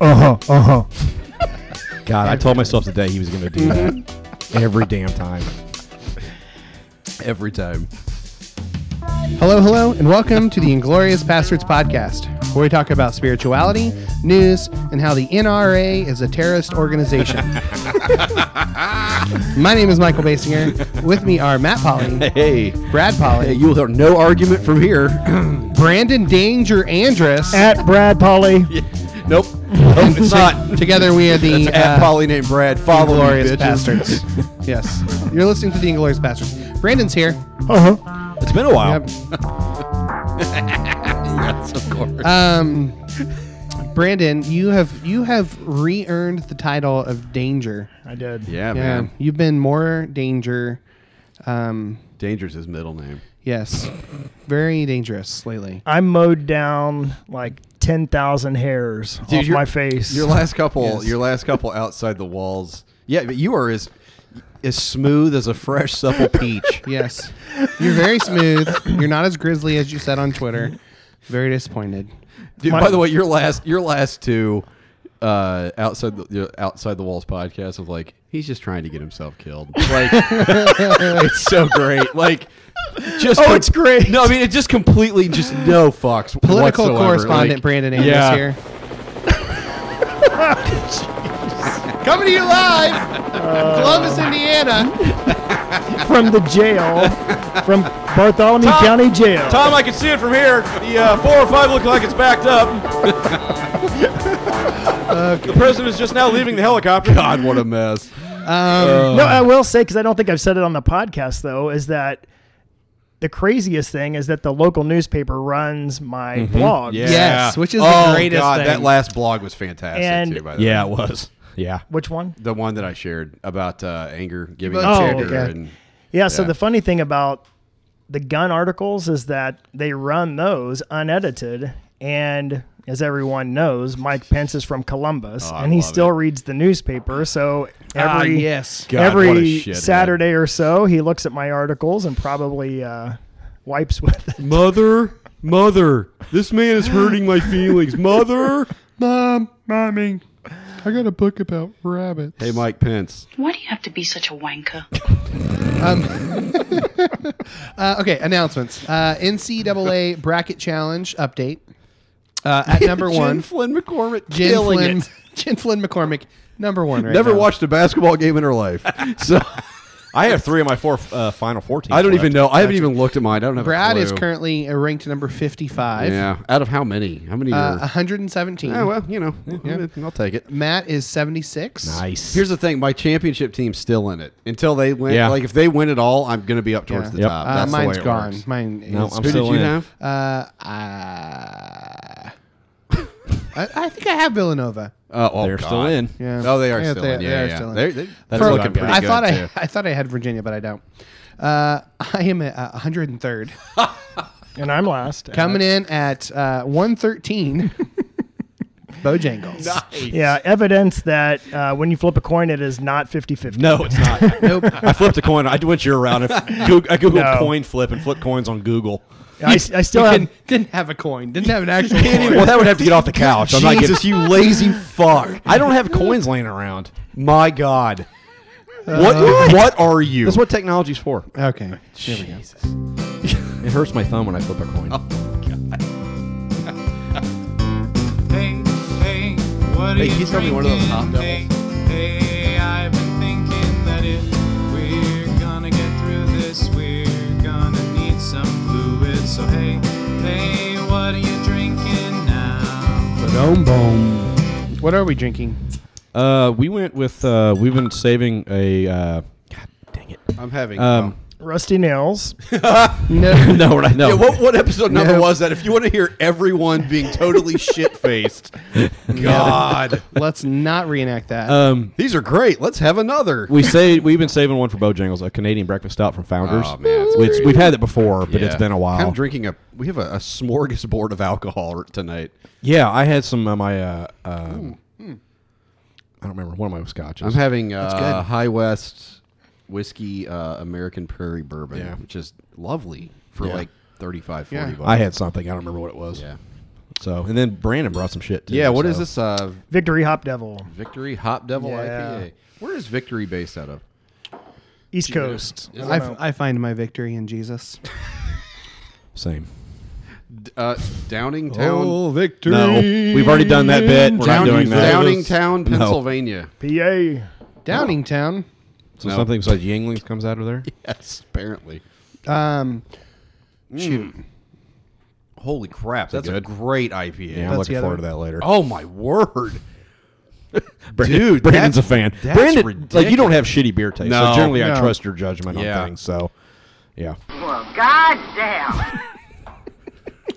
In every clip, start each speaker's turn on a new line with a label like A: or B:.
A: Uh huh. Uh huh.
B: God, I told myself today he was going to do that every damn time. Every time.
C: Hello, hello, and welcome to the Inglorious Bastards podcast, where we talk about spirituality, news, and how the NRA is a terrorist organization. My name is Michael Basinger. With me are Matt Polly,
B: Hey,
C: Brad Polly,
B: you'll hear no argument from here.
C: Brandon Danger Andress.
A: At Brad Polly.
B: nope. Nope, it's not.
C: Together we are the
B: It's at Polly named Brad. Follow me,
C: Inglorious
B: bitches.
C: Bastards. yes, you're listening to the Inglorious Bastards. Brandon's here.
A: Uh huh.
B: It's been a while.
C: Yep.
B: yes, of course.
C: Um, Brandon, you have you have re-earned the title of Danger.
A: I did.
B: yeah,
C: Yeah,
B: man.
C: you've been more danger. Um,
B: Danger's his middle name.
C: yes, very dangerous lately.
A: I mowed down like 10,000 hairs off
B: your-
A: my face.
B: Your last couple,
C: Yes.
B: your last couple outside the walls. Yeah, but you are as as smooth as a fresh supple peach.
C: Yes, you're very smooth. You're not as grizzly as you said on Twitter. Very disappointed.
B: Dude,
A: My-
B: by the way, your last your last two uh, outside the your outside the walls podcast was like he's just trying to get himself killed. Like it's so great. Like just
A: Oh, it's great.
B: No, I mean it just completely just no fucks.
C: Political
B: whatsoever.
C: correspondent
B: Like,
C: Brandon Andrews
B: yeah.
C: here.
B: coming to you live.
A: Uh.
C: Columbus, Indiana.
D: from the jail, from Bartholomew
B: Tom-
D: County Jail.
B: Tom, I can see it from here. The uh, four or five look like it's backed up. The president is just now leaving the helicopter. God, what a mess.
C: Um,
D: No, I will say because I don't think I've said it on the podcast though is that the craziest thing is that the local newspaper runs my blog,
B: Yeah.
C: Yes, which is the
B: oh,
C: greatest
B: God,
C: thing.
B: That last blog was fantastic
D: And-
B: too. By the way.
E: Yeah, it was. Yeah.
D: Which one?
B: the one that I shared about uh, anger, giving
C: both
B: up
D: shared
B: anger,
D: it.
B: and
D: Yeah. So
B: Yeah.
D: the funny thing about the gun articles is that they run those unedited and. As everyone knows, Mike Pence is from Columbus,
B: Oh, I
D: and he
B: love
D: still
B: it.
D: reads the newspaper. So
C: ah,
D: every
C: yes.
B: God, what a
D: every
B: shithead.
D: Saturday or so, he looks at my articles and probably uh, wipes with it.
B: mother, mother, this man is hurting my feelings, mother.
C: Mom, mommy, I got a book about rabbits.
B: Hey, Mike Pence.
F: Why do you have to be such a wanker?
C: Uh, okay, announcements. Uh, NCAA bracket challenge update. Uh, at number one,
B: Jen Flynn McCormick,
C: Jen
B: killing
C: Flynn,
B: it.
C: Jen Flynn McCormick, number one. Right
B: Never
C: now.
B: watched a basketball game in her life, so
E: I have three of my four uh, final four teams.
B: I don't even
E: left.
B: know. I haven't even looked at mine. I don't have.
C: Brad
B: a
C: is
B: clue.
C: currently ranked number fifty-five.
B: Yeah, out of how many? How many?
C: Uh,
B: are,
C: 117.
B: oh well, you know, I'll take it.
C: Matt is 76.
E: Nice.
B: Here's the thing: my championship team's still in it until they win.
E: Yeah.
B: Like if they win it all, I'm going to be up
C: Yeah.
B: towards the
E: Yep.
B: top.
C: Uh,
B: That's the way
C: mine's
B: it
C: gone.
B: works.
C: Mine is.
E: No, I'm
B: Who did
E: still
B: you
E: in it.
B: have?
C: Uh, I, I, I think I have Villanova.
B: Uh, oh,
E: They're
B: God.
E: still in.
C: Yeah.
B: Oh, they are
C: Yeah,
B: still
C: they-
B: in. Yeah,
C: they are
B: yeah.
C: still in.
B: They're- they-
E: That's
B: they're
E: what
B: looking
E: I'm-
B: pretty
C: I
B: good,
C: thought I,
B: too.
C: I thought I had Virginia, but I don't. Uh, I am at uh, 103rd,
D: And I'm last.
C: coming in at uh, 113. Bojangles.
D: Yeah, evidence that uh, when you flip a coin, it is not 50 50.
E: No, it's not.
C: Nope.
E: I flipped a coin. I went your route. I Goog- I googled
D: No.
E: coin flip and flip coins on Google.
D: I, I still
C: You
D: have.
C: didn't, didn't have a coin. Didn't have an actual
E: Well,
C: coin.
E: that would have to get off the couch. I'm not getting.
B: Jesus, you lazy fuck!
E: I don't have coins laying around. My God.
B: What? what are you?
E: That's what technology's for.
C: Okay. Here we go.
E: It hurts my thumb when I flip a coin.
G: Hey, hey, what
B: Hey, can
G: are
B: you
G: you
B: throw me one of those hot
G: drinking? Hey, hey, I've been thinking that if we're gonna get through this, we're gonna need some fluid. So hey, hey, what are you drinking now?
C: Boom, boom. What are we drinking?
E: Uh, we went with. Uh, we've been saving a. Uh, God dang it.
B: I'm having.
E: Um,
D: Rusty nails.
C: No.
E: no, what I know.
B: yeah, what, what episode number
C: No.
B: was that? If you want to hear everyone being totally shit faced, God,
C: Let's not reenact that.
E: Um,
B: these are great. Let's have another.
E: we say we've been saving one for Bojangles, a Canadian breakfast stout from Founders.
B: Oh, man, that's
E: Which-
B: great.
E: we've had it before, but it's
B: Yeah.
E: been a while.
B: I'm drinking a. We have a, a smorgasbord of alcohol tonight.
E: Yeah, I had some of my. Uh, um, I don't remember one of my scotches.
B: I'm having uh, High West whiskey, uh, American Prairie Bourbon,
E: Yeah.
B: which is lovely for
E: Yeah.
B: like 35, 40
C: Yeah.
B: bucks.
E: I had something. I don't remember what it was.
B: Yeah.
E: So and then Brandon brought some shit. Too,
B: Yeah, What is
E: so.
B: this? Uh,
H: Victory Hop Devil,
B: Victory Hop Devil
H: Yeah.
B: IPA. Where is Victory based out of?
H: East Coast. I
C: I,
H: don't know.
C: f- I find my victory in Jesus.
E: Same.
B: D- uh, Downingtown.
E: victory! No, we've already done that bit. We're not
B: Down-
E: doing that.
B: Downingtown,
E: No.
B: Pennsylvania.
H: PA.
C: Downingtown.
E: So
B: No.
E: something besides Yinglings comes out of there.
B: Yes, apparently.
C: Um,
B: Holy crap, that's
E: good?
B: a great IPA.
E: Yeah, I'm
C: That's
E: looking
C: the
E: forward
C: other-
E: to that later.
B: Oh my word.
E: Brandon-
B: dude,
E: Brandon's a
B: that's-
E: fan.
B: that's
E: Brandon, like you don't
B: ridiculous.
E: have shitty beer taste.
B: No.
E: so generally I
C: No.
E: trust your judgment
B: Yeah.
E: on things. So, yeah,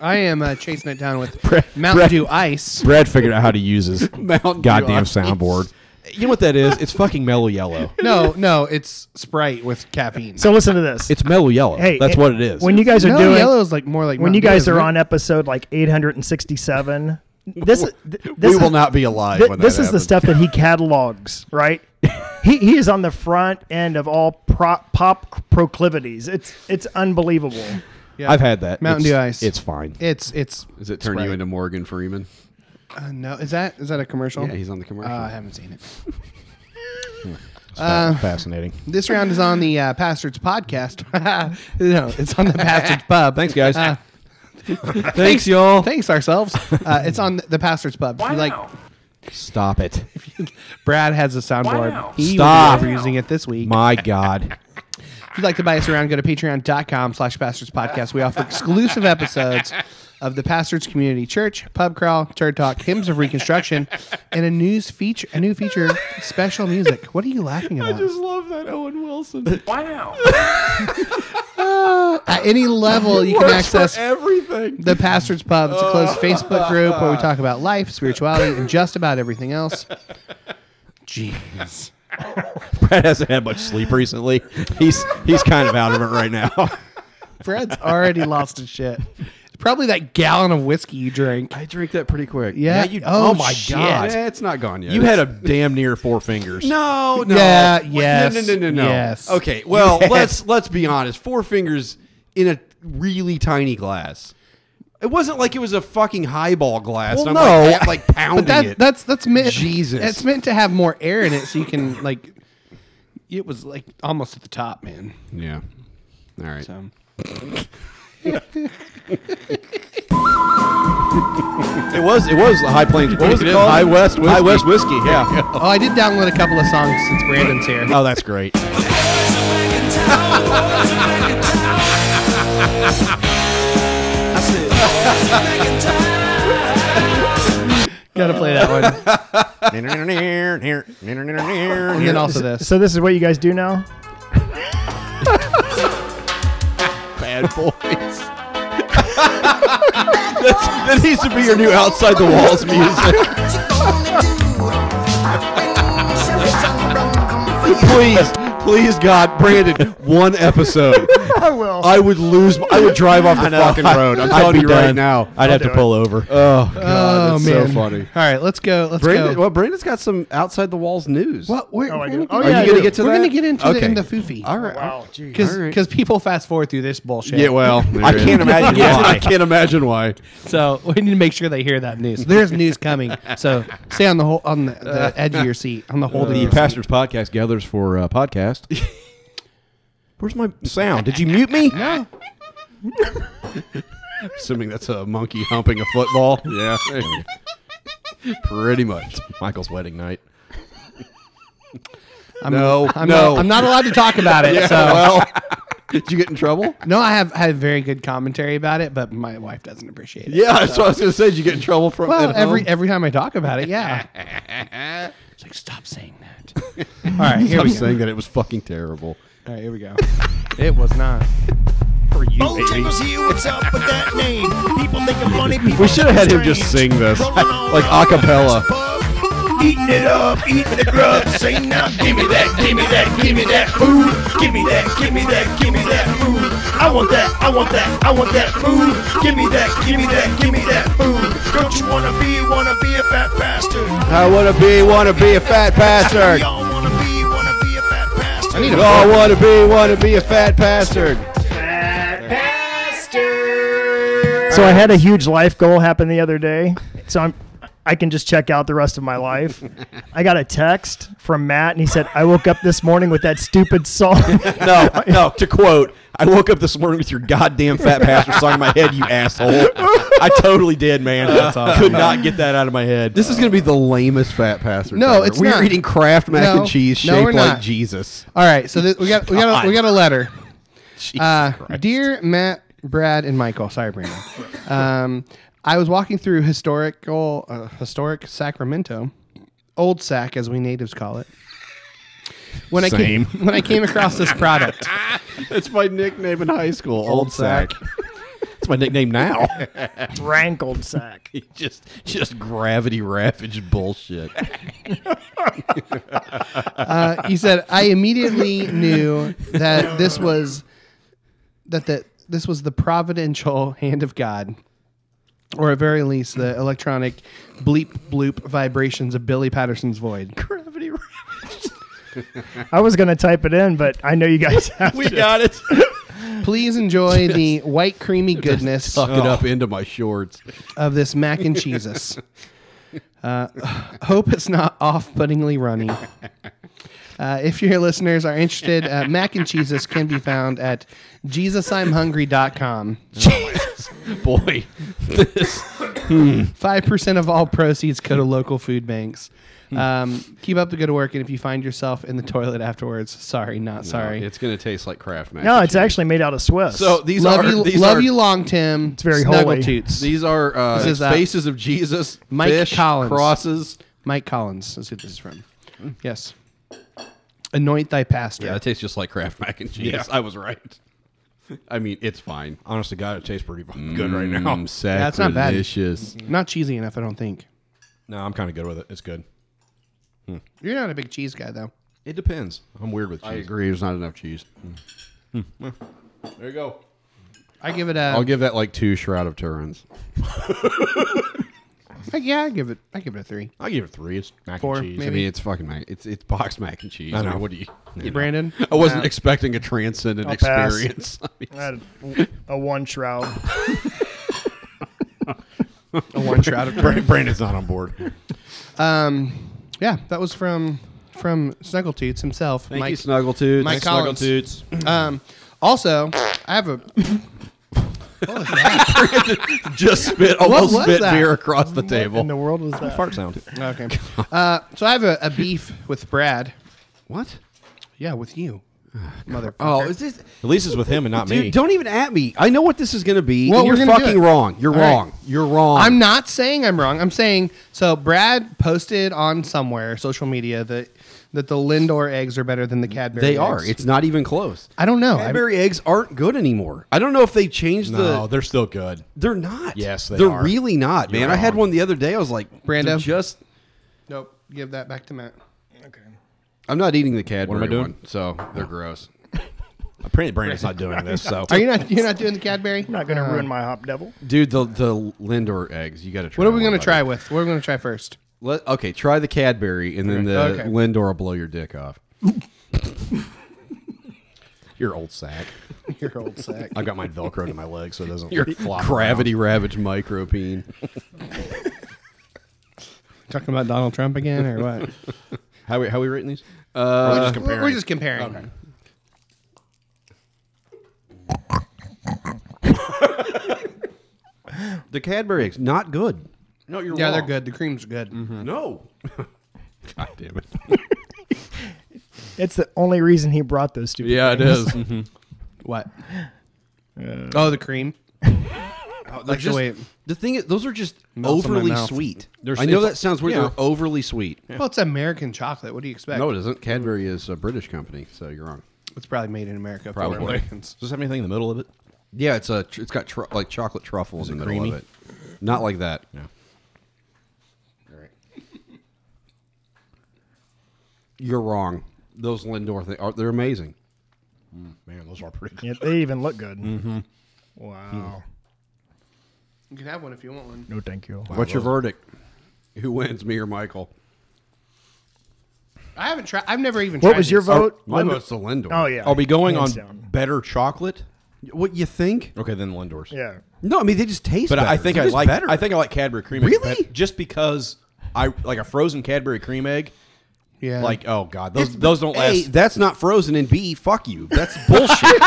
C: I am uh, chasing it down with
E: Bre-
C: Mountain
E: bre-
C: Dew Ice.
E: Brad figured out how to use his
B: Mountain Dew
E: goddamn
B: ice.
E: soundboard. You know what that is? It's fucking mellow yellow.
C: No, no, it's Sprite with caffeine.
H: So listen to this.
E: It's mellow yellow.
H: hey,
E: that's
H: it-
E: what it is.
H: When you guys are
C: Mellow
H: doing
C: Yellow is like more like
H: when you
C: Mountain Dew,
H: guys
C: isn't
H: are
C: it?
H: on episode like 867 this is th-
B: We
H: this
B: will
H: is-
B: not be alive
H: thi-
B: when that
H: this is the
B: happens.
H: stuff that he catalogs right he, he is on the front end of all pro- pop proclivities it's it's unbelievable
C: Yeah.
E: I've had that
C: Mountain Dew
E: It's-
C: Ice.
E: It's fine.
C: It's it's.
B: Does it turn you
C: Sprite.
B: into Morgan Freeman?
C: Uh, no, is that is that a commercial?
B: Yeah, he's on the
C: Uh,
B: commercial.
C: I haven't seen it.
E: It's fa- fascinating.
C: This round is on the uh, Pastards Podcast. no, it's on the Pastards Pub.
E: Thanks, guys.
C: Uh,
E: Thanks, y'all.
C: thanks ourselves. Uh, it's on the Pastards Pub. If you like
E: Stop it.
C: Brad has a soundboard. He
E: Stop.
C: was using it this week.
E: My God.
C: If you'd like to buy us around, go to patreon.com slash pastors podcast. We offer exclusive episodes of the Pastors Community Church, Pub Crawl, Turd Talk, Hymns of Reconstruction, and a news feature a new feature, special music. What are you laughing about?
E: love that Owen Wilson.
C: At any level you can access
E: everything.
C: the Pastors Pub. It's a closed Facebook group where we talk about life, spirituality, and just about everything else. Jeez.
E: Brad hasn't had much sleep recently. He's he's kind of out of it right now.
C: Fred's already lost his shit. It's probably that gallon of whiskey you drank.
B: I drank that pretty quick.
C: Yeah.
B: you,
C: Oh,
B: oh, my
C: shit.
B: god, Eh, it's not gone yet.
E: You had a damn near four fingers.
B: no, no,
C: Yeah,
B: Wait,
C: yes,
B: no, no, no, no, no.
C: yes.
B: Okay, well, let's let's be honest. Four fingers in a really tiny glass. It wasn't like it was a fucking highball glass.
E: Well,
B: and I'm
E: no.
B: like, pa- like pounding
C: But that,
B: it.
C: that's that's meant.
B: Jesus.
C: it's meant to have more air in it, so you can like. It was like almost at the top, man.
B: yeah. All right.
C: So.
E: It was it was High Plains. What was it,
B: It is
E: called?
B: High West
E: High
B: Whiskey.
E: West whiskey. Yeah.
C: Oh, I did download a couple of songs since Brandon's here.
E: oh, that's great.
C: Gotta play that one, and then also this.
H: so this is what you guys do now
E: Bad boys. That's, that needs to be your new outside the walls music. Please, please, God, Brandon, one episode.
H: i will
E: I would lose. My, I would drive off the
B: know.
E: fucking road. I'm
B: I'd
E: telling
B: be
E: you right
B: done.
E: now. I'd have to pull over.
C: oh
B: that's so
C: man,
B: funny.
C: All right, let's go. Let's
B: Brandon,
C: go.
B: well, Brandon's got some outside the walls news.
C: What? We're,
H: Oh, I
C: we're
H: do.
C: gonna
H: Oh,
C: get-
H: yeah,
B: Are
H: I
B: you gonna
H: do.
B: get to
C: we're
B: that?
C: gonna get into the,
B: Okay.
C: in the foofy.
B: All right.
H: wow geez.
C: Because
B: all right.
C: people fast forward through this bullshit.
B: Yeah. Well,
E: I can't imagine
B: Yeah,
E: why.
B: I can't imagine why.
C: So we need to make sure they hear that news. There's news coming. So stay on the whole on the,
B: Uh,
C: the edge of your seat, on the holding.
E: The
C: your seat.
E: Pastors Podcast gathers for uh, podcast. Where's my sound? Did you mute me? No.
B: Assuming that's a monkey humping a football. yeah. Pretty much.
E: Michael's wedding night.
C: I'm,
B: No,
C: I'm
B: no.
C: Not, I'm not allowed to talk about it. so
B: well, did you get in trouble?
C: no, I have had very good commentary about it, but my wife doesn't appreciate it.
B: Yeah, that's what I was going to say. Did you get in trouble from
C: Well,
B: at
C: every
B: home?
C: every time I talk about it, yeah. it's like stop saying that. All right, here
B: I'm
C: we go.
B: saying that it was fucking terrible.
C: All right, here we go. it was not.
B: For you,
G: Bojangles here, what's up with that name? People think I'm funny, people
B: We should have had him just sing this, like a cappella.
G: Eating it up, eating the grub, saying now, give me that, give me that, give me that food. Give me that, give me that, give me that food. I want that, I want that, I want that food. Give me that, give me that, give me that food. Don't you wanna be, wanna be a fat bastard?
B: I want to be, want to be a fat
G: We
B: bastard.
G: all wanna be, wanna be a fat bastard.
B: You all want to be, want to be a fat bastard.
G: I
H: So I had a huge life goal happen the other day. So I'm I can just check out the rest of my life. I got a text from Matt and he said, I woke up this morning with that stupid song.
E: No, no. To quote, I woke up this morning with your goddamn fat pastor song in my head, you asshole. I totally did, man. Could not get that out of my head. Uh,
B: This is going to be the lamest fat passer.
C: No,
B: cover.
C: it's
B: we're
C: not.
B: eating Kraft mac
C: No,
B: and cheese
C: no,
B: shaped
C: we're
B: like
C: not.
B: Jesus.
C: All right, so th- we got we got a, we got a letter.
E: Jesus
C: Uh,
E: Christ.
C: dear Matt, Brad, and Michael. Sorry, Brandon. um, I was walking through historical uh, historic Sacramento, old Sac as we natives call it. When I
E: Same.
C: came when I came across this product,
B: That's my nickname in high school, Old,
E: sack. That's my nickname now.
H: Rankled sack.
E: just, just gravity ravaged bullshit.
C: uh, he said I immediately knew that this was that the, this was the providential hand of God, or at very least the electronic bleep bloop vibrations of Billy Patterson's void.
E: Gravity. Ravaged.
H: I was gonna type it in, but I know you guys have
E: We got it.
C: Please enjoy the white creamy goodness
B: Tuck it up
E: Oh.
B: into my shorts.
C: of this mac and cheeses. Uh, hope it's not off-puttingly runny. Uh, if your listeners are interested, uh, mac and cheeses can be found at jesusimhungry.com.
E: Boy,
C: Five percent of all proceeds go to local food banks. Um, keep up the good work, and if you find yourself in the toilet afterwards, sorry, not sorry.
B: It's going to taste like Kraft mac.
H: No,
B: and
H: it's
B: cheese.
H: actually made out of Swiss.
B: So these
C: love
B: are
C: you,
B: these
C: love
B: are,
C: you, long Tim. It's
H: very holy.
C: Toots.
B: These are uh,
C: This is, uh,
B: faces of Jesus,
C: Mike
B: fish,
C: Collins.
B: crosses.
C: Mike Collins is who this is from. Yes. Anoint thy pastor.
B: Yeah, that tastes just like Kraft mac and cheese. I was right. I mean, it's fine.
E: honest to God, it tastes pretty fucking good right now.
B: I'm
C: that's not bad.
B: sacrilegious.
C: Not cheesy enough, I don't think.
E: No, I'm kind of good with it. It's good.
C: You're not a big cheese guy, though.
E: It depends. I'm weird with cheese.
B: I agree. There's not enough cheese.
E: There you go.
C: I give it a.
B: I'll give that like two shroud of Turin's.
C: I- yeah, I give it. I give it a three.
E: I'll give it three. It's mac
C: Four,
E: and cheese.
B: I
C: maybe.
B: mean, it's fucking mac. It's it's boxed mac and cheese.
E: I
B: I
E: know.
B: mean, what do you?
C: Brandon,
B: I wasn't expecting a transcendent
H: I'll pass.
B: experience. I mean,
H: I had a one shroud.
C: a one shroud of
E: Brand- Brandon's not on board.
C: Um, yeah, that was from from Snuggletoots himself.
B: Thank
C: Mike
B: you, Snuggletooth.
C: Mike
B: Thanks,
C: Collins. Um, also, I have a.
B: Snuggletooth. Just spit, almost
C: was
B: spit
C: that?
B: beer across the table.
H: In the world was that
E: Fart sound.
C: Okay. Uh, so I have a, a beef with Brad.
B: What?
C: Yeah, with you, motherfucker.
B: Oh, is this?
E: At least it's with him and not
B: Dude,
E: me.
B: don't even at me. I know what this is going to be.
C: Well,
B: and
C: we're
B: you're
C: gonna do
B: fucking
C: it.
B: wrong. You're
C: All right.
B: wrong. You're wrong.
C: I'm not saying I'm wrong. I'm saying so. Brad posted on somewhere social media that that the Lindor eggs are better than the Cadbury.
B: They are.
C: eggs.
B: It's not even close.
C: I don't know. I-
B: Cadbury eggs aren't good anymore. I don't know if they changed
E: no,
B: the.
E: they're still good.
B: They're not.
E: Yes, they
B: are
E: are.
B: really not, man. I had
E: wrong.
B: one the other day. I was like,
C: Brando?
B: they're just.
C: nope. Give that back to Matt.
B: I'm not eating the Cadbury
E: doing?
B: one, so they're gross.
E: Apparently, Brandon's not doing this. So
C: Are you not? You're not doing the Cadbury. Uh,
H: I'm not gonna ruin my hop devil.
B: Dude, the the Lindor eggs, you got to try.
C: What are we
B: one,
C: gonna
B: buddy.
C: try with? What are we gonna try first?
B: Let, okay, try the Cadbury, and then the
C: Okay.
B: Lindor will blow your dick off.
E: you're old sack.
C: Your old sack.
E: I've got mine velcroed to my leg, so it doesn't
B: Your
E: flop.
B: gravity ravaged micropene.
C: Talking about Donald Trump again or what?
E: around. How we how we rating these?
C: we're,
B: Uh,
C: just, we're- we're just comparing.
B: the Cadbury eggs, not good. No, you're
C: Yeah,
B: wrong.
C: they're
E: Oh.
C: good. The cream's good.
B: No. God damn it.
H: It's the only reason he brought those stupid
B: Yeah, it
H: things.
B: is. Mhm.
C: What? oh, the cream.
B: Oh, They're
C: the
B: just-
C: way it
B: the thing is, those are just
C: melts in my
B: overly
C: mouth.
B: sweet.
E: They're-
B: I know
E: it's-
B: that sounds weird.
E: yeah.
B: They're overly sweet.
C: Well, it's American chocolate. What do you expect?
B: No, it isn't. Cadbury is a British company, so you're wrong.
C: it's probably made in America.
B: Probably.
C: For Americans.
E: Does this have anything in the middle of it?
B: Yeah, it's a. tr- It's got tr- like chocolate truffle in the middle
E: creamy?
B: of it. Not like that.
E: No.
B: You're wrong. Those Lindor things are they're amazing.
E: Man, those are pretty good.
H: Yeah, they even look good.
E: Mm-hmm. Mm.
H: Wow.
C: You can have one if you want one.
H: No, thank you.
B: What's your verdict? Who wins, me or Michael?
C: I haven't tried. I've never even.
H: What
C: tried
H: was your
C: these.
H: vote?
B: My
H: Lind-
B: vote's the Lindor.
H: Oh yeah.
E: Are we going
H: Hands
E: on
H: down.
E: better chocolate?
B: What you think?
E: Okay, then Lindor's.
H: Yeah.
B: No, I mean they just taste.
E: But
B: better.
E: I think
B: They're
E: I
B: just
E: like
B: better.
E: I think I like Cadbury cream egg
B: Really?
E: bet- just because I like a frozen Cadbury cream egg.
C: Yeah.
E: Like oh god, those those don't
B: A,
E: last.
B: that's not frozen, and B, E, fuck you. That's bullshit.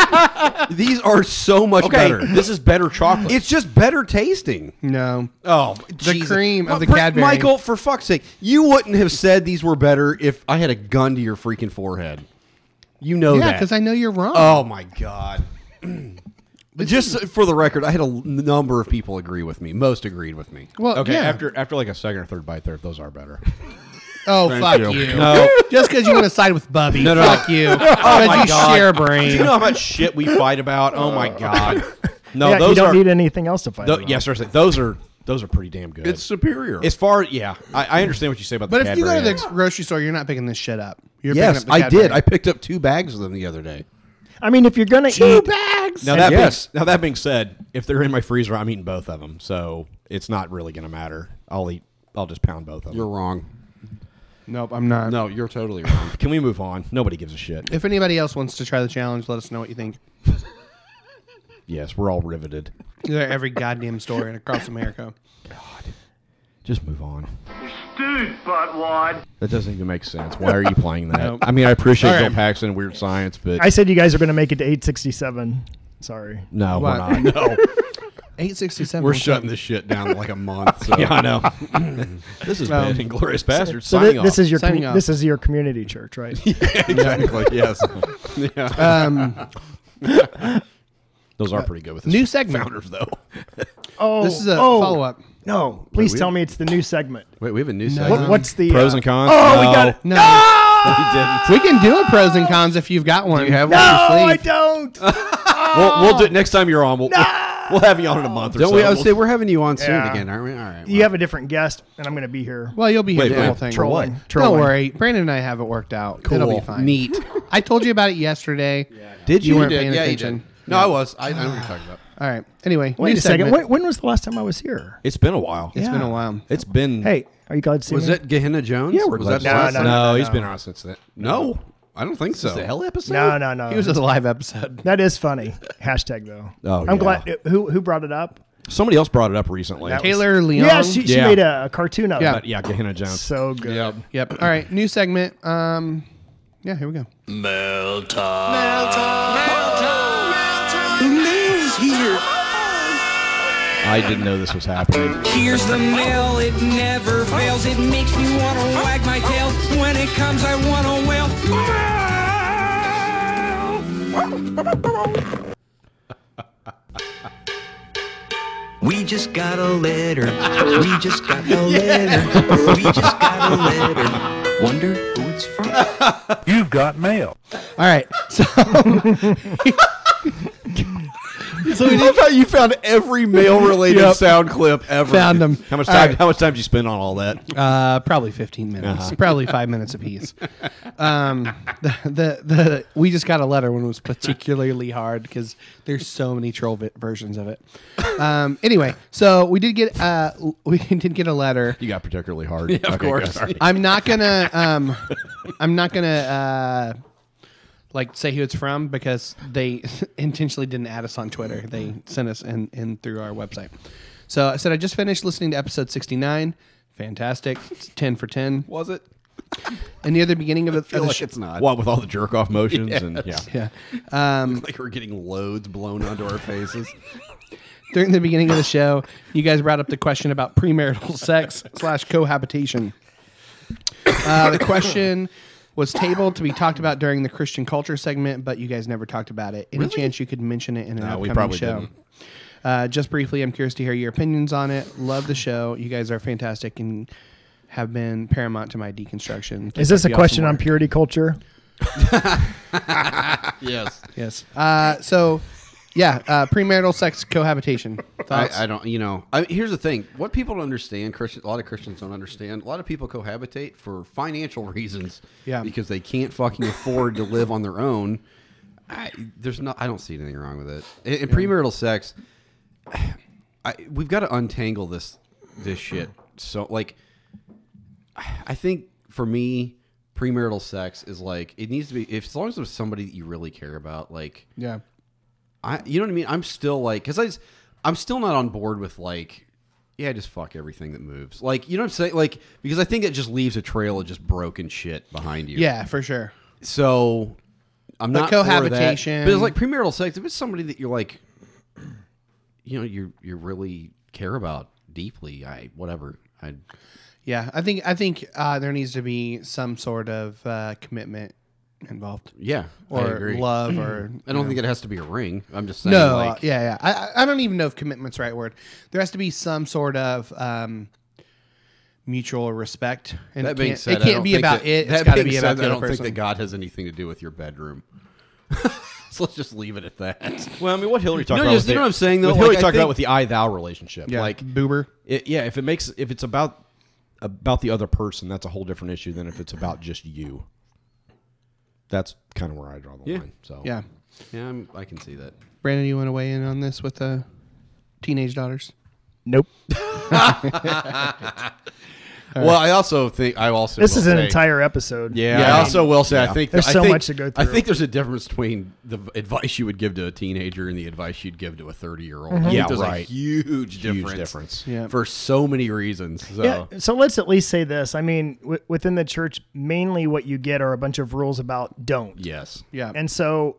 B: These are so much
E: okay,
B: better.
E: this is better chocolate.
B: It's just better tasting.
C: no.
E: oh
C: The
B: Jesus.
C: cream of
B: Well,
C: the
B: Brett-
C: Cadbury.
B: Michael, for fuck's sake, you wouldn't have said these were better if I had a gun to your freaking forehead. You know
C: Yeah,
B: that.
C: because I know you're wrong.
B: Oh my god. Just for the record, I had a l- number of people agree with me. Most agreed with me.
C: well,
E: okay.
C: yeah.
E: After after like a second or third bite, there those are better.
C: oh, fuck
E: you.
C: you.
E: No.
C: Just because you want to side with Bubby.
E: No, no.
C: Fuck you. oh,
E: my
C: you
E: God.
C: share a
E: Do
C: brain.
E: you know how much shit we fight about? Oh my god. No,
H: yeah,
E: those
H: you don't
E: are
H: need anything else to fight.
E: tho-
H: about.
E: yeah, seriously, those are those are pretty damn good.
B: It's superior.
E: as far yeah, I, I understand what you say about
C: but
E: the
C: if you go to
E: Cadbury
C: the
E: eggs.
C: grocery store, you're not picking this shit up. You're
B: yes,
C: picking up the
B: I did.
C: Cadbury.
B: I picked up two bags of them the other day.
H: I mean, if you're gonna eat,
B: bags.
E: Now that
B: yes,
E: being, now that being said, if they're in my freezer, I'm eating both of them, so it's not really going to matter. I'll eat. I'll just pound both of them.
B: you're wrong.
C: nope, I'm not.
B: No, you're totally wrong.
E: Can we move on? Nobody gives a shit.
C: If anybody else wants to try the challenge, let us know what you think.
E: yes, we're all riveted.
C: They're at every goddamn store and across America.
E: Just move on.
I: Dude, buttwad.
E: That doesn't even make sense. Why are you playing that? I mean, I appreciate
C: All
E: Bill
C: right.
E: Paxton and Weird Science, but
H: I said you guys are gonna make it to 867. Sorry.
E: no, we're
C: What?
E: not. No,
C: Eight sixty seven.
B: We're shutting this shit down in like a month. So.
E: yeah, I know. this has
C: Um,
E: been Inglorious Bastards.
H: So
E: signing
H: thi- this
E: off.
H: is your
C: Signing
H: commu-
C: off.
H: this is your community church, right?
B: exactly. Yes.
C: Um,
E: those are pretty good with this
C: new segment.
E: founders though.
H: Oh,
C: This is a
H: oh,
C: follow up.
H: No, please
B: we-
H: tell me it's the new segment.
B: Wait, we have a new
H: What,
B: segment.
H: what's the
E: um, Pros
H: uh,
E: and cons.
H: Oh, we got it.
C: Um, No,
E: No, we
C: we can do a pros and cons if you've got one.
B: Do you have
H: No,
B: one? up
C: Oh,
B: your
H: I
B: sleeve?
H: don't.
E: didn't. We'll, we'll do it next time you're on. We'll, we'll have you on in a month or
B: Don't
E: so.
B: we? I would
E: We'll-
B: say we're having you on soon
H: Yeah.
B: again, aren't we? All right.
H: You have a different guest, and I'm gonna be here.
C: Well, you'll be here
E: Wait,
C: for the
E: wait,
C: whole thing.
H: trolling,
C: Don't
H: trolling.
C: worry, Brandon and I have it worked out. It'll be fine.
B: Neat.
C: I told you about it yesterday.
B: Did
C: You
B: you?
C: weren't
B: did.
C: paying
B: yeah, you
C: attention.
B: did. No, I was. I, I know what you're talking about.
C: All right. Anyway,
H: Wait
C: new
H: a second. When,
C: segment.
H: when was the last time I was here?
E: It's been a while.
C: It's
H: Yeah.
C: been a while.
E: It's been.
H: Hey, are you glad to see
B: Was
H: me?
B: it Gehenna Jones?
H: Yeah, we're
B: was
E: glad
B: that
E: to
B: the
E: see
B: last
H: No,
E: no,
H: no,
B: time?
H: no,
E: he's
H: no.
E: been on since then.
B: No, I don't think so. The hell episode?
H: No, no, no.
C: It was a live episode.
H: that is funny. Hashtag though.
E: Oh,
H: I'm
E: yeah.
H: glad. Who who brought it up?
E: Somebody else brought it up recently.
C: Taylor Leon.
H: Yeah, she, she
E: Yeah.
H: made a, a cartoon out
C: Yeah.
H: of it.
E: yeah, Gehenna Jones.
H: So good.
B: Yep.
C: Yep. All right. New segment. Um. Yeah. Here we go.
E: I didn't know this was happening.
J: Here's the mail, it never fails. It makes me wanna wag my tail. When it comes, I wanna wail. We just got a letter. We just got a letter. We just got a letter. Wonder who it's from.
I: You've got mail.
C: All right. So
B: So we love how you found every male related sound clip ever.
C: found them.
E: How much
C: All
E: time?
C: right.
E: How much time did you spend on all that?
C: Uh, probably 15 minutes. Probably five minutes apiece. Um, the, the the we just got a letter one was particularly hard because there's so many troll vi- versions of it. Um, anyway, so we did get uh we did get a letter.
E: You got particularly hard. Yeah, of
B: course.
C: I'm not gonna um, I'm not gonna uh, like say who it's from because they intentionally didn't add us on Twitter. They sent us in in through our website. So I said I just finished listening to episode 69. Fantastic. It's 10 for 10.
B: Was it?
C: And near the beginning of the,
B: feel
C: of the
B: like
C: sh-
B: it's not.
E: What with all the jerk off motions and yeah.
C: yeah. Um,
B: Like we're getting loads blown onto our faces.
C: during the beginning of the show, you guys brought up the question about premarital sex slash cohabitation. Uh, the question was tabled to be talked about during the Christian culture segment, but you guys never talked about it. Any chance you could mention it in an
E: No,
C: upcoming
E: we probably
C: show?
E: didn't.
C: Uh, just briefly, I'm curious to hear your opinions on it. Love the show. You guys are fantastic and have been paramount to my deconstruction.
H: Is this a
C: Keep up the
H: question
C: awesome
H: on
C: work.
H: purity culture?
B: yes.
C: Yes. Uh, so, yeah, uh, premarital sex cohabitation. Thoughts?
B: I, I don't, you know. I, here's the thing: what people don't understand, Christian, a lot of Christians don't understand. A lot of people cohabitate for financial reasons,
C: Yeah.
B: because they can't fucking afford to live on their own. I, there's not. I don't see anything wrong with it. And, and premarital sex, I, we've got to untangle this this shit. So, like, I think for me, premarital sex is like it needs to be. If as long as it's somebody that you really care about, like,
C: yeah.
B: I, you know what I mean? I'm still like, because I, just- I'm still not on board with like, yeah, just fuck everything that moves. Like, you know what I'm saying? Like, because I think it just leaves a trail of just broken shit behind you.
C: Yeah, for sure.
B: So I'm
C: Like
B: not for that.
C: cohabitation.
B: But it's like premarital sex. If it's somebody that you're like, you know, you you really care about deeply, I whatever. I
C: Yeah, I think I think uh, there needs to be some sort of uh, commitment involved,
B: yeah, I
C: or
B: agree.
C: love, or
B: I don't think it has to be a ring. I'm just saying.
C: no,
B: like,
C: yeah, yeah. I, I- I don't even know if commitment's the right word. There has to be some sort of um, mutual respect, and
B: That
C: it
B: being
C: can't,
B: said,
C: it
B: I
C: can't
B: don't
C: be
B: think
C: about
B: that-
C: it. It's
B: that
C: got to
B: being
C: be about
B: said,
C: the
B: I
C: other
B: don't
C: person.
B: think that God has anything to do with your bedroom. so let's just leave it at that.
E: Well, I mean, what Hillary talked
B: No,
E: about.
B: just-
E: with
B: you know
E: the-
B: what I'm saying, though?
E: What Hillary
B: Like, I
E: talked
B: think-
E: about with the I thou relationship.
C: yeah,
E: Like,
C: boober.
E: it, yeah, if it makes if it's about about the other person, that's a whole different issue than if it's about just you. That's kind of where I draw the
B: Yeah.
E: line. So
C: Yeah,
B: Yeah, I'm, I can see that.
C: Brandon, you want to weigh in on this with uh, teenage daughters?
D: Nope.
B: Well, I also think I also
D: This
B: will
D: is an
B: say-
D: entire episode.
B: I
E: Yeah, I mean,
B: also will say I think
D: There's
B: I
D: so
B: think-
D: much to go
B: I
D: through.
B: think there's a difference between the v- advice you would give to a teenager and the advice you'd give to a 30 year old.
E: Yeah,
B: there's
E: right.
B: a huge
E: huge
B: difference,
E: difference.
C: Yeah.
B: for so many reasons. So
D: Yeah, so let's at least say this. I mean, w- within the church, mainly what you get are a bunch of rules about don't.
B: yes,
C: Yeah,
D: And so,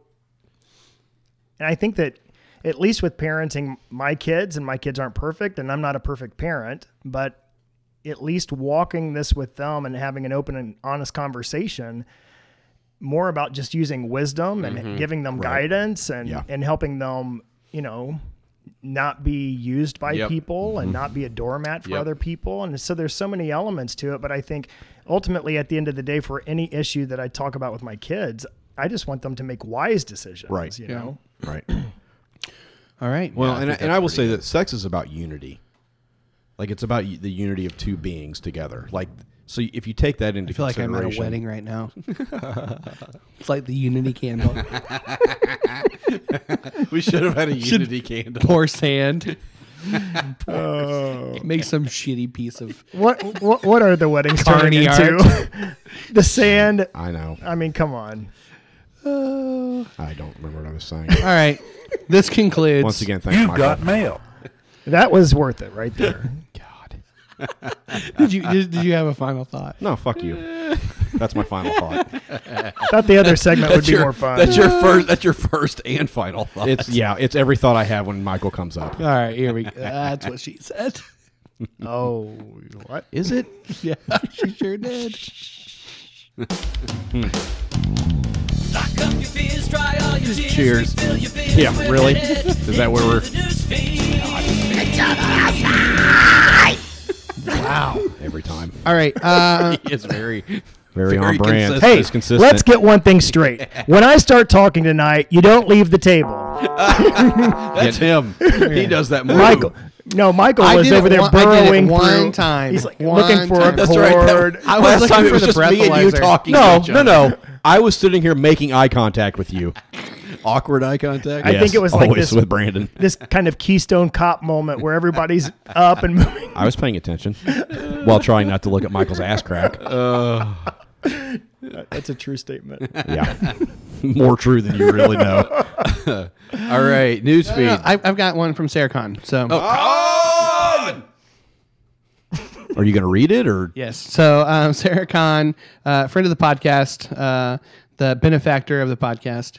D: and I think that at least with parenting my kids, and my kids aren't perfect, and I'm not a perfect parent, but at least walking this with them and having an open and honest conversation more about just using wisdom and
B: Mm-hmm.
D: giving them guidance and,
E: Yeah.
D: and helping them, you know, not be used by
B: Yep.
D: people and
E: Mm-hmm.
D: not be a doormat for
B: Yep.
D: other people. And so there's so many elements to it. But I think ultimately, at the end of the day, for any issue that I talk about with my kids, I just want them to make wise decisions.
E: Right.
D: You
E: Yeah.
D: know,
E: right.
C: all right.
E: Well, and I,
B: think
E: and
B: that's
E: I will
B: pretty
E: say
B: good.
E: that sex is about unity. Like it's about y- the unity of two beings together. Like so, if you take that into
C: I feel like I'm
E: consideration,
C: at a wedding right now. it's like the unity candle.
B: we should have had a unity candle.
C: Pour sand. Make some shitty piece of.
D: what what, what are the weddings turning
C: Carny
D: into? the sand.
E: I know.
D: I mean, come on.
E: I don't remember what I was saying.
C: All right, this concludes.
E: Once again, thank
I: You
E: Michael.
I: got mail.
D: That was worth it right there.
E: God.
C: did you did, did you have a final thought?
E: No, fuck you. That's my final thought.
D: Thought the other segment would be
B: your,
D: more fun.
B: That's your first. That's your first and final thought.
E: It's yeah, it's every thought I have when Michael comes up.
C: All right, here we go. That's what she said.
D: oh, what?
E: Is it?
C: Yeah, she sure did.
J: Lock up your beers, dry all your tears.
E: Cheers.
J: refill your beers,
E: Yeah,
J: we're
E: really?
J: headed
E: Is that where
J: into
E: we're-
J: the newsfeed.
E: Every time.
C: All right, uh,
B: it's very
E: Very, on brand.
B: consistent.
D: Hey,
E: It's consistent.
D: let's get one thing straight. When I start talking tonight, you don't leave the table.
B: That's him. he does that. Move.
D: Michael, no, Michael
C: I
D: was
C: did it
D: over there
C: one- I did it
D: burrowing
C: one
D: through-
C: time.
D: He's like
C: One
D: looking for
C: time.
D: a
C: That's
D: cord.
C: right. I was
E: last
C: looking
E: time it
C: for
E: was
C: the
E: just me and you
C: breathalyzer.
E: talking.
B: No,
E: No, no, no. I was sitting here making eye contact with you.
B: Awkward eye contact.
D: I think it was like
E: always
D: this-
E: with Brandon.
D: This kind of Keystone Cop moment where everybody's up and moving.
E: I was paying attention while trying not to look at Michael's ass crack.
D: That's a true statement.
E: Yeah, more true than you really know.
B: All right, newsfeed.
C: I, I've got one from Sarah Khan. So
B: Oh.
E: Oh. Are you going to read it or?
C: yes, so um, Sarah Khan, uh, friend of the podcast, uh, the benefactor of the podcast.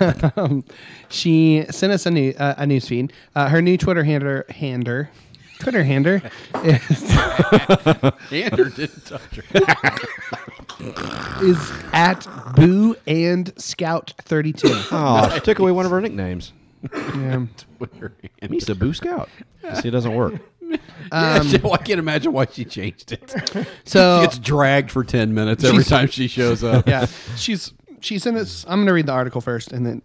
C: um, she sent us a new uh, a news feed. Uh, her new Twitter handler hander. Twitter hander is,
B: Andrew didn't touch her.
C: is at Boo and Scout thirty two.
E: Oh, she took away one of her nicknames.
C: Yeah.
E: He's a boo scout. See, it doesn't work.
B: Yeah, she- I can't imagine why she changed it. Oh.
C: So
B: Um, she gets dragged for ten minutes every
C: She's-
B: time she shows up.
C: yeah, she's she sent us. I'm gonna read the article first, and then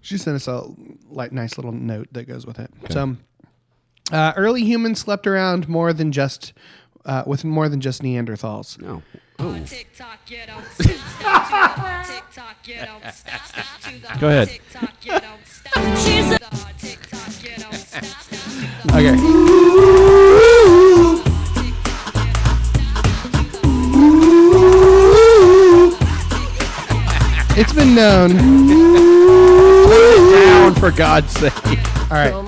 C: she sent us a like nice little note that goes with it. So, uh, early humans slept around more than just uh, with more than just Neanderthals.
B: No. Oh,
K: TikTok, you don't stop, stop to the TikTok, you don't stop, stop to the
E: Go ahead.
K: TikTok, you don't stop. to the TikTok, you don't stop, stop to the
C: Okay.
K: TikTok, you don't stop, stop to the
C: It's been known.
E: Down for God's sake.
C: All right. All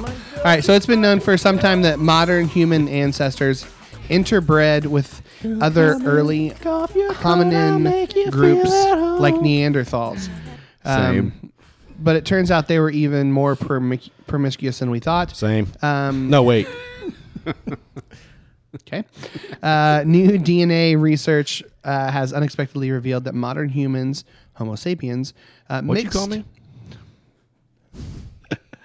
C: right, so it's been known for some time that modern human ancestors interbred with other early hominin groups like Neanderthals. Um,
E: Same.
C: But it turns out they were even more promi- promiscuous than we thought.
E: Same.
C: Um,
E: no, wait.
C: Okay. Uh, new DNA research uh, has unexpectedly revealed that modern humans, Homo sapiens, uh,
E: What'd
C: mixed,
E: you call me?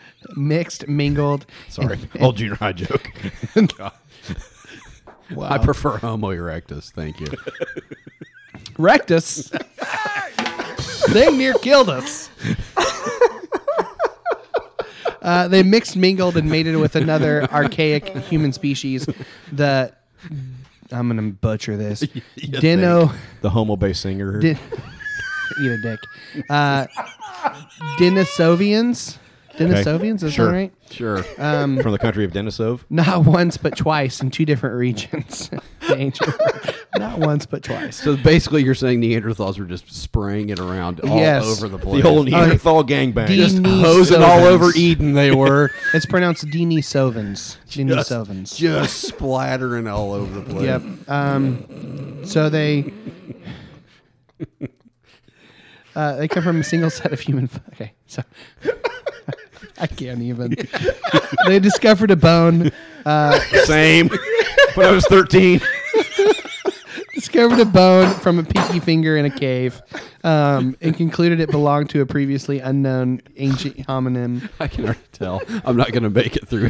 C: mixed, mingled.
E: Sorry. Old junior high joke.
C: Wow.
B: I prefer Homo erectus. Thank you.
C: Rectus. they near killed us. Uh, they mixed, mingled, and mated with another archaic human species. The I'm gonna butcher this. Dino.
E: the homo bass singer.
C: Di- eat a dick. Uh, Denisovians. Denisovians, is
E: Sure.
C: that right?
B: Sure.
E: From the country of Denisov.
C: Not once, but twice in two different regions. The ancient- Not once, but twice.
B: so basically, you're saying Neanderthals were just spraying it around all
C: Yes.
B: over the place. Oh,
E: The old Neanderthal gangbang.
C: Just Denisovans.
E: hosing all over E Eden, they were.
C: It's pronounced Denisovans.
B: Just-
C: Denisovans.
B: just splattering all over the place.
C: Yep. Um, so they uh, they come from a single set of human. Okay, so I can't even. they discovered a bone.
E: Same. When I was 13.
C: Discovered a bone from a pinky finger in a cave, um, and concluded it belonged to a previously unknown ancient hominin.
B: I can already tell. I'm not going to make it through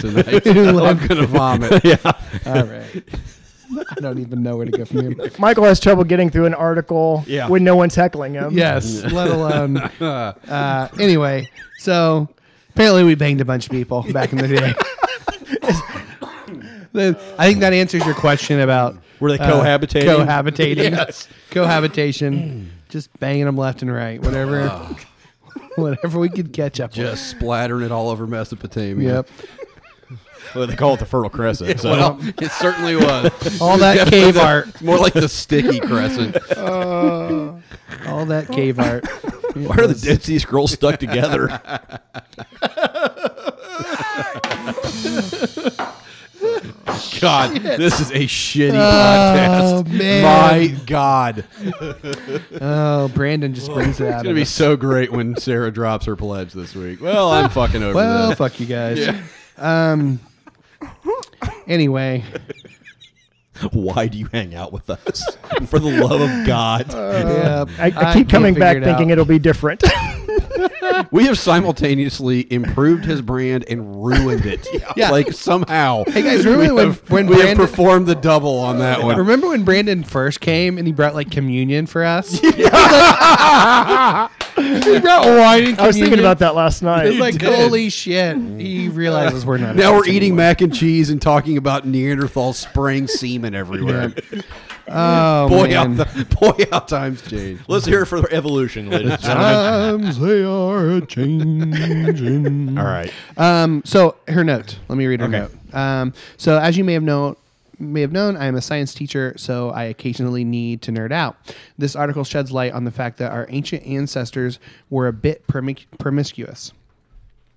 B: tonight.
C: Who
B: I'm
C: left-
B: going to vomit.
C: All right. I don't even know where to go from here.
D: Michael has trouble getting through an article
E: Yeah.
D: when no one's heckling him.
C: Yes, let alone. Uh, anyway, so apparently we banged a bunch of people back in the day. Then I think that answers your question about
E: Were they
C: uh,
E: cohabitating?
C: cohabitating, cohabitation, just banging them left and right, whatever, whatever we could catch up with.
B: Just splattering it all over Mesopotamia.
C: Yep,
E: Well, they call it the Fertile Crescent. so.
B: Well, it certainly was.
C: all that
B: Definitely
C: cave
B: the-
C: art,
B: More like the sticky crescent.
C: all that cave art.
E: Why are the Dead Sea Scrolls stuck together? God, this is a shitty
C: Oh,
E: podcast.
C: man.
E: My God, it's
C: Oh, Brandon just brings it out.
B: It's gonna
C: Of
B: be
C: us.
B: so great when Sarah drops her pledge this week. Well, I'm fucking over
C: Well,
B: this.
C: fuck you guys. Um. Anyway,
E: why do you hang out with us? For the love of God,
C: yeah,
D: I, I
C: uh, can't
D: keep coming
C: figure
D: back
C: it
D: thinking
C: out.
D: it'll be different.
B: We have simultaneously improved his brand and ruined it.
C: Yeah.
B: Like somehow. Hey
C: guys, remember when- when
B: we have
C: Brandon-
B: performed the double on that one?
C: Remember when Brandon first came and he brought like communion for us? he brought wine and communion.
D: I was thinking about that last night.
C: It's like holy shit. He realizes we're not.
B: Now we're
C: adults
B: eating
C: anymore.
B: mac and cheese and talking about Neanderthal spraying semen everywhere.
C: Oh
B: Boy, how
C: man.
B: th- boy, how times change.
E: let's hear it for evolution, ladies and gentlemen.
C: Times they are changing.
E: All right,
C: Um, so her note. Let me read her
E: Okay.
C: note. Um, so as you may have known, may have known, I am a science teacher, so I occasionally need to nerd out. This article sheds light on the fact that our ancient ancestors were a bit promi- promiscuous.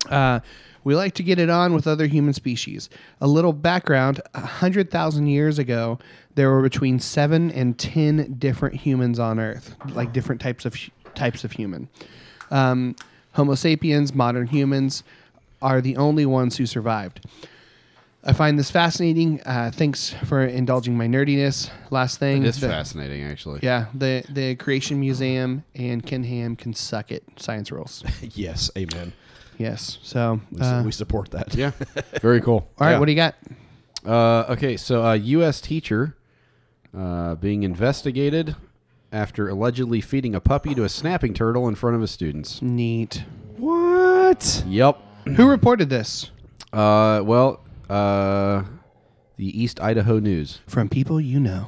C: Uh, we like to get it on with other human species. A little background: a hundred thousand years ago, there were between seven and ten different humans on Earth, like different types of hu- types of human. Um, Homo sapiens, modern humans, are the only ones who survived. I find this fascinating. Uh, thanks for indulging my nerdiness. Last thing,
B: It's
C: the-
B: fascinating, actually.
C: Yeah, the the Creation Museum and Ken Ham can suck it. Science rules.
E: yes, amen.
C: yes. So.
E: We,
C: Uh,
E: we support that.
B: Yeah. Very cool.
C: all right, what do you got?
B: Uh, okay, so a U.S. teacher uh, being investigated after allegedly feeding a puppy to a snapping turtle in front of his students.
C: Neat.
E: What?
B: Yep.
C: Who reported this?
B: Uh, well, uh, the East Idaho News.
C: From people you know.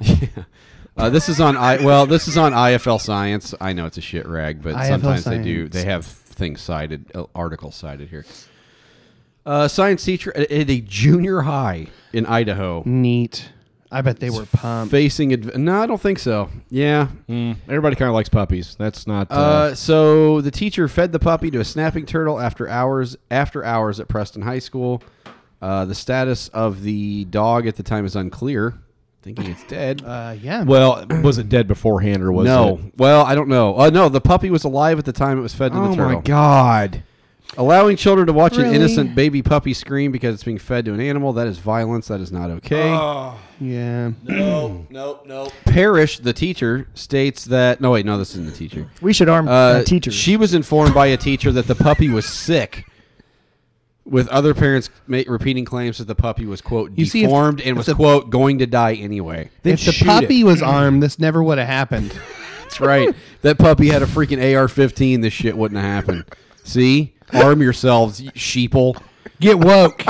B: Uh, this is on I. Well, this is on IFL Science. I know it's a shit rag, but
C: IFL
B: sometimes they do.
C: Science.
B: They have things cited, uh, articles cited here.
C: Mm,
B: Uh, science teacher at, at a junior high in Idaho
C: Neat. I bet they were pumped.
B: Facing adv- no, I don't think so. Yeah.
C: Hmm.
E: Mm, everybody kind of likes puppies. That's not. Uh,
B: Uh, so the teacher fed the puppy to a snapping turtle after hours after hours at Preston High School. Uh, the status of the dog at the time is unclear. Thinking it's dead.
C: Uh, yeah.
E: well, was it dead beforehand or was
B: no.
E: it?
B: Well, I don't know. Uh, no, the puppy was alive at the time it was fed to the
E: Oh
B: turtle.
E: my god.
B: Allowing children to watch an
C: Really?
B: innocent baby puppy scream because it's being fed to an animal, that is violence. That is not okay.
E: Oh.
C: yeah.
E: No, no, no.
B: Parrish, the teacher, states that. No, wait, no, this isn't the teacher.
D: We should arm uh,
B: Uh,
D: teachers.
B: She was informed by a teacher that the puppy was sick, with other parents ma- repeating claims that the puppy was, quote,
C: You see, if-
B: deformed and
C: if
B: was,
C: the-
B: quote, going to die anyway.
C: If the
E: shoot
C: puppy was armed, this never would have happened.
B: That's right. that puppy had a freaking AR 15. This shit wouldn't have happened. See? Arm yourselves, you sheeple.
C: Get woke.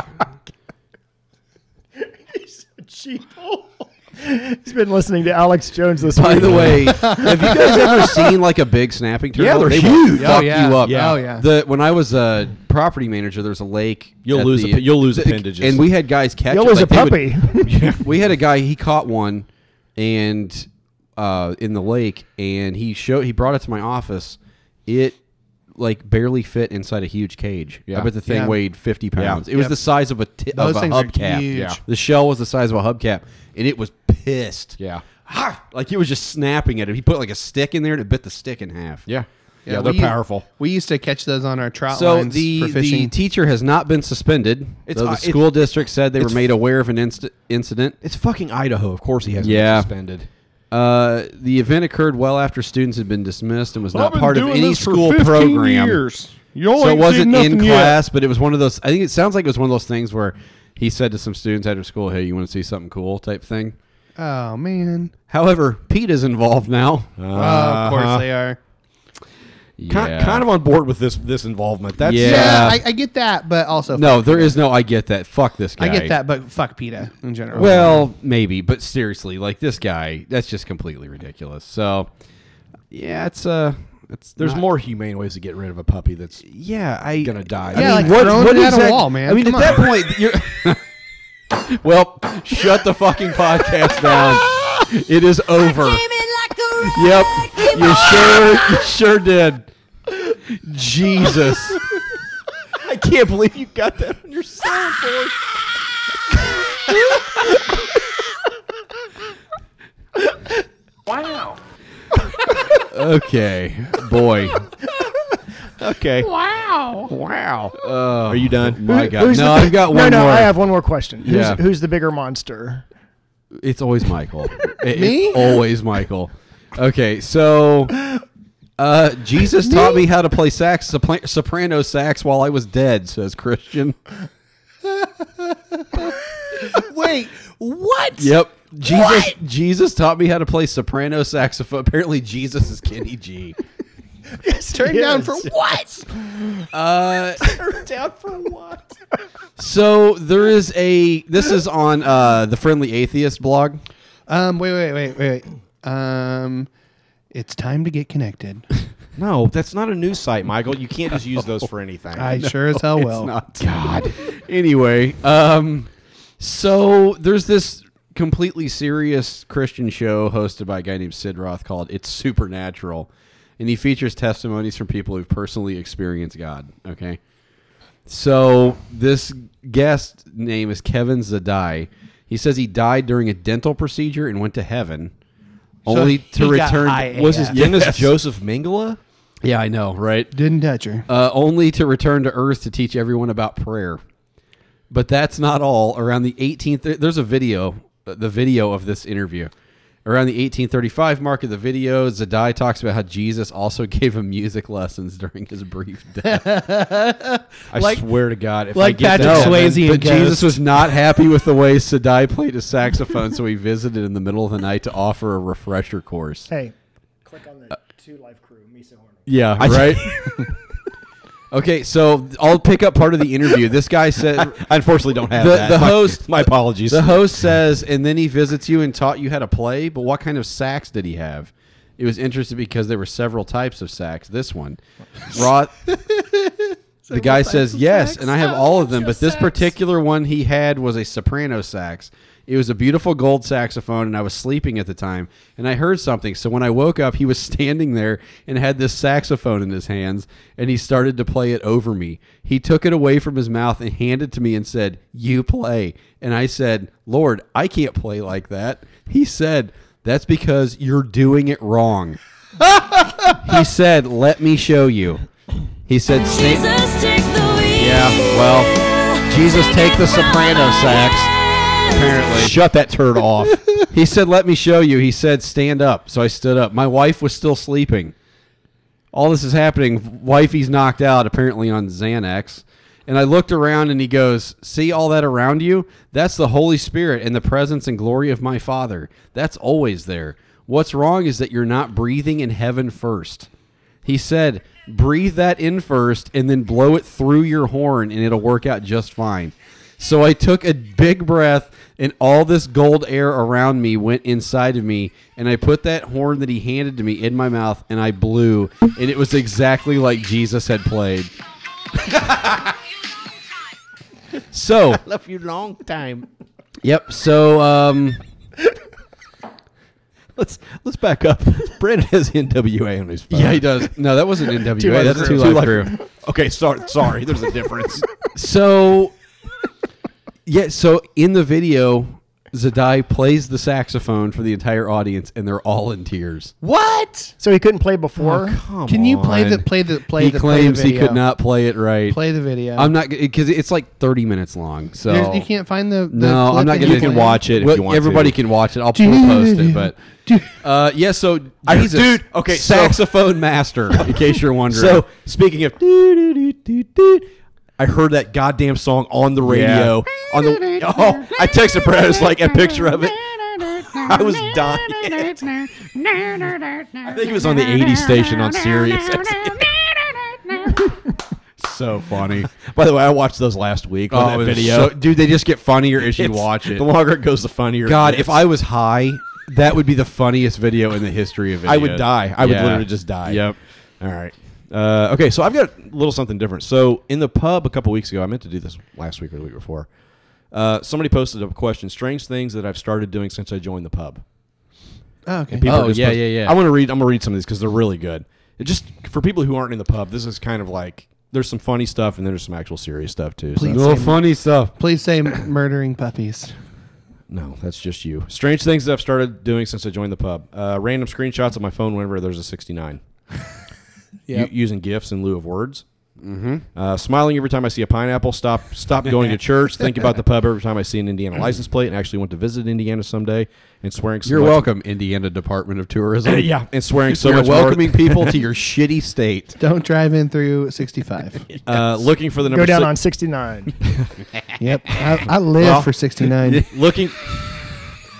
D: He's been listening to Alex Jones this
B: By
D: week.
B: the way, have you guys ever seen like a big snapping turtle?
E: Yeah, they're
B: They will
E: huge.
B: Fuck
C: Oh, yeah.
B: you up.
E: Yeah.
C: Oh, yeah.
B: The when I was a property manager, there was a lake.
E: You'll
B: at
E: lose
B: the-
E: appe- you'll lose appendages.
B: and we had guys catch.
D: You'll
B: it,
D: lose
B: like,
D: a
B: they would-
D: puppy.
B: we had a guy he caught one and uh, in the lake and he showed he brought it to my office it like barely fit inside a huge cage
E: Yeah.
B: i bet the thing
C: Yeah.
B: weighed 50 pounds it was
C: Yep.
B: the size of a, ti-
C: Those
B: of a
C: things are
B: hubcap
C: huge. Yeah.
B: the shell was the size of a hubcap and it was pissed
E: Yeah.
B: Ha! like it was just snapping at it he put like a stick in there and it bit the stick in half
E: Yeah. Yeah,
C: we
E: they're
C: u-
E: powerful.
C: We used to catch those on our trout
B: so
C: lines
B: the,
C: for
B: the
C: fishing.
B: teacher has not been suspended
E: It's-
B: though
E: uh,
B: the
E: it's-
B: school district said they were
E: it's-
B: made aware of an inst- incident
E: It's fucking Idaho. Of course he hasn't
B: Yeah.
E: been suspended.
B: Uh, the event occurred well after students had been dismissed and was not part of any school program.
I: Y'all
B: So it
I: ain't seen
B: wasn't in
I: nothing
B: class, but it was one of those. I think it sounds like it was one of those things where he said to some students after school, "Hey, you want to see something cool?" type thing.
C: oh man.
B: However, Pete is involved now.
C: Oh, of course they are.
E: Kind, kind of on board with this this involvement. That's uh,
B: Yeah.
C: Yeah, I, I get that, but also
B: No, there is no. I get that. Fuck this guy.
C: I get that, but fuck PETA in general.
B: Well, maybe, but seriously, like this guy, that's just completely ridiculous. So, yeah, it's uh, it's
E: There's
B: not-
E: more humane ways to get rid of a puppy that's
B: Yeah, I
E: gonna die.
C: Yeah,
E: I mean,
C: like throwing it at a wall, man.
B: I mean,
C: Come
B: at that point, you're. well, shut the fucking podcast down. It is over. Yep, you sure, you sure did. Jesus,
E: I can't believe you got that on your soundboard.
B: okay, boy.
E: Okay. Wow. Wow. Are you done?
B: Oh, My
D: Who-
B: God,
D: who's
B: no,
D: the-
B: I've got one
D: No, no,
B: more.
D: I have one more question. Who's,
B: Yeah.
D: who's the bigger monster?
B: It's always Michael. It- it's always Michael. Okay, so uh, Jesus taught me how to play sax, sopla- soprano sax, while I was dead. Says Christian.
C: wait, what?
B: Yep. Jesus Jesus taught me how to play soprano saxophone. Apparently Jesus is Kenny G.
C: Turn down for what?
B: Uh turned down for what? So there is a this is on uh the Friendly Atheist blog.
C: Um, wait, wait, wait, wait, wait. Um, it's time to get connected.
E: No, that's not a news site, Michael. You can't just use
B: Oh,
E: those for anything.
C: I sure as hell will.
B: God. anyway, um so there's this completely serious Christian show hosted by a guy named Sid Roth called It's Supernatural. And he features testimonies from people who've personally experienced God. Okay. So this guest name is Kevin Zadai. He says he died during a dental procedure and went to heaven. Only to
C: he got
B: return
C: high
B: was
E: This
B: his
E: is Dennis Joseph Mingala.
B: Yeah, I know, right?
C: Didn't touch her.
B: uh, only to return to Earth to teach everyone about prayer. But that's not all. Around the 18th, th- there's a video, uh, the video of this interview. Around the 1835 mark of the video, Zadai talks about how Jesus also gave him music lessons during his brief death.
E: I
C: Like-
E: swear to God, if
C: like
E: I get
C: Patrick
E: that,
C: Swayze and
B: but Jesus
C: Ghost.
B: was not happy with the way Sadai played his saxophone, so he visited in the middle of the night to offer a refresher course.
D: Hey, click on the two life crew, Misa Horner.
B: Yeah, right. okay, so I'll pick up part of the interview. This guy said,
E: I unfortunately don't have
B: The-
E: that.
B: the
E: My-
B: host-
E: My apologies.
B: The host says, and then he visits you and taught you how to play. But what kind of sax did he have? It was interesting because there were several types of sax. This one, Roth. the Oh, guy says yes, and I have all of them. But this particular one he had was a soprano sax. It was a beautiful gold saxophone, and I was sleeping at the time, and I heard something. So when I woke up, he was standing there and had this saxophone in his hands, and he started to play it over me. He took it away from his mouth and handed it to me and said, You play. And I said, Lord, I can't play like that. He said, That's because you're doing it wrong. he said, Let me show you. He said, "Sta- Yeah, well, Jesus, take the soprano sax. Apparently.
E: Shut that turd off.
B: He said, "Let me show you." He said, "Stand up." So I stood up. My wife was still sleeping. All this is happening. Wifey's knocked out, apparently on Xanax. And I looked around, and he goes, "See all that around you? That's the Holy Spirit and the presence and glory of my Father. That's always there. What's wrong is that you're not breathing in heaven first. He said, "Breathe that in first, and then blow it through your horn, and it'll work out just fine." So I took a big breath, and all this gold air around me went inside of me, and I put that horn that he handed to me in my mouth, and I blew, and it was exactly like Jesus had played. so,
C: Left you long time.
B: yep. So, um,
E: Let's let's back up. Brandon has NWA on his phone.
B: yeah, he does. No, that wasn't NWA. That's two life crew.
E: Okay, sorry, sorry. There's a difference.
B: So, yeah. So in the video, Zadai plays the saxophone for the entire audience, and they're all in tears.
C: What?
D: So he couldn't play before.
B: Oh,
C: Can you play
B: on.
C: the play the play
B: he
C: the play the
B: claims he
C: video?
B: could not play it right.
C: play the video.
B: I'm not because it's like 30 minutes long. So
C: There's- you can't find the. the
B: No, I'm
C: clip that
B: not gonna-
E: You can
C: played.
E: watch it if
B: Well,
E: you want.
B: everybody
E: to.
B: can watch it. I'll we'll post it, but uh, yeah. So
E: I-
B: Jesus,
E: dude, okay, so-
B: saxophone master. In case you're wondering,
E: So speaking of, doo-doo-doo-doo-doo, I heard that goddamn song on the radio. On the oh, I texted Brad. I was like a picture of it. I was dying. I think it was on the 80 station on Sirius.
B: so funny. Oh,
E: By the way, I watched those last week on that
B: it was
E: video.
B: so- dude, they just get funnier as you
E: It's-
B: watch it.
E: The longer it goes, the funnier. it
B: God,
E: gets.
B: if I was high, that would be the funniest video in the history of it.
E: I would die. I would literally just die.
B: Yep.
E: All right. Uh, okay, so I've got a little something different. So in the pub a couple weeks ago, I meant to do this last week or the week before. Uh, somebody posted a question: strange things that I've started doing since I joined the pub.
C: Oh, okay.
E: People
B: Oh,
E: are just
B: yeah,
E: post-
B: yeah, yeah.
E: I want to read. I'm gonna read some of these because they're really good. It just for people who aren't in the pub, this is kind of like there's some funny stuff and then there's some actual serious stuff too. so-
C: Please.
B: Little funny stuff.
C: Please say murdering puppies.
E: No, that's just you. Strange things that I've started doing since I joined the pub. Uh, random screenshots of my phone whenever there's a 69. U- using GIFs in lieu of words. Mm-hmm. Uh, smiling every time I see a pineapple. Stop. Stop going to church. Think about the pub every time I see an Indiana license plate, and actually want to visit Indiana someday. And swearing. So
B: You're
E: much-
B: welcome, Indiana Department of Tourism.
E: yeah, and swearing
B: So
E: so
B: You're
E: much. more-
B: welcoming people to your shitty state.
C: Don't drive in through 65.
E: Uh, looking for the number.
D: Go down
E: si-
D: on 69.
C: yep. I, I live for 69.
E: Looking.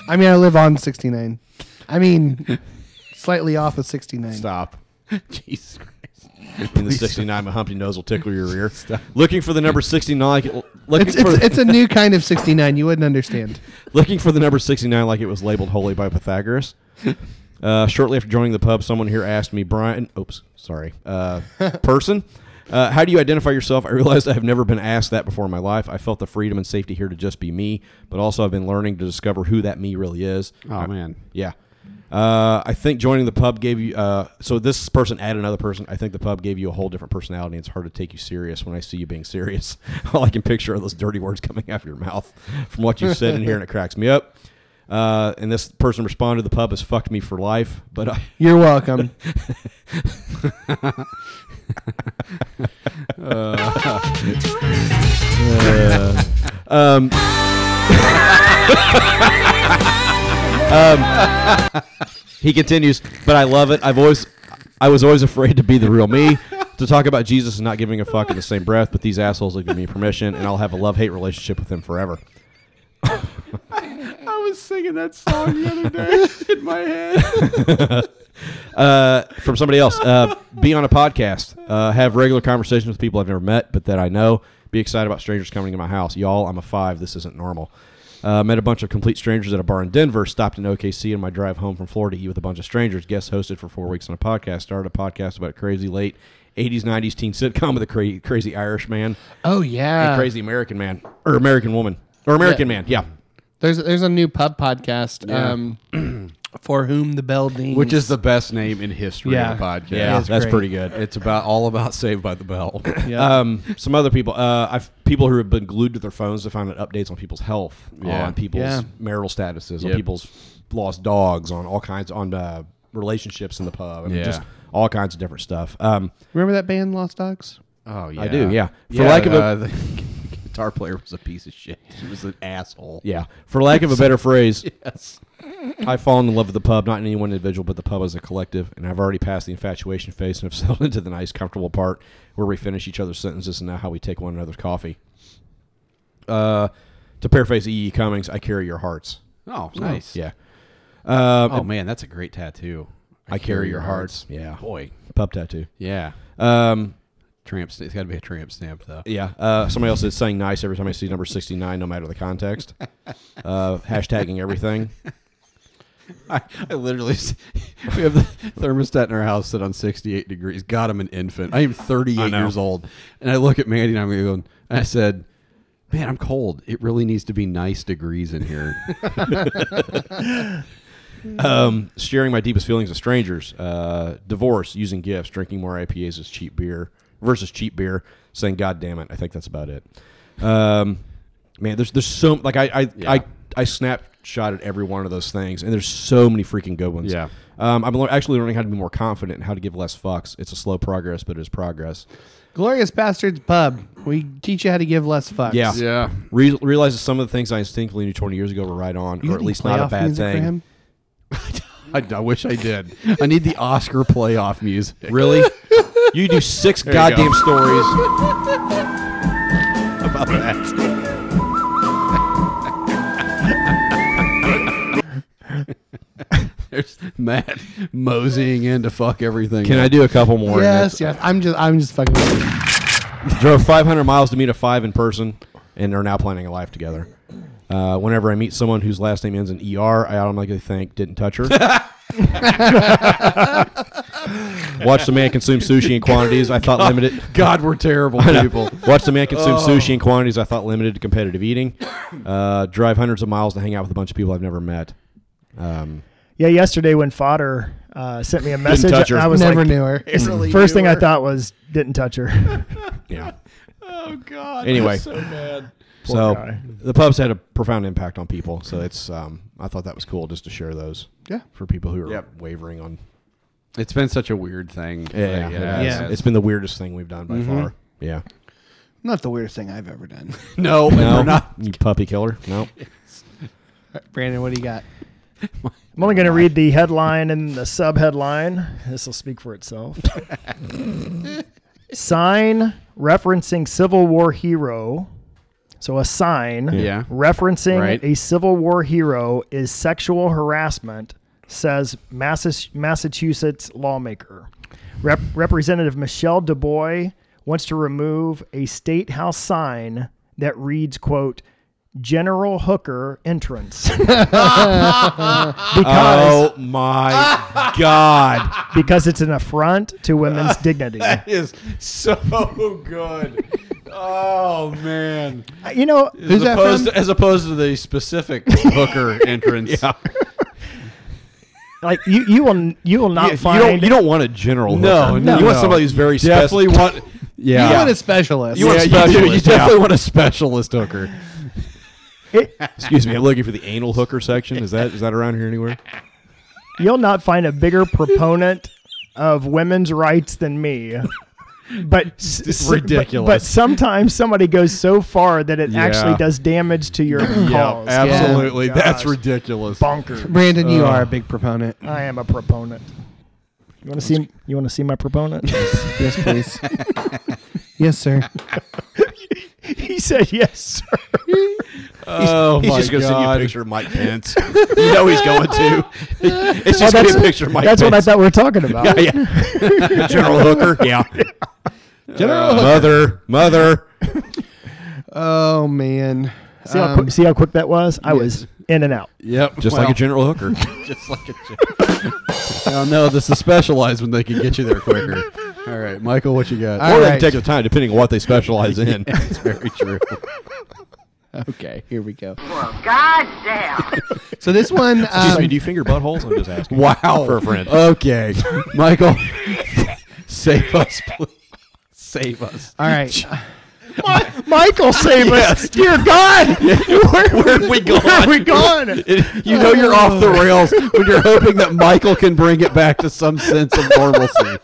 C: I mean, I live on 69. I mean, slightly off of 69.
E: Stop. Jesus Christ. In the 69, my humpy nose will tickle your ear. Looking for the number 69. like- Looking
C: It's,
E: for
C: it's, it's a new kind of 69. You wouldn't understand.
E: looking for the number 69 like it was labeled holy by Pythagoras. Uh, shortly after joining the pub, someone here asked me, Brian, oops, sorry, uh, person, uh, how do you identify yourself? I realized I have never been asked that before in my life. I felt the freedom and safety here to just be me, but also I've been learning to discover who that me really is.
B: Oh, man.
E: Yeah. Uh, I think joining the pub gave you. Uh, so this person added another person. I think the pub gave you a whole different personality. and It's hard to take you serious when I see you being serious. All I can picture are those dirty words coming out of your mouth from what you said in here, and it cracks me up. Uh, and this person responded, "The pub has fucked me for life." But I,
C: You're welcome.
E: he continues, "But I love it. I've always, I was always afraid to be the real me." To talk about Jesus and not giving a fuck in the same breath, but these assholes will give me permission, and I'll have a love-hate relationship with them forever.
B: singing that song the other day in my head.
E: uh, from somebody else. Uh, be on a podcast. Uh, have regular conversations with people I've never met, but that I know. Be excited about strangers coming to my house. Y'all, I'm a five. This isn't normal. Uh, met a bunch of complete strangers at a bar in Denver. Stopped in OKC on my drive home from Florida to eat with a bunch of strangers. Guest hosted for four weeks on a podcast. Started a podcast about crazy late 80s, 90s teen sitcom with a cra- crazy Irish man
C: Oh,
E: and
C: yeah.
E: crazy American man or American woman or American man. Yeah.
C: There's there's a new pub podcast. Um, for whom the bell dings,
B: Which is the best name in history
C: Yeah.
B: of a podcast.
E: Yeah, that's
C: great.
E: pretty good.
B: It's about all about Saved by the Bell.
C: Yeah.
E: Um, some other people, uh, I've people who have been glued to their phones to find out updates on people's health,
B: Yeah.
E: on people's
C: Yeah.
E: marital statuses, on
B: Yep.
E: people's lost dogs, on all kinds, on uh, relationships in the pub, and
B: Yeah.
E: just all kinds of different stuff. Um,
C: Remember that band Lost Dogs?
B: oh yeah,
E: I do, yeah. For
B: For yeah,
E: lack of a-
B: uh, the guitar player was a piece of shit. He was an asshole.
E: yeah, for lack of a better phrase,
B: Yes.
E: I've fallen in love with the pub, not in any one individual, but the pub as a collective, and I've already passed the infatuation phase and have settled into the nice, comfortable part where we finish each other's sentences and now how we take one another's coffee. Uh, to paraphrase E. E. Cummings, I carry your hearts.
B: Oh, nice.
E: Yeah. Um,
B: Oh man, that's a great tattoo.
E: I carry your hearts. Yeah.
B: Boy.
E: Pub tattoo.
B: Yeah.
E: Um,
B: Tramp. sta- It's got to be a tramp stamp though.
E: yeah. Uh, somebody else is saying nice every time I see number 69, no matter the context. Uh, hashtagging everything.
B: I, I literally, s- we have the thermostat in our house set on 68 degrees. God, I'm an infant. I am 38
E: know.
B: years old. And I look at Mandy and I'm going, and I said, man, I'm cold. It really needs to be nice degrees in here.
E: Um, sharing my deepest feelings with strangers. Uh, divorce, using gifts, drinking more IPAs as cheap beer versus cheap beer. Saying, God damn it. I think that's about it. Um, man, there's there's so like I I,
B: Yeah.
E: I I snapshotted every one of those things, and there's so many freaking good ones.
B: Yeah.
E: Um, I'm lear- actually learning how to be more confident and how to give less fucks. It's a slow progress, but it is progress.
C: Glorious Bastards Pub. We teach you how to give less fucks.
E: Yeah.
B: yeah.
E: Re- realize that some of the things I instinctively knew 20 years ago were right on,
C: You
E: or at
C: have
E: least
C: any
E: not a
C: playoff
E: bad
C: music for
E: thing.
C: him?
B: I, I wish I did. I need the Oscar playoff music.
E: Really? you do six
B: you
E: goddamn
B: go.
E: stories.
B: about that. There's Matt moseying in to fuck everything.
E: Can I do a couple more?
C: Yes, yes. I'm just I'm just fucking
E: Drove 500 miles to meet a five in person, and are now planning a life together. Uh, whenever I meet someone whose last name ends in ER, I automatically think, didn't touch her. Watch the man consume sushi in quantities I thought limited.
B: God, we're terrible
E: I know.
B: people. Oh.
E: Watch the man consume sushi in quantities I thought limited to competitive eating. Uh, drive hundreds of miles to hang out with a bunch of people I've never met. Um,
D: Yeah, yesterday when Fodder uh, sent me a message,
E: touch her.
D: I was
C: never
D: like,
C: knew her.
D: first thing I thought was didn't touch her.
E: yeah.
B: Oh God.
E: Anyway.
B: that's so bad.
E: So
D: guy.
E: the pubs had a profound impact on people. So it's um, I thought that was cool just to share those.
C: Yeah.
E: For people who are
B: Yep.
E: wavering on.
B: It's been such a weird thing.
E: Yeah, yeah,
C: has.
E: It's been the weirdest thing we've done by
B: Mm-hmm.
E: far. Yeah.
C: Not the weirdest thing I've ever done.
B: no, and
E: No,
B: we're not.
E: you puppy killer. No.
C: Brandon, what do you got?
D: I'm only going to read the headline and the sub headline. This will speak for itself. sign referencing Civil War hero. So a sign
B: Yeah.
D: referencing
B: Right.
D: a Civil War hero is sexual harassment, says Massa- Massachusetts lawmaker. Rep- Representative Michelle Du Bois wants to remove a state house sign that reads, quote, General Hooker entrance. because
E: Oh my God.
D: because it's an affront to women's dignity.
B: Is so good. Oh man.
D: You know,
B: As
C: Who's that
B: opposed,
C: from?
B: to, as opposed to the specific hooker entrance. Yeah.
D: like you, you will you will not
E: You, you
D: find
E: don't, you don't want a general.
B: No,
E: hooker.
B: no,
E: You want
B: no.
E: somebody who's very
B: Definitely
E: specific.
B: want. Yeah.
C: You want a specialist.
B: You want
E: Yeah,
B: a
E: you do.
B: specialist.
E: You
B: You,
E: definitely
B: definitely want a specialist hooker.
E: Excuse me. I'm looking for the anal hooker section. Is that is that around here anywhere?
D: you'll not find a bigger proponent of women's rights than me. But s- s- but-
B: ridiculous.
D: But, sometimes somebody goes so far that it
B: Yeah.
D: actually does damage to your cause.
B: absolutely.
D: Oh,
B: That's
D: gosh.
B: ridiculous.
D: Bonkers.
C: Brandon, you are a big proponent.
D: I am a proponent. You want to see? You want to see my proponent?
C: yes, please. yes, sir.
D: he said yes, sir.
B: Oh
E: he's
B: my
E: just gonna send you a
B: God.
E: picture of Mike Pence. you know he's going to. It's just
D: Oh,
E: gonna be
D: that's-
E: a picture of Mike.
D: That's what I
E: Pence.
D: thought we were talking about.
E: yeah. General Hooker. Yeah. Uh,
C: General
E: Mother, mother.
C: Oh man.
D: See, how
C: Um,
D: quick, see how quick that was? I was in and out.
B: Yep.
E: Just like a General Hooker.
B: Just like a oh no, this is specialized when they can get you there quicker. All right, Michael, what you got?
C: All
E: or they
C: right.
E: can take the time, depending on what they specialize in.
B: It's very true.
C: Okay, here we go.
L: Well, goddamn.
C: So this one,
E: Excuse
C: um,
E: me, do you finger buttholes? I'm just asking.
B: Wow. Uh,
E: For a friend.
B: Okay. Michael, save us, please.
E: Save us.
C: all right,
D: Michael, save us, dear God. Where,
E: Where have we gone?
D: Where are we gone?
B: It- you know you're off the rails when you're hoping that Michael can bring it back to some sense of normalcy.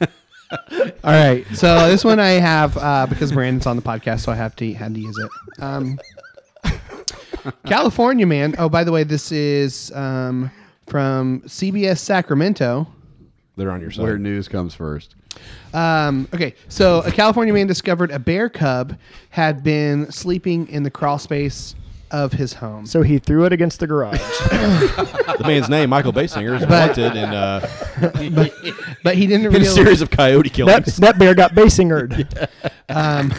C: all right. So this one I have uh, because Brandon's on the podcast, so I have to had to use it. Um, California man. Oh, by the way, this is um, from CBS Sacramento.
E: They're on your side.
B: Where news comes first.
C: Um, okay, so a California man discovered a bear cub had been sleeping in the crawl space of his home.
D: So he threw it against the garage.
E: the man's name, Michael Basinger, is
C: But-
E: wanted in, uh,
C: but he didn't
E: in a
C: realize.
E: series of coyote killings.
D: that, that bear got basingered.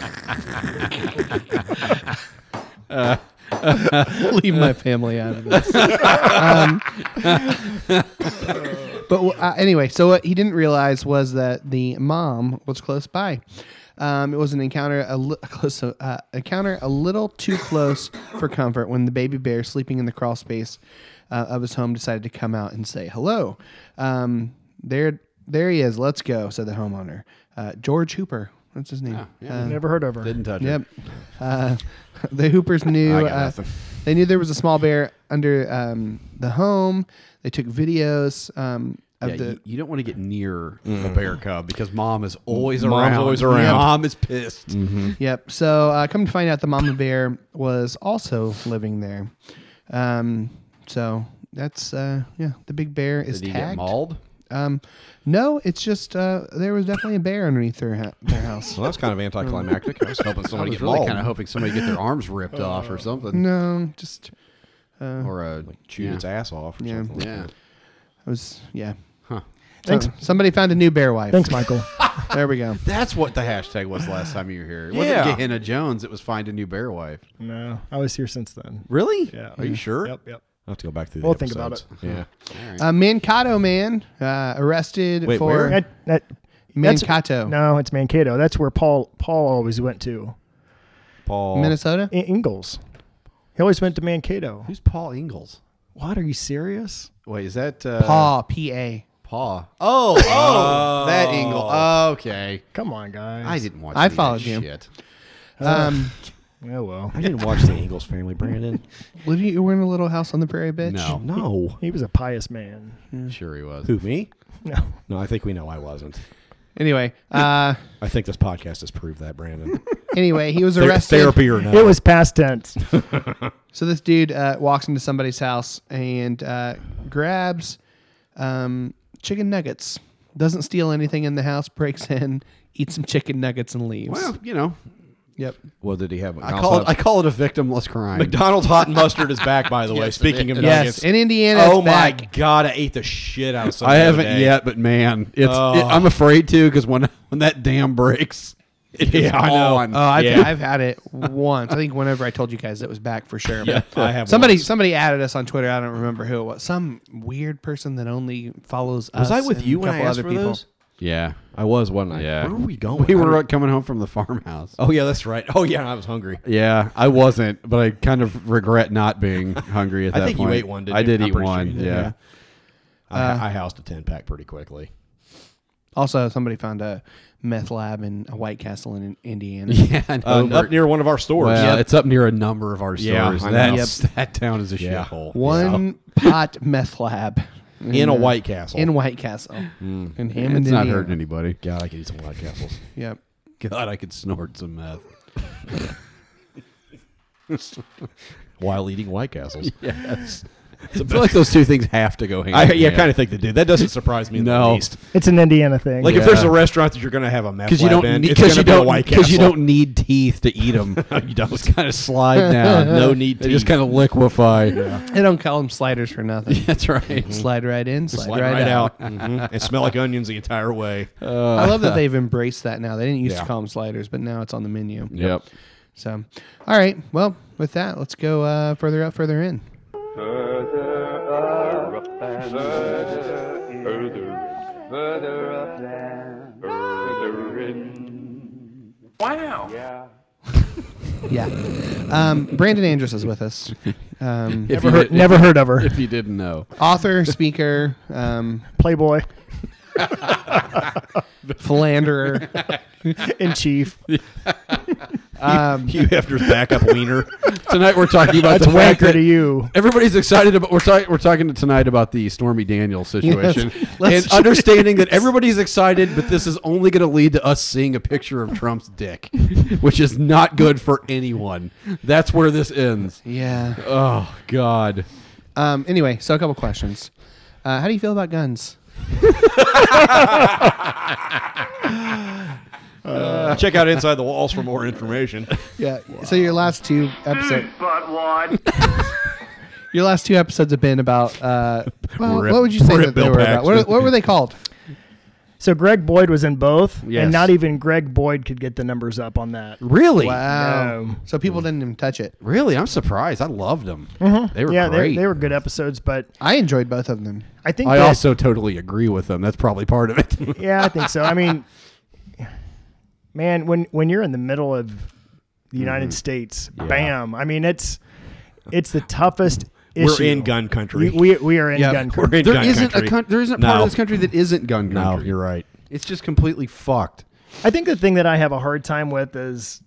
C: leave my family out of this. um, but uh, anyway, so what he didn't realize was that the mom was close by. Um, it was an encounter a li- close uh, encounter a little too close for comfort when the baby bear sleeping in the crawl space uh, of his home decided to come out and say hello. Um, there, there he is. Let's go," said the homeowner, uh, George Hooper. That's his name. Uh,
D: Never heard of her.
B: Didn't touch
C: Yep. Uh, the Hoopers knew
B: I got
C: uh,
B: nothing.
C: they knew there was a small bear under um, the home. They took videos um, of
B: Yeah,
C: the.
B: you, you don't want to get near a bear cub because mom is always
E: Mom's
B: around.
E: always around.
B: Mom is pissed.
E: Mm,
C: Yep. So uh, come to find out, the mama bear was also living there. Um, so that's uh, yeah. The big bear is
B: Did he get
C: tagged.
B: mauled?
C: um, no, it's just uh, there was definitely a bear underneath their, ha- their house.
E: well, that's kind of anticlimactic. I was hoping
B: I
E: somebody
B: was
E: get
B: really
E: mauled.
B: kind of hoping somebody get their arms ripped off or something,
C: no, just
B: or uh, a
E: Shoot
B: yeah.
E: its ass off. Or
C: Yeah.
E: Something.
B: Yeah.
C: I was yeah.
D: Thanks,
C: So- somebody found a new bear wife.
D: thanks, Michael.
C: There we go.
B: That's what the hashtag was last time you were here. It
E: Yeah.
B: wasn't Gehenna Jones. It was find a new bear wife.
D: no, I was here since then.
E: Really?
D: Yeah. Mm-hmm.
E: Are you sure?
D: Mm. Yep, yep.
E: I'll have to go back through the
D: We'll think about
E: episodes. Yeah.
C: Uh, Mankato man uh, arrested
E: Wait,
C: for
E: where?
D: That, that, that's-
C: Mankato,
D: No, it's Mankato. That's where Paul Paul always went to.
E: Paul.
C: Minnesota.
D: In- Ingalls. He always went to Mankato.
B: Who's Paul Ingalls?
D: What? Are you serious?
B: Wait, is that
E: Oh.
B: uh,
C: Paw, P A.
B: Paw. Oh, oh, that Ingle. Okay,
D: Come on, guys.
B: I didn't watch.
C: I
B: any of that
C: followed you.
B: Shit.
C: Um,
D: Oh well.
E: I didn't watch the Ingalls family, Brandon.
C: well, you you were in a little house on the prairie, bitch.
B: No,
E: Oh, No.
D: He was a pious man.
B: sure he was.
E: Who, me?
D: No.
E: No, I think we know I wasn't.
C: Anyway, uh,
E: I think this podcast has proved that, Brandon.
C: anyway, he was
E: Ther-
C: arrested.
E: therapy or not.
D: It was past tense.
C: So this dude uh, walks into somebody's house and uh, grabs um, chicken nuggets. Doesn't steal anything in the house. Breaks in, eats some chicken nuggets, and leaves.
B: Well, you know,
C: Yep.
E: Well, did he have
B: I call it. I call it a victimless crime.
E: McDonald's hot and mustard is back, by the way.
B: Yes,
E: Speaking
B: it
E: of
B: is.
E: nuggets.
C: Yes, in Indiana.
E: oh,
C: it's
E: my
C: back.
E: God. I ate the shit out of something.
B: I
E: the other
B: haven't
E: day.
B: yet, but man, it's.
E: Oh.
B: It, I'm afraid to because when when that dam breaks, it is
E: Yeah, I know.
B: on.
C: Oh, I've,
E: Yeah.
C: I've had it once. I think whenever I told you guys it was back for sure.
E: Yeah, I have
C: Somebody
E: once.
C: somebody added us on Twitter. I don't remember who it was. Some weird person that only follows us.
E: Was I with
C: and
E: you
C: a
E: when I
C: couple
E: asked
C: other
E: for
C: people.
E: those?
B: yeah,
E: I was, wasn't I?
B: yeah.
E: Where were we going?
B: We
E: I
B: were
E: don't-
B: coming home from the farmhouse.
E: Oh, yeah, that's right. Oh, yeah, I was hungry.
B: Yeah, I wasn't, but I kind of regret not being hungry at
E: I
B: that
E: think you
B: point.
E: ate one, didn't
B: I
E: you?
B: did
E: I'm
B: eat
E: pretty sure
B: one.
E: you did,
B: yeah.
E: yeah. I, I housed a 10 pack pretty quickly.
C: Also, somebody found a meth lab in a White Castle in Indiana.
B: Yeah, I know,
E: Uh,
B: we're-
E: up near one of our stores.
B: Well,
E: Yeah.
B: it's up near a number of our stores.
E: Yeah, I know.
B: That's- that town is a
E: Yeah.
B: shithole.
C: One pot meth lab
E: in a
C: uh,
E: White Castle. Hmm.
C: in White Castle. In Hammond,
B: It's not
C: Indiana.
B: hurting anybody.
E: God, I could eat some White Castles.
C: Yep.
B: God, I could snort some meth.
E: while eating White Castles.
B: Yes. I feel like those two things have to go hand
E: I,
B: in
E: yeah,
B: hand.
E: kind of think they do. That doesn't surprise me in the
B: No.
E: least.
D: It's an Indiana thing.
E: Like
D: yeah.
E: if there's a restaurant that you're going to have a meth
B: Because you
E: lab
B: don't
E: in,
B: need-
E: it's
B: 'cause you
E: gonna be a
B: don't
E: White
B: because you
E: Castle.
B: don't need teeth to eat them.
E: you don't.
B: Just kind of slide down.
E: No need
B: They just
E: teeth.
B: kind of liquefy.
C: They don't call them sliders for nothing.
B: That's right.
E: Mm-hmm.
C: Slide right in, slide,
E: Hmm. Slide right, out, Mhm.
B: Mm-hmm.
E: and smell like onions the entire way.
C: I love that they've embraced that now. They didn't used
E: Yeah.
C: to call them sliders, but now it's on the menu.
B: Yep.
C: So, all right. Well, with that, let's go uh, further up, further in.
I: Wow.
C: Yeah. Um, Brandon Andrus is with us. Um,
B: If
D: Never
B: you
D: heard-
B: did- if
D: never
B: you-
D: heard of her.
B: If you didn't know,
C: author, speaker, um,
D: Playboy
C: philanderer.
D: in chief.
C: Um,
E: Hugh Hefner's backup wiener.
B: tonight we're talking about
D: That's
B: the fact
D: wanker
B: that
D: to you.
B: Everybody's excited about we're talking we're talking tonight about the Stormy Daniels situation
C: Let's-
B: and understanding that everybody's excited, but this is only going to lead to us seeing a picture of Trump's dick, which is not good for anyone. That's where this ends.
C: yeah.
B: Oh God!
C: Um, anyway, so a couple questions. Uh, how do you feel about guns?
E: Check out Inside the Walls for more information.
C: Yeah. So your last two episodes,
I: Dude, butt wad.
C: your last two episodes have been about. Uh, well,
E: Rip-
C: what would you say
E: rip
C: that they
E: Bill
C: were about? What,
E: Paxton.
C: what were they called?
D: So Greg Boyd was in both,
B: Yes.
D: and not even Greg Boyd could get the numbers up on that.
B: Really,
C: Wow.
D: No.
C: So
E: Mm.
C: people didn't even touch it.
B: really, I'm surprised. I loved them. Mm-hmm. They were
D: yeah,
B: great.
D: They, they were good episodes, but
C: I enjoyed both of them.
D: I think
B: I
D: that-
B: also totally agree with them. That's probably part of it.
D: yeah, I think so. I mean, man, when when you're in the middle of the United States, bam! I mean, it's it's the toughest
E: We're
D: issue.
E: in gun country.
D: We, we, we are in
C: Yeah,
D: gun
E: We're
D: country.
E: in
B: there
E: gun
B: isn't
E: country.
B: a coun- there isn't part
E: No.
B: of this country that isn't gun
E: No,
B: country.
E: you're right.
B: It's just completely fucked.
D: I think the thing that I have a hard time with is,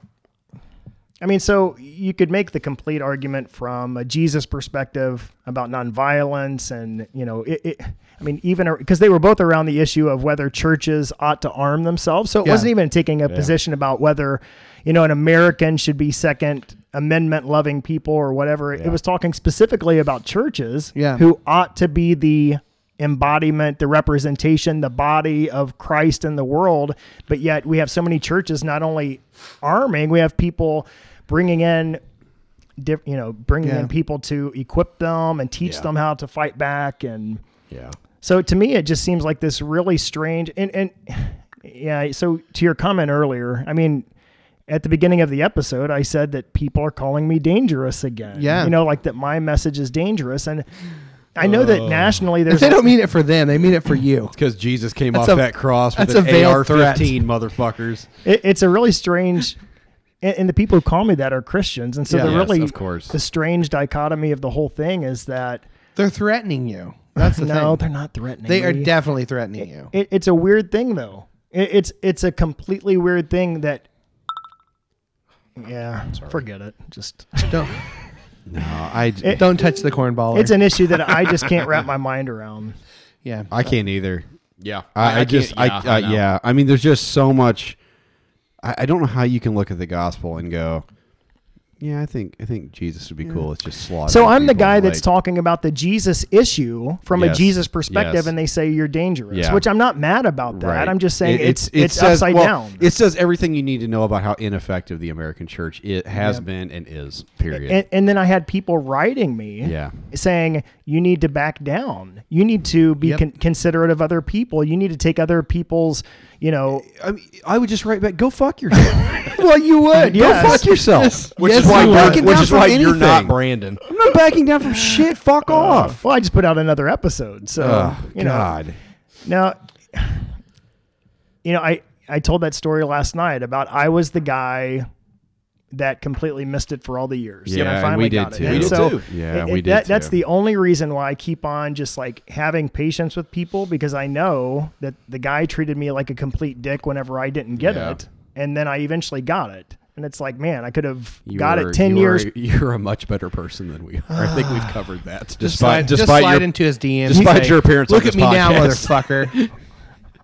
D: I mean, so you could make the complete argument from a Jesus perspective about nonviolence, and you know, it, it, I mean, even because they were both around the issue of whether churches ought to arm themselves, so it
C: Yeah.
D: wasn't even taking a position about whether, you know, an American should be Second Amendment loving people or whatever. It was talking specifically about churches,
C: Yeah.
D: who ought to be the embodiment, the representation, the body of Christ in the world. But yet we have so many churches not only arming, we have people bringing in, diff, you know, bringing
C: Yeah.
D: in people to equip them and teach them how to fight back. And
E: Yeah.
D: so to me, it just seems like this really strange and, and yeah. So to your comment earlier, I mean, at the beginning of the episode, I said that people are calling me dangerous again.
C: Yeah.
D: You know, like that my message is dangerous. And I know
B: Oh.
D: that nationally there's
C: They don't mean it for them. They mean it for you.
B: Because Jesus came
C: That's
B: off
C: a-
B: that cross with
C: that's
B: an
C: a veiled
B: AR-15,
C: threat.
B: motherfuckers.
D: It, it's a really strange, and, and the people who call me that are Christians, and so
B: Yeah.
D: the
B: Yes,
D: really,
B: of course.
D: the strange dichotomy of the whole thing is that
C: They're threatening you. That's the
D: no,
C: thing.
D: they're not threatening.
C: They are
D: me.
C: definitely threatening you.
D: It, it's a weird thing, though. It, it's it's a completely weird thing that. Yeah, forget it. Just
C: Don't
B: I,
C: don't touch the cornball.
D: it's an issue that I just can't wrap my mind around.
C: yeah.
B: I can't either.
E: Yeah.
B: I, I, just, I, uh,
E: know.
B: yeah. I mean, there's just so much. I, I don't know how you can look at the gospel and go, yeah, I think, I think Jesus would be cool. It's just slaughtering.
D: So I'm the
B: people,
D: guy that's
B: like-
D: talking about the Jesus issue from
B: Yes,
D: a Jesus perspective,
B: yes.
D: and they say you're dangerous,
B: Yeah.
D: which I'm not mad about that.
B: Right.
D: I'm just saying
B: It-
D: it's
B: it
D: it's,
B: says-
D: upside
B: well,
D: down.
B: It says everything you need to know about how ineffective the American church it has been and is. Period.
D: and, and then I had people writing me,
B: Yeah.
D: saying you need to back down. You need to be
C: Yep.
D: con- considerate of other people. You need to take other people's, you know.
B: I mean, I would just write back. Go fuck yourself.
D: Well, you would.
B: Go fuck yourself.
E: Which
C: Yes,
E: is why,
C: you
E: you're,
C: are.
E: which
B: Backing down
E: is
B: from
E: why you're not
B: anything.
E: Brandon.
B: I'm not backing down from shit. Fuck off.
D: Well, I just put out another episode, so
B: Oh,
D: you know.
B: God.
D: Now, you know, I I told that story last night about I was the guy that completely missed it for all the years.
B: Yeah,
D: and I
B: and
D: finally
B: we did
D: got
B: too.
D: it.
B: We
D: And
B: did
D: so
B: too. Yeah,
D: it-
B: we
D: it-
B: did
D: that- That's
B: too.
D: the only reason why I keep on just like having patience with people because I know that the guy treated me like a complete dick whenever I didn't get
B: Yeah.
D: it, and then I eventually got it. And it's like, man, I could have
B: You
D: got
B: are-
D: it ten
B: you
D: years. Ah.
B: Are, you're a much better person than we are. I think we've covered that.
E: Just
B: Despite-
E: slide-
C: just
E: despite
C: slide
E: your-
C: into his DMs. and
E: despite
C: say,
E: your appearance on
C: Look
E: this
C: at me now,
E: podcast."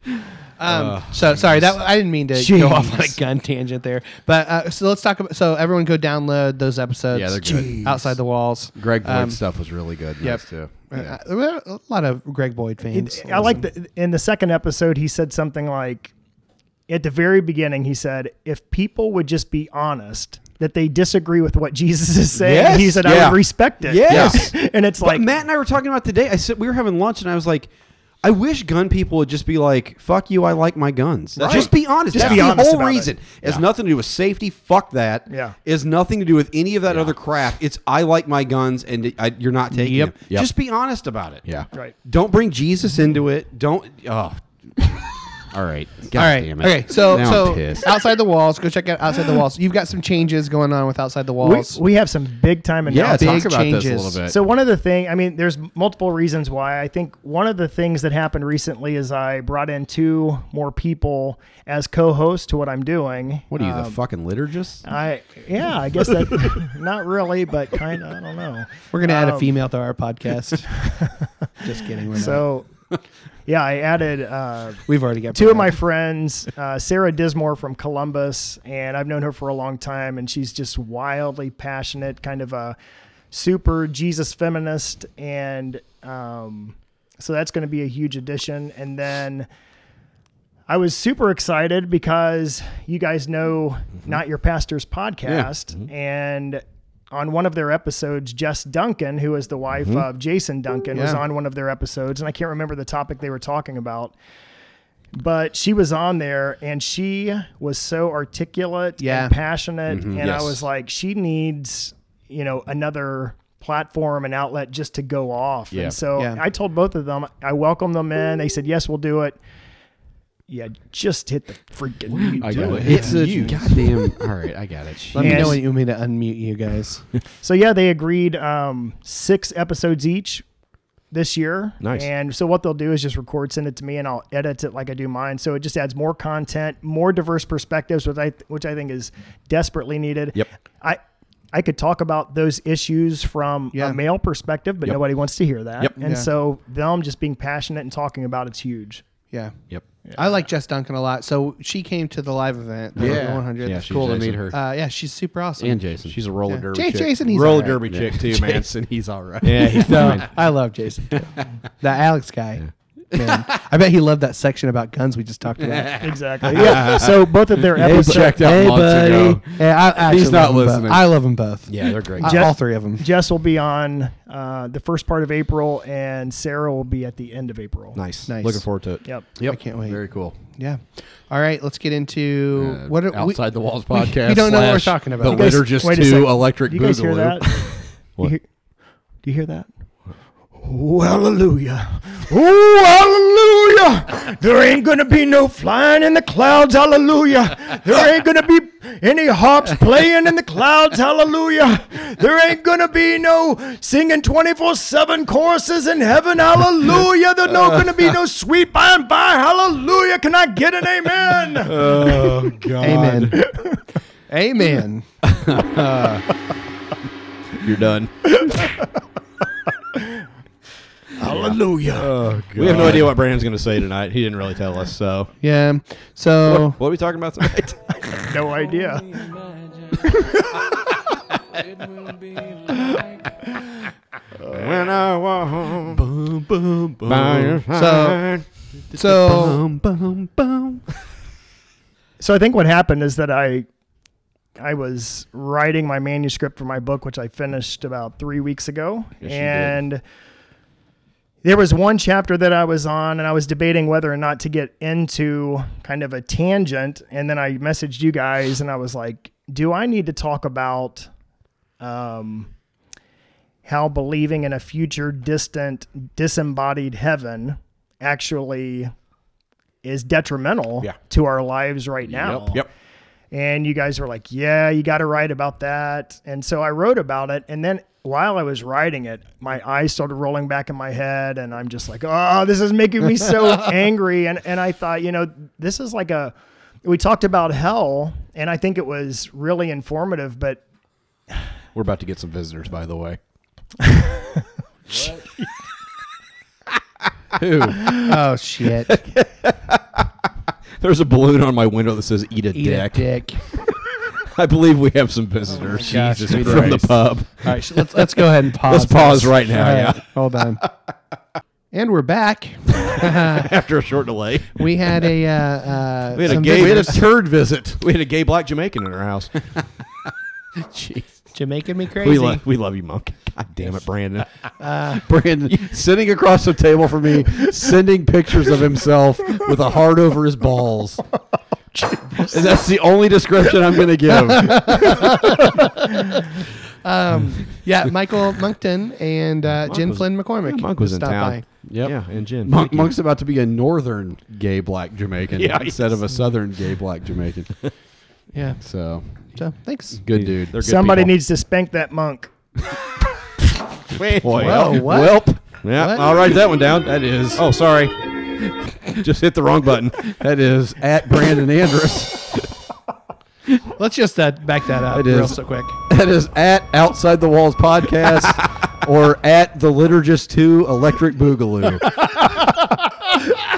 C: motherfucker. Um, so sorry that I didn't mean to go off on a gun tangent there, but uh, so let's talk about. So everyone, go download those episodes.
B: Yeah, they're good.
C: Outside the walls,
B: Greg Boyd
C: Um,
B: stuff was really good.
C: yep.
B: Yep. Too.
C: uh, there were a lot of Greg Boyd fans.
D: I like the in the second episode he said something like at the very beginning he said if people would just be honest that they disagree with what Jesus is saying
B: Yes.
D: he said I
B: Yeah.
D: would respect it
B: Yes.
D: and it's like
B: But Matt and I were talking about today. I said we were having lunch, and I was like, I wish gun people would just be like, "Fuck you, I like my guns."
D: Right.
B: Just be honest.
D: Just
B: That's
D: be
B: the
D: honest
B: whole
D: about it.
B: reason. It has nothing to do with safety. Fuck that.
D: Yeah.
B: It has nothing to do with any of that other crap. It's I like my guns, and I, you're not taking
C: Yep.
B: them.
E: Yep.
B: Just be honest about it.
E: Yeah.
D: Right.
B: Don't bring Jesus into it. Don't. Oh. All right.
C: All right.
B: damn it.
C: Okay. So
B: Now I'm pissed.
C: so outside the walls, go check out outside the walls. You've got some changes going on with outside the
D: We,
C: walls.
D: we have some big time
B: yeah,
D: announcements.
B: talk
C: big
B: about this a
C: changes.
B: little bit.
D: So one of the thing, I mean, there's multiple reasons why. I think one of the things that happened recently is I brought in two more people as co-hosts to what I'm doing.
B: what are you, the
D: Um,
B: fucking liturgist?
D: I yeah, I guess that not really, but kind of. I don't know.
C: We're gonna add a
D: Um,
C: female to our podcast. Just kidding. We're not.
D: So yeah, I added uh,
C: we've already got
D: two of my
C: Brian.
D: friends, uh, Sarah Dismore from Columbus, and I've known her for a long time, and she's just wildly passionate, kind of a super Jesus feminist, and um, so that's going to be a huge addition. And then I was super excited because you guys know
C: Mm-hmm.
D: Not Your Pastor's podcast, and. On one of their episodes, Jess Duncan, who is the wife of Jason Duncan, was
C: Mm-hmm. Yeah.
D: on one of their episodes, and I can't remember the topic they were talking about but she was on there and she was so articulate
C: Yeah. Mm-hmm.
D: and passionate and
E: Yes.
D: i was like she needs you know another platform and outlet just to go off
E: Yeah.
D: and so
C: Yeah.
D: i told both of them i welcomed them in they said yes we'll do it yeah just hit the freaking mute
E: I got
D: button.
E: it.
B: It's a goddamn. All right, I got it.
C: Let me
D: Yes.
C: know when you want me to unmute you guys.
D: so yeah they agreed um, six episodes each this year
E: Nice.
D: and so what they'll do is just record send it to me and i'll edit it like i do mine so it just adds more content more diverse perspectives which i which i think is desperately needed
E: Yep.
D: i i could talk about those issues from
C: Yeah.
D: a male perspective but
E: Yep.
D: nobody wants to hear that
E: Yep.
D: and
C: Yeah.
D: so them just being passionate and talking about it's huge
C: Yeah.
E: Yep.
C: I like Jess Duncan a lot. So she came to the live event. the
B: Yeah.
C: 100.
E: Yeah,
C: Yeah,
E: she's
B: Cool to
E: Jason.
B: meet her.
C: uh, yeah, she's super awesome.
B: and Jason.
E: She's a roller
C: Yeah.
E: derby
C: Ja-
E: chick.
C: Jason, he's
E: roller
C: all right.
E: derby
B: Yeah.
E: chick too, man.
B: Jason, he's all right.
E: Yeah, he's
C: no,
E: fine.
C: I love Jason. too. that Alex guy. Man, I bet he loved that section about guns we just talked about.
D: exactly yeah so both of their episodes
E: checked out months ago.
C: Yeah, I actually
E: He's
C: love
E: not
C: 'em both.
E: listening.
C: I love them both.
E: Yeah, they're great.
C: I-
D: Jeff-
C: all three of them.
D: jess will be on uh, the first part of april and sarah will be at the end of april
E: nice.
C: Nice.
E: Looking forward to it.
D: yep
B: Yep.
C: I can't wait.
B: Very cool.
C: Yeah. All right, let's get into
B: Uh,
C: what are,
B: outside
C: we,
B: the walls podcast.
C: we don't know what we're
B: slash
C: talking about.
B: The
C: You guys-
B: liturgist
D: wait a
B: two
D: second.
B: electric
D: Do you guys hear that?
B: boogaloo.
D: Do, you
E: What?
D: hear, do you hear that? Oh, hallelujah. Oh, hallelujah. There ain't going to be no flying in the clouds. Hallelujah. There ain't going to be any harps playing in the clouds. Hallelujah. There ain't going to be no singing 24 7 choruses in heaven. Hallelujah. There's no going to be no sweet by and by. Hallelujah. Can I get an amen?
E: Oh god.
C: Amen. Amen.
E: You're done.
D: Hallelujah.
E: Oh god. We have no idea what Brandon's going to say tonight. He didn't really tell us, so.
C: Yeah. So
E: What are we talking about tonight?
D: No idea.
E: when I walk home. Boom boom boom.
C: So- so
E: boom boom.
D: so I think what happened is that I I was writing my manuscript for my book, which I finished about three weeks ago,
E: Yes, you did.
D: and there was one chapter that I was on, and I was debating whether or not to get into kind of a tangent, and then I messaged you guys, and I was like, "Do I need to talk about?" Um, how believing in a future distant disembodied heaven actually is detrimental
E: Yeah.
D: to our lives right now.
E: Yep. Yep.
D: And you guys were like, yeah, you got to write about that. And so I wrote about it. And then while I was writing it, my eyes started rolling back in my head. And I'm just like, oh, this is making me so angry. And, and I thought, you know, this is like a, we talked about hell. And I think it was really informative, but
E: We're about to get some visitors, by the way. Who?
C: oh shit.
E: There's a balloon on my window that says "Eat a
C: Eat
E: dick."
C: a dick. Oh
E: I believe we have some visitors
C: gosh,
E: Jesus,
C: Jesus
E: from the
C: Christ.
E: pub.
C: All right, sh- let's let's go ahead and pause.
E: Let's pause
C: this.
E: right now, yeah.
C: Hold on. And we're back.
E: After a short delay,
C: We had a uh, uh,
E: we had a
C: some
E: gay, we had a
C: visitors.
E: turd visit. We had a gay black Jamaican in our house.
C: Jamaican me crazy.
E: we love we love you, monk. God damn it, Brandon. uh, Brandon sitting across the table from me, sending pictures of himself with a heart over his balls. And that's the only description I'm going to give.
C: um, yeah, Michael Monkton and uh, Jen
E: was-
C: Flynn McCormick.
E: Monk was in
C: stopped
E: town. Yep. Yeah, and gin.
B: Monk,
E: Thank you.
B: Monk's about to be a northern gay black Jamaican
E: Yeah,
B: instead
E: yes.
B: of a southern gay black Jamaican.
C: Yeah.
B: So
C: So thanks.
B: good dude.
E: They're good
D: Somebody
E: people.
D: needs to spank that monk.
C: Wait,
E: Boy,
C: whoa, Oh,
E: yep.
C: what?
E: Welp. Yeah,
C: What?
E: I'll write that one down. That is. Oh, sorry. Just hit the wrong button.
B: That is at Brandon Andrus.
C: Let's just uh, back that up
B: It
C: real
B: is.
C: so quick.
B: that is at Outside the Walls Podcast or at the Liturgist 2 Electric Boogaloo.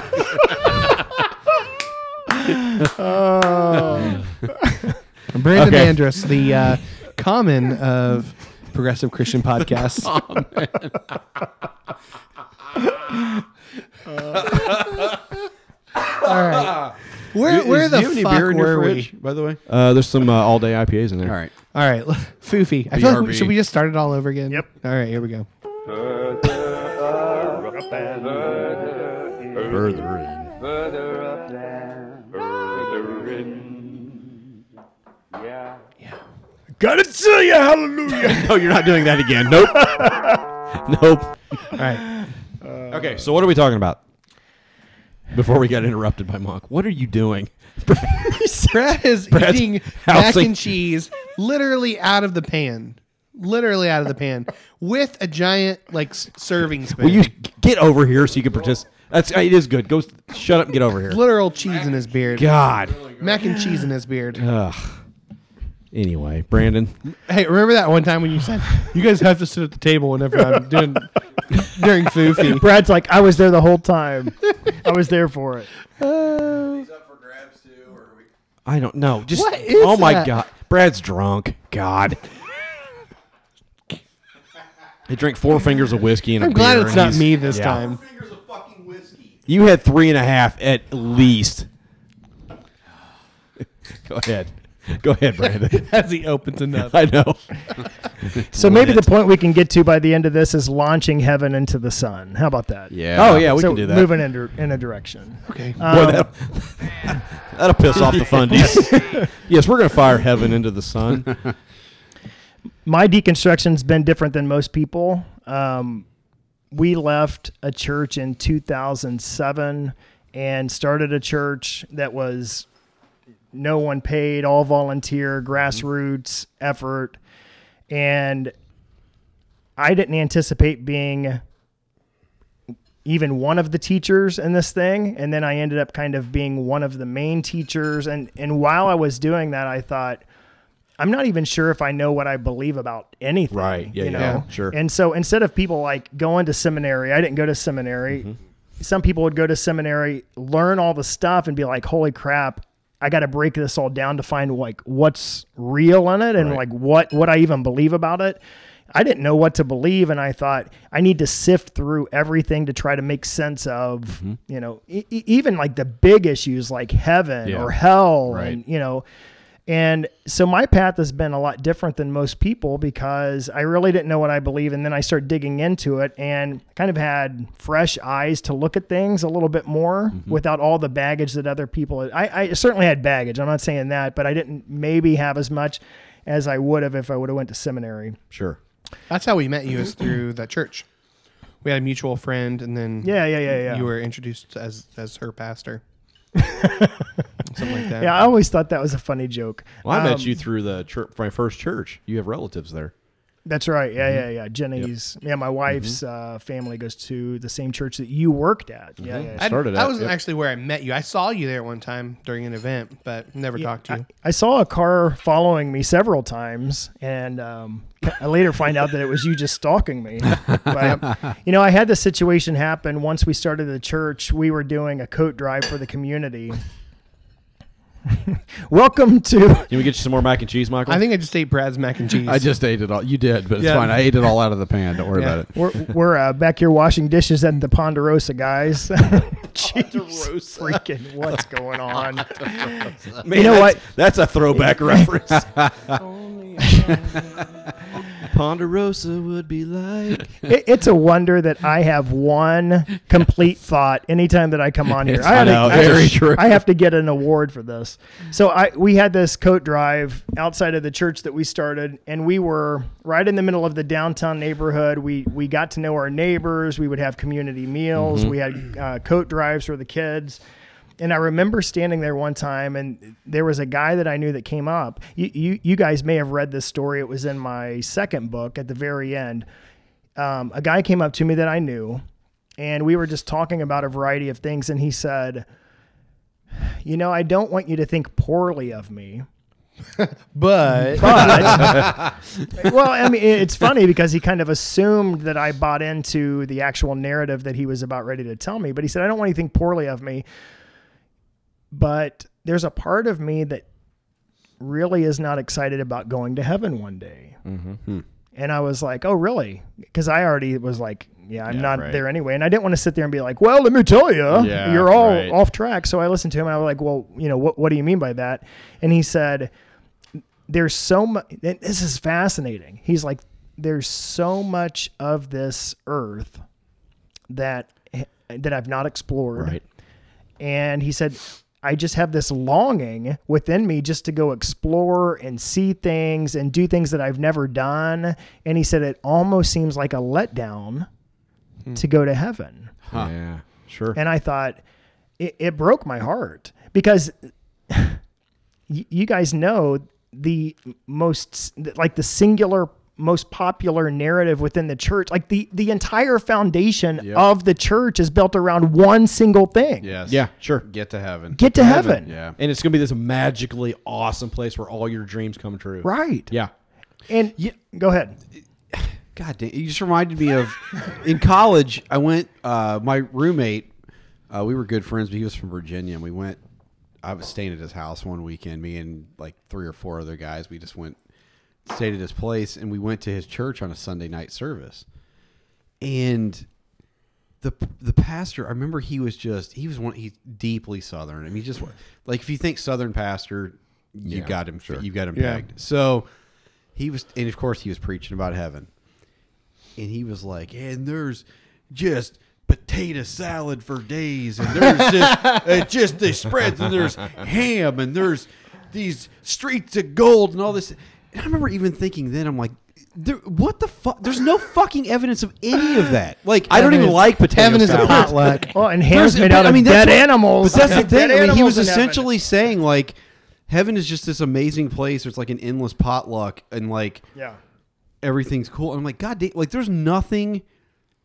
C: Brandon
E: Okay.
C: Andrus, the uh, common of progressive Christian podcasts. All right. Where, where
B: Is-
C: the
B: do you have any
C: fuck
B: beer in your
C: were we?
B: fridge, By the way,
E: Uh, there's some uh, all day IPAs in there.
B: all right.
C: All right, Foofy. I feel like we,
B: BRB.
C: should we just start it all over again?
D: Yep.
C: All right, here we go.
B: Further in.
D: Gotta tell you, hallelujah.
E: No, you're not doing that again. Nope. nope.
C: All right.
E: Okay, so what are we talking about? Before we got interrupted by Monk, what are you doing?
C: Brad is
E: Brad's
C: eating mac
E: housing-
C: and cheese literally out of the pan. Literally out of the pan with a giant like s- serving spoon.
E: Will you get over here so you can participate? That's uh, it is good. Go s- shut up and get over here.
C: Literal cheese in his beard.
E: God.
C: Mac and cheese in his beard.
E: Ugh. Anyway, Brandon,
C: Hey, remember that one time when you said you guys have to sit at the table whenever I'm doing during foofy?
D: Brad's like, I was there the whole time. I was there for it.
E: I don't know. Just
C: What is
E: oh my
C: that?
E: god, Brad's drunk. God, he drank four fingers of whiskey and a
C: I'm glad
E: beer,
C: it's
E: and
C: not
E: he's-
C: me this
E: yeah.
C: time.
E: You had three and a half at least. Go ahead, go ahead, Brandon.
C: As he opens another.
E: I know.
D: So maybe the point we can get to by the end of this is launching heaven into the sun. How about that?
B: Yeah.
E: Oh yeah, we
D: so
E: can do that.
D: Moving in, dir- in a direction.
C: Okay.
E: Boy, that'll, that'll piss off the fundies. yes, we're gonna fire heaven into the sun.
D: my deconstruction's been different than most people. Um, we left a church in 2007 and started a church that was no one paid, all volunteer,
E: Mm-hmm.
D: grassroots effort. And I didn't anticipate being even one of the teachers in this thing. And then I ended up kind of being one of the main teachers. And, and while I was doing that, I thought, I'm not even sure if I know what I believe about anything.
E: Right. Yeah,
D: you know?
E: yeah, yeah. Sure.
D: And so instead of people like going to seminary, I didn't go to seminary.
E: Mm-hmm.
D: Some people would go to seminary, learn all the stuff, and be like, holy crap. I got to break this all down to find like what's real in it and
E: Right.
D: like what what I even believe about it. I didn't know what to believe, and I thought I need to sift through everything to try to make sense of,
E: Mm-hmm.
D: you know, e- e- even like the big issues like heaven
E: Yeah.
D: or hell,
E: Right.
D: and you know, and so my path has been a lot different than most people because I really didn't know what I believe. And then I started digging into it and kind of had fresh eyes to look at things a little bit more
C: Mm-hmm.
D: without all the baggage that other people. I, I certainly had baggage. I'm not saying that, but I didn't maybe have as much as I would have if I would have went to seminary.
E: Sure.
C: That's how we met you is through the church. We had a mutual friend, and then
D: Yeah, yeah, yeah, yeah.
C: you were introduced as as her pastor, something like that.
D: yeah, I always thought that was a funny joke.
E: Well, I
D: Um,
E: met you through the church, my first church. You have relatives there.
D: That's right.
C: mm-hmm.
D: Yeah, yeah, yeah. Jenny's. Yeah, my wife's uh, family goes to the same church that you worked at. Yeah, yeah, yeah.
C: Mm-hmm. I,
E: started
C: that
E: out,
C: wasn't
E: yep.
C: actually where I met you. I saw you there one time during an event, but never talked to you.
D: I saw a car following me several times, and um, I later find out that it was you just stalking me. But, um, you know, I had this situation happen once we started the church. We were doing a coat drive for the community. Welcome to
E: Can we get you some more mac and cheese, Michael?
C: I think I just ate Brad's mac and cheese.
B: I just ate it all. You did, but it's
C: Yeah.
B: fine. I ate it all out of the pan. Don't worry
C: Yeah.
B: about it.
D: we're, we're uh, back here washing dishes at the Ponderosa, guys. Jeez,
E: Ponderosa.
D: freaking, what's going on?
E: Man,
D: you know
E: that's- That's a throwback reference. Ponderosa would be like.
D: It, it's a wonder that I have one complete thought anytime that I come on here.
E: It's-
D: I,
E: I know,
D: have to-
E: very
D: I-
E: true.
D: I have to get an award for this. So I we had this coat drive outside of the church that we started, and we were right in the middle of the downtown neighborhood. We we got to know our neighbors. We would have community meals.
E: Mm-hmm.
D: We had uh, coat drives for the kids. And I remember standing there one time, and there was a guy that I knew that came up. You, you, you guys may have read this story. It was in my second book at the very end um, a guy came up to me that I knew, and we were just talking about a variety of things. And he said, You know, I don't want you to think poorly of me.
C: But
D: But, well, I mean, it- it's funny because he kind of assumed that I bought into the actual narrative that he was about ready to tell me. But he said, I don't want you to think poorly of me. But there's a part of me that really is not excited about going to heaven one day. And I was like, oh, really? Because I already was like, yeah, I'm not
E: right.
D: there anyway. And I didn't want to sit there and be like, well, let me tell you,
E: Yeah,
D: you're all
E: right.
D: off track. So I listened to him. And I was like, well, you know, what, what do you mean by that? And he said, there's so much, this is fascinating. He's like, there's so much of this earth that eh, that I've not explored.
E: Right.
D: And he said, I just have this longing within me just to go explore and see things and do things that I've never done. And he said, it almost seems like a letdown to go to heaven.
E: Hmm. Yeah, sure.
D: And I thought, it, it broke my heart because y- you guys know the most like the singular most popular narrative within the church like the the entire foundation
B: Yep.
D: of the church is built around one single thing
B: Yes.
E: Yeah, sure.
B: Get to heaven.
D: Get to heaven.
B: Yeah.
E: And it's gonna be this magically awesome place where all your dreams come true.
D: right
E: Yeah.
D: and go ahead
B: God damn, you just reminded me of in college. I went. Uh, my roommate, uh, we were good friends, but he was from Virginia, and we went. I was staying at his house one weekend. Me and like three or four other guys. We just went, stayed at his place, and we went to his church on a Sunday night service. And the the pastor, I remember he was just he was one he's deeply Southern. I mean, just like if you think Southern pastor, you
E: Yeah,
B: got him.
E: sure.
B: You got him
C: Yeah.
B: pegged. So he was, and of course he was preaching about heaven and he was like, and there's just potato salad for days, and there's just, it just they spreads, and there's ham, and there's these streets of gold, and all this. And I remember even thinking then, I'm like, there, what the fuck? There's no fucking evidence of any of that. Like, I don't even like potato
C: heaven is a
B: salad.
C: potluck.
D: oh and
B: There's-
D: hands made
B: but,
D: out of
B: that's
D: dead
B: what-
D: animals
B: But that's the
D: Dead
B: thing. I mean, he
D: animals
B: was
D: in heaven.
B: essentially saying like, heaven is just this amazing place. Where it's like an endless potluck, and like,
D: yeah
B: everything's cool. And I'm like, God damn, like there's nothing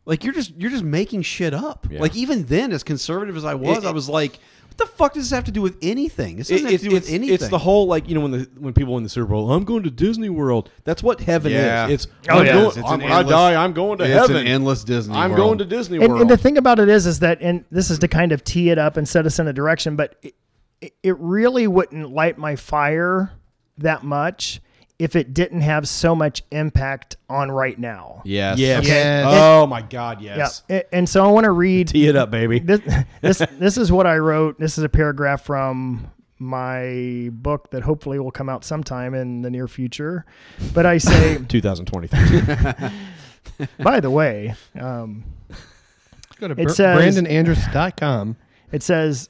B: like you're just you're just making shit up.
E: Yeah.
B: Like even then, as conservative as I was,
E: It-
B: I was like, what the fuck does this have to do with anything? This doesn't
E: It-
B: have to do with
E: it's,
B: anything.
E: it's the whole like you know when the when people win the Super Bowl, I'm going to Disney World. That's what heaven
B: Yeah.
E: is. It's
D: Oh,
E: I'm
D: yeah.
E: going-
D: It's
B: an
E: I'm- when
B: endless-
E: I die, I'm going to
B: it's
E: heaven.
B: an endless Disney
E: I'm
B: World.
E: going to Disney
D: and,
E: World.
D: and the thing about it is is that and this is to kind of tee it up and set us in a direction but it, it- it really wouldn't light my fire that much if it didn't have so much impact on right now
B: yes.
E: yes.
C: Yes.
E: Oh my God.
D: yeah
E: Yes.
D: A- and so i want to read
E: Tee it up, baby.
D: this, this this is what I wrote. This is a paragraph from my book that hopefully will come out sometime in the near future. But I say,
E: 2023.
D: by the way, um,
C: Go to
D: It
C: Br-
D: says-
C: BrandonAndrews.com.
D: It says,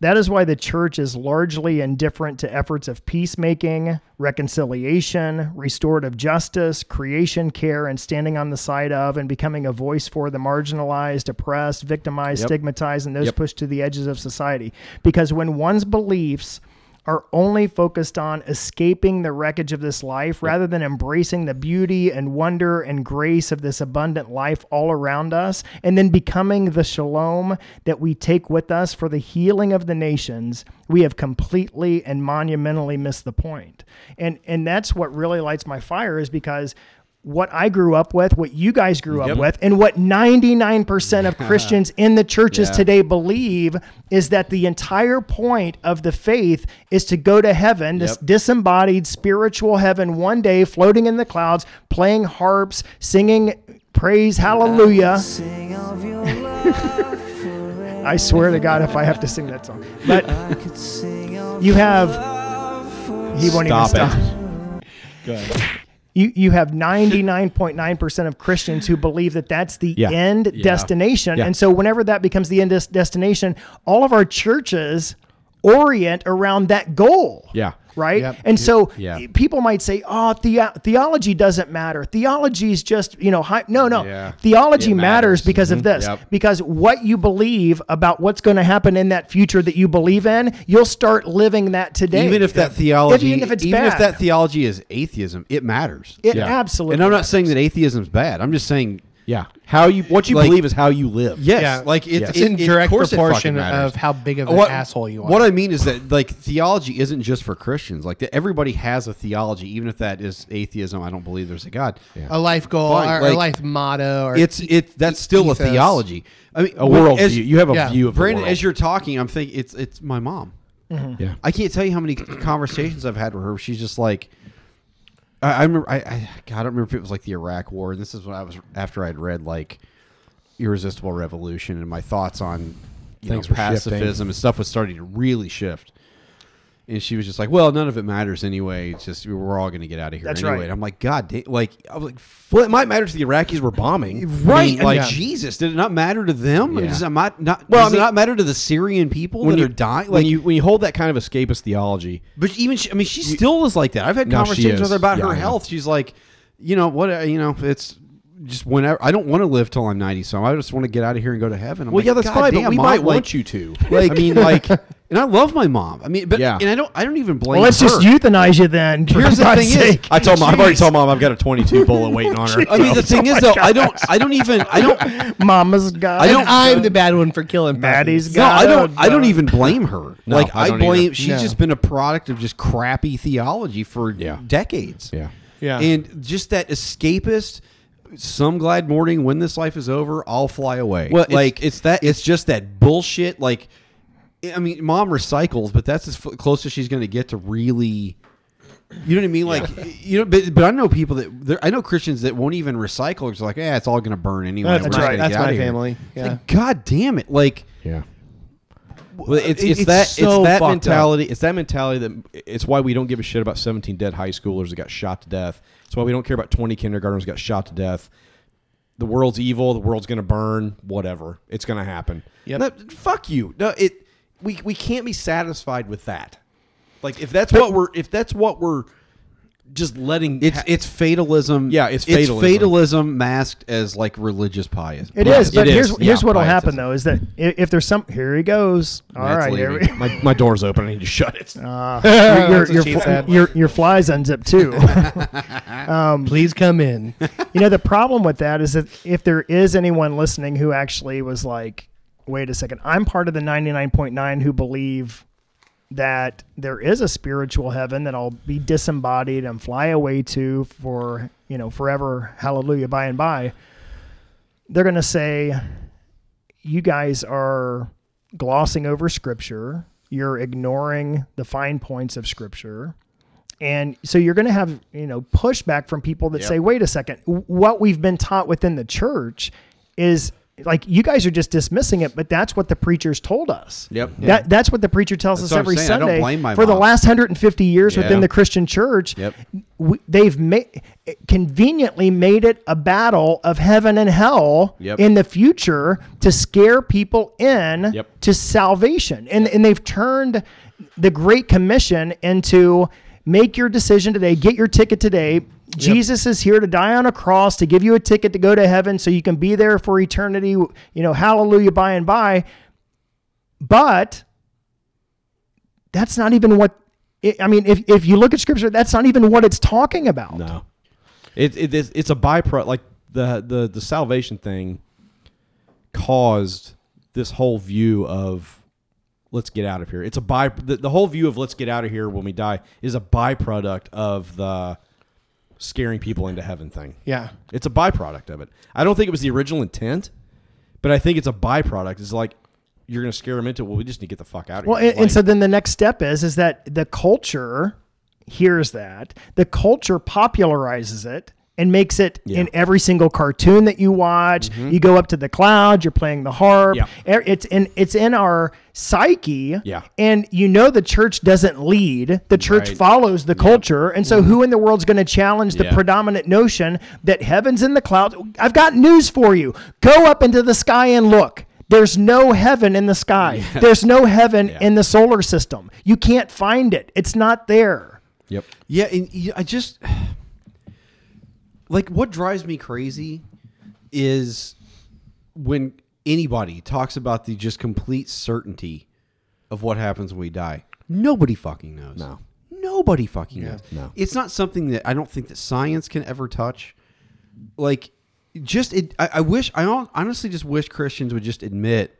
D: that is why the church is largely indifferent to efforts of peacemaking, reconciliation, restorative justice, creation care, and standing on the side of and becoming a voice for the marginalized, oppressed, victimized, stigmatized, and those
E: Yep.
D: pushed to the edges of society. Because when one's beliefs are only focused on escaping the wreckage of this life rather than embracing the beauty and wonder and grace of this abundant life all around us and then becoming the shalom that we take with us for the healing of the nations we have completely and monumentally missed the point and and that's what really lights my fire is because what I grew up with, what you guys grew up with, and what 99% of Christians in the churches today believe is that the entire point of the faith is to go to heaven, this
B: Yep.
D: disembodied spiritual heaven one day floating in the clouds, playing harps, singing praise hallelujah. I swear to God if I have to sing that song. But you have he won't
E: Stop
D: even
E: it.
D: stop. you, you have 99.9% of Christians who believe that that's the
E: Yeah.
D: end
E: Yeah.
D: destination.
E: Yeah.
D: And so, whenever that becomes the end des- destination, all of our churches orient around that goal.
E: Yeah.
D: Right.
E: Yep.
D: And so
E: Yeah.
D: i- people might say, oh, the- theology doesn't matter. Theology is just, you know, high. No, no.
E: Yeah.
D: Theology
E: It matters. Mm-hmm.
D: matters. because of this.
E: Yep.
D: Because what you believe about what's going to happen in that future that you believe in, you'll start living that today.
B: Even if that theology,
D: Even if it's bad.
B: that theology is atheism, it matters.
D: It
E: Yeah.
D: absolutely.
B: and I'm not saying that atheism's bad. I'm just saying,
E: Yeah. How you what you
B: Like-
E: believe is how you live.
B: yes,
C: Yeah.
B: like it,
C: It's
B: it-
C: in
B: it- of
C: direct
B: course it fucking
C: proportion
B: matters.
C: of how big of an asshole you are.
B: What I mean is that like theology isn't just for Christians. Like that everybody has a theology, even if that is atheism. I don't believe there's a God.
C: a life goal
B: Fine,
C: or a
B: like,
C: life motto or
B: It's it. That's still
C: E- ethos.
B: a theology. I mean,
E: A world
B: as-
E: view. You have a
C: yeah.
E: view of the
B: Brandon,
E: world.
B: as you're talking, I'm thinking it's it's my mom.
D: Mm-hmm.
E: Yeah.
B: I can't tell you how many conversations I've had with her. She's just like, I, I remember. I, I God, I don't remember if it was like the Iraq War, and this is when I was after I'd read like Irresistible Revolution, and my thoughts on you know,
E: Things were
B: pacifism
E: shifting.
B: and stuff was starting to really shift. And she was just like, "Well, none of it matters anyway. It's just we're all going to get out of here
D: That's
B: anyway."
D: right.
B: And I'm like, "God, damn, like I was like,
E: Well, it might matter to the Iraqis were bombing.
B: Right,
E: like,
B: like Jesus, did it not matter to them?
E: Yeah.
B: Does it not, not
E: Well,
B: does
E: I mean-
B: it not matter to the Syrian people
E: when
B: that
E: you
B: are dying? Like
E: when you when you hold that kind of escapist theology,
B: but even she, I mean, she still is like that. I've had
E: No, she
B: conversations with
E: is.
B: her about
E: Yeah, I
B: her
E: know.
B: health. She's like, you know what? uh, You know, it's just whenever I don't want to live till I'm ninety, so I just want to get out of here and go to heaven. I'm
E: well,
B: like,
E: yeah, that's
B: "God
E: fine.
B: damn,
E: but we
B: Mom,
E: might
B: like-
E: want you to.
B: Like, I mean, like, and I love my mom. I mean, but
E: Yeah.
B: and I don't, I don't even blame.
D: Well, let's
B: her.
D: just euthanize you then. for
B: Here's the
D: God's
B: thing is,
D: sake.
E: I told mom. I've already told mom I've got a 22 bullet waiting on her.
B: I mean, the thing is though, I don't, I don't even, I don't.
D: Mama's got.
B: I
C: And
B: don't-
C: I'm the bad one for killing
D: Maddie's
C: puppies.
B: No,
D: got.
B: I don't.
D: a-
B: I don't even blame her.
E: uh, No,
B: like
E: I
B: I,
E: don't
B: blame.
E: either.
B: She's
C: No.
B: just been a product of just crappy theology for
E: Yeah.
B: decades.
E: Yeah.
C: Yeah.
B: and just that escapist. Some glad morning when this life is over, I'll fly away.
E: Well, it's-
B: like it's that. It's just that bullshit. Like, I mean, mom recycles, but that's as f- close as she's going to get to really. You know what I mean? Like, you know, but, but I know people that there, I know Christians that won't even recycle. It's like, yeah, it's all going to burn anyway.
D: That's
B: We're just
D: right.
B: gonna
C: That's
B: get outta
C: my
B: here."
C: family.
B: It's
C: Yeah.
B: Like, God damn it! Like,
E: Yeah. Well, it's,
B: it-
E: it's,
B: it's
E: that
B: so
E: it's that
B: fucked up.
E: mentality. It's that mentality that it's why we don't give a shit about 17 dead high schoolers that got shot to death. It's why we don't care about 20 kindergartners that got shot to death. The world's evil. The world's going to burn. Whatever. It's going to happen. Yeah.
C: Yep.
E: fuck you. No, it. We we can't be satisfied with that. Like if that's what we're if that's what we're just letting
B: It's
E: ha-
B: it's fatalism.
E: Yeah, it's
B: It's
E: fatalism.
B: fatalism masked as like religious piety.
D: It is, but
E: It
D: here's
E: is.
D: here's
E: Yeah,
D: what'll happen
B: pietism.
D: though is that i- if there's some here he goes. All
B: Matt's
D: right, here we,
B: leaving.
E: my, my door's open. I need to shut it.
D: your,
C: what
D: your,
C: she
D: your,
C: said.
D: your your flies unzip too.
C: Please come in.
D: you know the problem with that is that if there is anyone listening who actually was like, wait a second, I'm part of the 99.9 who believe that there is a spiritual heaven that I'll be disembodied and fly away to for you know forever, hallelujah, by and by. They're gonna say, you guys are glossing over scripture. You're ignoring the fine points of scripture. And so you're going to have, you know, pushback from people that say, wait a second, w- what we've been taught within the church is like, you guys are just dismissing it, but that's what the preacher's told us.
B: Yep.
D: That, That's what the preacher tells
B: That's
D: us
B: what I'm
D: every
B: saying. I don't
D: Sunday
B: blame my
D: for the
B: mom.
D: last 150 years
B: Yeah.
D: within the Christian church.
B: Yep.
D: w- they've made conveniently made it a battle of heaven and hell
B: Yep.
D: in the future to scare people in
E: Yep.
D: to salvation. And and they've turned the Great Commission into make your decision today, get your ticket today. Jesus is here to die on a cross to give you a ticket to go to heaven so you can be there for eternity, you know, hallelujah by and by. But that's not even what I- I mean, if, if you look at scripture, that's not even what it's talking about.
E: No, it, it it's, it's a byproduct. Like the the the salvation thing caused this whole view of let's get out of here. It's a by the, the whole view of let's get out of here when we die is a byproduct of the scaring people into heaven thing.
C: Yeah.
E: It's a byproduct of it. I don't think it was the original intent, but I think it's a byproduct. It's like you're going to scare them into. Well, we just need to get the fuck out of
D: Well,
E: here.
D: and, and
E: Like-
D: so then the next step is is that the culture hears that the culture popularizes it, and makes it
B: Yeah. Mm-hmm.
D: in every single cartoon that you watch. You go up to the cloud, you're playing the harp.
B: Yeah.
D: E- It's in it's in our psyche.
B: Yeah.
D: And you know the church doesn't lead. The church
B: Right. Mm-hmm.
D: follows the culture. And so who in the world's going to challenge the
B: Yeah.
D: predominant notion that heaven's in the cloud? I've got news for you. Go up into the sky and look. There's no heaven in the sky. There's no heaven in the solar system. You can't find it. It's not there.
B: Yep.
E: Yeah, and you- I just like what drives me crazy is when anybody talks about the just complete certainty of what happens when we die. Nobody fucking knows.
B: No.
E: Nobody fucking knows.
B: no.
E: It's not something that I don't think that science can ever touch. Like just it I, I wish I hon- honestly just wish Christians would just admit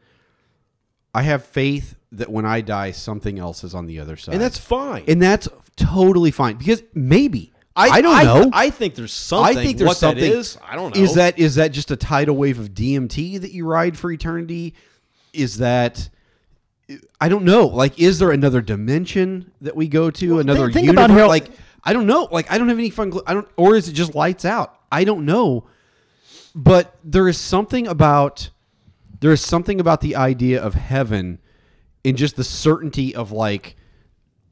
E: I have faith that when I die something else is on the other side.
B: And that's fine.
E: And that's totally fine because maybe I, don't
B: I,
E: know.
B: I think there's something.
E: I think there's
B: what
E: something.
B: that is. I don't know.
E: Is that is that just a tidal wave of DMT that you ride for eternity? Is that I don't know. Like, is there another dimension that we go to? another
D: think- think
E: universe?
D: about how-
E: like I don't know. Like I don't have any fun. Gl- I don't. Or is it just lights out? I don't know. But there is something about there is something about the idea of heaven and just the certainty of like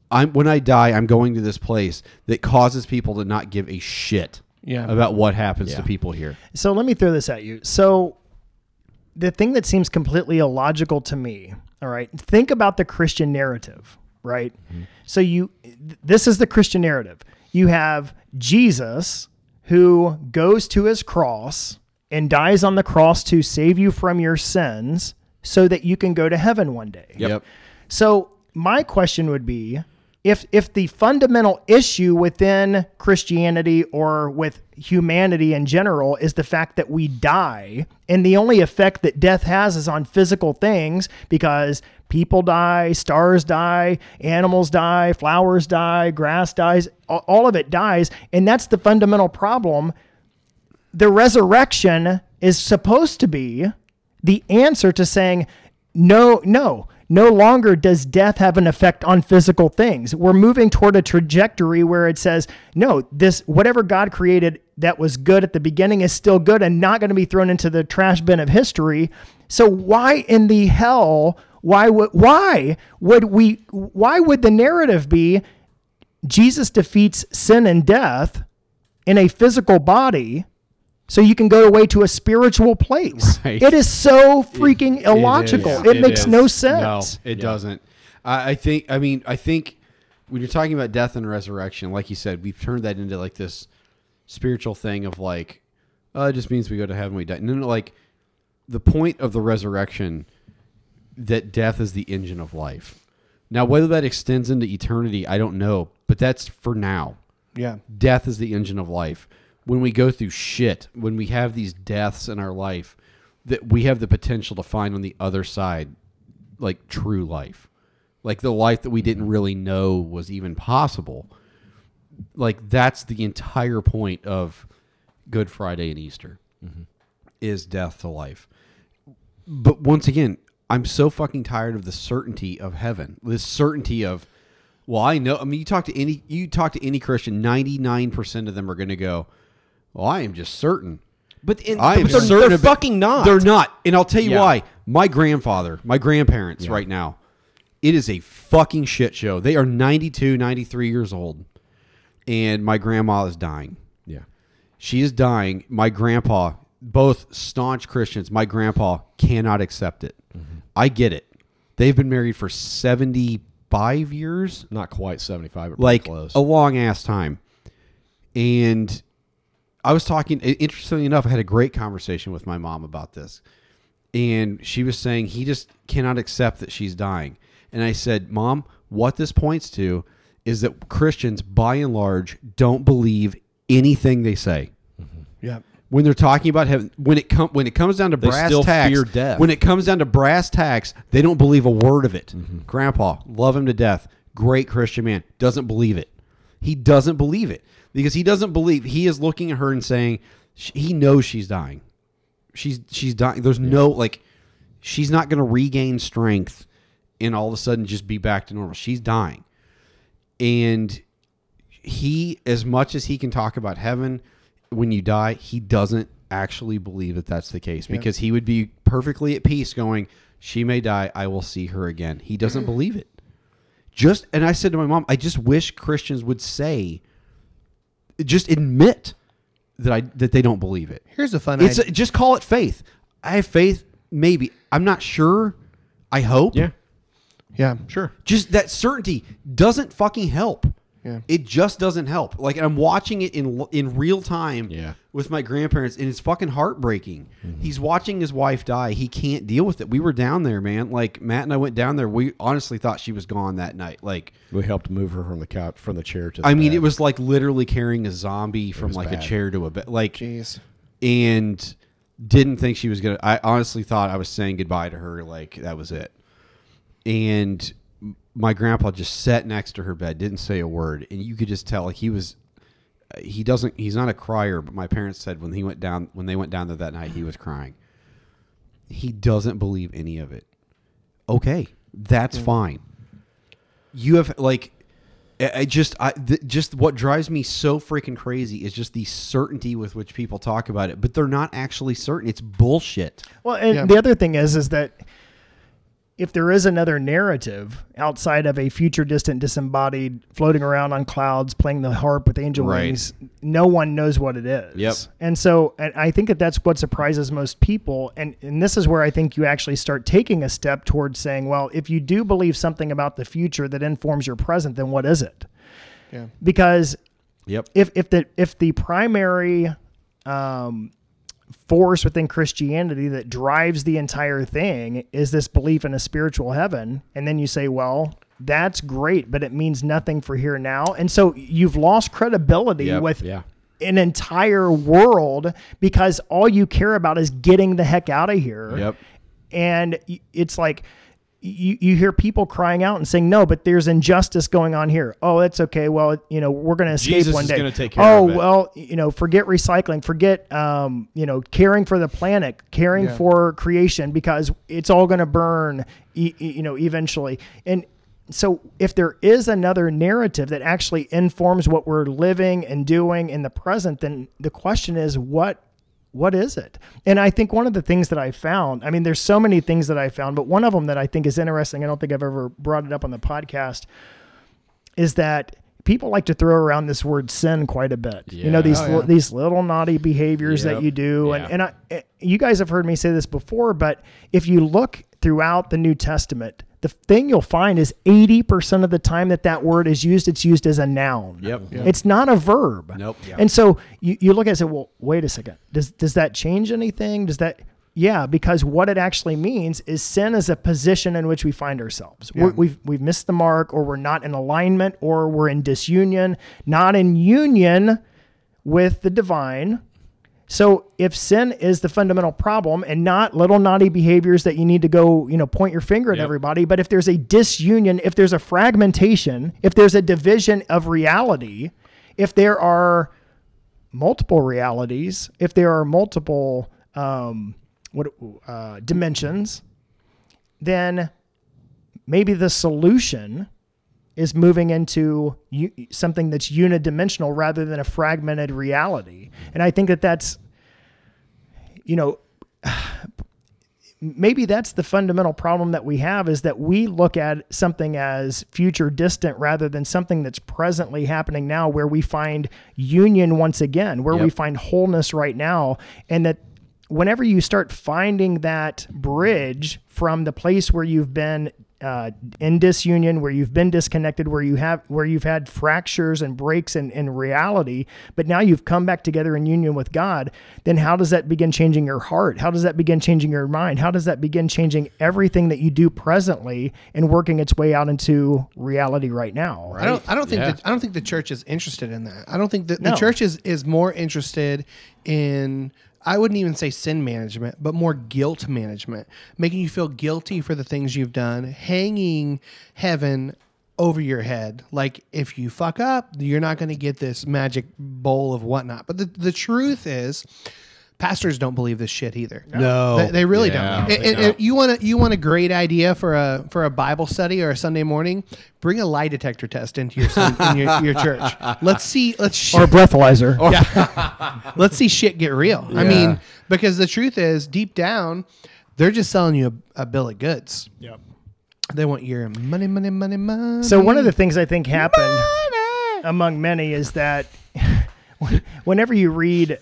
E: I'm when I die, I'm going to this place that causes people to not give a shit
C: Yeah.
E: about what happens to people here.
D: So let me throw this at you. So the thing that seems completely illogical to me, all right? Think about the Christian narrative, right? So you th- this is the Christian narrative. You have Jesus who goes to his cross and dies on the cross to save you from your sins so that you can go to heaven one day.
E: Yep.
D: So my question would be if if the fundamental issue within Christianity or with humanity in general is the fact that we die and the only effect that death has is on physical things because people die, stars die, animals die, flowers die, grass dies, a- all of it dies and that's the fundamental problem. The resurrection is supposed to be the answer to saying no no no longer does death have an effect on physical things we're moving toward a trajectory where it says no this whatever god created that was good at the beginning is still good and not going to be thrown into the trash bin of history so why in the hell why would why would we why would the narrative be jesus defeats sin and death in a physical body so you can go away to a spiritual place.
E: Right.
D: It is so freaking illogical. It, makes
E: is.
D: no sense.
E: No, it doesn't. I, I think. I mean, I think when you're talking about death and resurrection, like you said, we've turned that into like this spiritual thing of like, oh, it just means we go to heaven, we die. No, no, like the point of the resurrection that death is the engine of life. Now, whether that extends into eternity, I don't know, but that's for now
C: Yeah.
E: death is the engine of life. When we go through shit, when we have these deaths in our life, that we have the potential to find on the other side, like true life, like the life that we didn't really know was even possible. Like that's the entire point of Good Friday and Easter is death to life. But once again, I'm so fucking tired of the certainty of heaven. This certainty of well, I know I mean you talk to any you talk to any Christian, 99% of them are going to go, "Well, I am just certain."
B: But in,
E: I am
B: but they're,
E: certain
B: they're
E: about-
B: fucking not.
E: They're not. And I'll tell you
B: Yeah.
E: why. My grandfather, my grandparents right now, it is a fucking shit show. They are 92, 93 years old. And my grandma is dying.
B: Yeah.
E: She is dying. My grandpa, both staunch Christians, my grandpa cannot accept it. I get it. They've been married for 75 years,
B: Not quite 75, but
E: like
B: pretty close.
E: a long ass time. And I was talking, i- interestingly enough, I had a great conversation with my mom about this. And she was saying he just cannot accept that she's dying. And I said, Mom, what this points to is that Christians, by and large, don't believe anything they say
C: Yeah.
E: when they're talking about heaven when it come when it comes down to brass
B: still
E: tacks
B: fear death.
E: when it comes down to brass tacks they don't believe a word of it
B: Mm-hmm.
E: grandpa love him to death great christian man doesn't believe it he doesn't believe it because he doesn't believe he is looking at her and saying sh- he knows she's dying she's she's dying there's no like she's not going to regain strength and all of a sudden just be back to normal she's dying and he as much as he can talk about heaven
B: when you die, he doesn't actually believe that that's the case because he would be perfectly at peace going, She may die. I will see her again. He doesn't
E: Mm-hmm.
B: believe it. Just, and I said to my mom, I just wish Christians would say, just admit that I that they don't believe it.
C: Here's a fun
B: It's
C: idea.
B: just call it faith. I have faith, maybe. I'm not sure. I hope.
E: Yeah.
C: Yeah.
E: Sure.
B: Just that certainty doesn't fucking help.
C: Yeah.
B: It just doesn't help. Like and I'm watching it in in real time
E: Yeah.
B: with my grandparents and it's fucking heartbreaking. He's watching his wife die. He can't deal with it. We were down there, man. Like Matt and I went down there. We honestly thought she was gone that night. Like
E: We helped move her from the couch, from the chair to. The
B: I mean,
E: bed.
B: it was like literally carrying a zombie from like
E: bad.
B: a chair to a bed. Like
C: Jeez.
B: and didn't think she was gonna. I honestly thought I was saying goodbye to her, like that was it. And m- my grandpa just sat next to her bed, didn't say a word, and you could just tell like he was. He doesn't. He's not a crier, but my parents said when he went down, when they went down there that night, he was crying. He doesn't believe any of it. Okay, that's fine. You have like I I just, I th- just what drives me so freaking crazy is just the certainty with which people talk about it, but they're not actually certain. It's bullshit.
D: Well, and
C: Yeah.
D: the other thing is, is that if there is another narrative outside of a future distant disembodied floating around on clouds playing the harp with angel
B: Right.
D: wings, no one knows what it is.
B: Yep.
D: And so, and I think that that's what surprises most people. And and this is where I think you actually start taking a step towards saying, well, if you do believe something about the future that informs your present, then what is it?
C: Yeah.
D: Because
B: Yep.
D: if if the if the primary um, force within Christianity that drives the entire thing is this belief in a spiritual heaven, and then you say, well, that's great, but it means nothing for here now, and so you've lost credibility
E: Yep,
D: with
E: yeah.
D: an entire world because all you care about is getting the heck out of here
E: Yep.
D: and y- it's like you, you hear people crying out and saying no but there's injustice going on here oh that's okay well it- you know we're going to escape
E: Jesus
D: one
E: is
D: day
E: gonna take care
D: oh
E: of it.
D: well you know forget recycling forget um, you know caring for the planet caring
C: Yeah.
D: for creation because it's all going to burn e- e- you know eventually and so if there is another narrative that actually informs what we're living and doing in the present then the question is what what is it? And I think one of the things that I found, I mean, there's so many things that I found, but one of them that I think is interesting, I don't think I've ever brought it up on the podcast, is that people like to throw around this word sin quite a bit. You know, these
C: Oh, yeah.
D: li- these little naughty behaviors
E: Yep.
D: that you do.
E: Yeah.
D: And, and I, eh, you guys have heard me say this before, but if you look throughout the New Testament, the thing you'll find is 80% of the time that that word is used, it's used as a noun.
E: Yep. Yep.
D: It's not a verb.
E: Nope. Yeah.
D: And so you, you look at it and say, well, wait a second. Does does that change anything? Does that yeah, because what it actually means is sin is a position in which we find ourselves. We're, we've we've missed the mark, or we're not in alignment, or we're in disunion, not in union with the divine. So if sin is the fundamental problem and not little naughty behaviors that you need to go, you know, point your finger at
E: Yep.
D: everybody, but if there's a disunion, if there's a fragmentation, if there's a division of reality, if there are multiple realities, if there are multiple um, what uh, dimensions, then maybe the solution is moving into u- something that's unidimensional rather than a fragmented reality. And I think that that's, you know, maybe that's the fundamental problem that we have is that we look at something as future distant rather than something that's presently happening now where we find union once again, where we
E: Yep.
D: find wholeness right now. And that whenever you start finding that bridge from the place where you've been uh, in disunion, where you've been disconnected, where you have where you've had fractures and breaks in, in reality, but now you've come back together in union with God, then how does that begin changing your heart? How does that begin changing your mind? How does that begin changing everything that you do presently and working its way out into reality right now?
C: I don't. I don't think.
E: Yeah.
C: The, I don't think the church is interested in that. I don't think that
D: No.
C: the church is is more interested in. I wouldn't even say sin management, but more guilt management, making you feel guilty for the things you've done, hanging heaven over your head. Like if you fuck up, you're not going to get this magic bowl of whatnot. But the, the truth is, pastors don't believe this shit either.
E: No.
C: they, they really
E: Yeah.
C: don't. And- and- and you want to you want a great idea for a for a Bible study or a Sunday morning? Bring a lie detector test into your sun- in your, your church. Let's see. Let's
D: or a
C: shit,
D: breathalyzer.
C: yeah. let's see shit get real. I
E: Yeah.
C: mean, because the truth is, deep down, they're just selling you a, a bill of goods.
D: Yep.
C: They want your money, money, money, money.
D: So one of the things I think happened among many is that whenever you read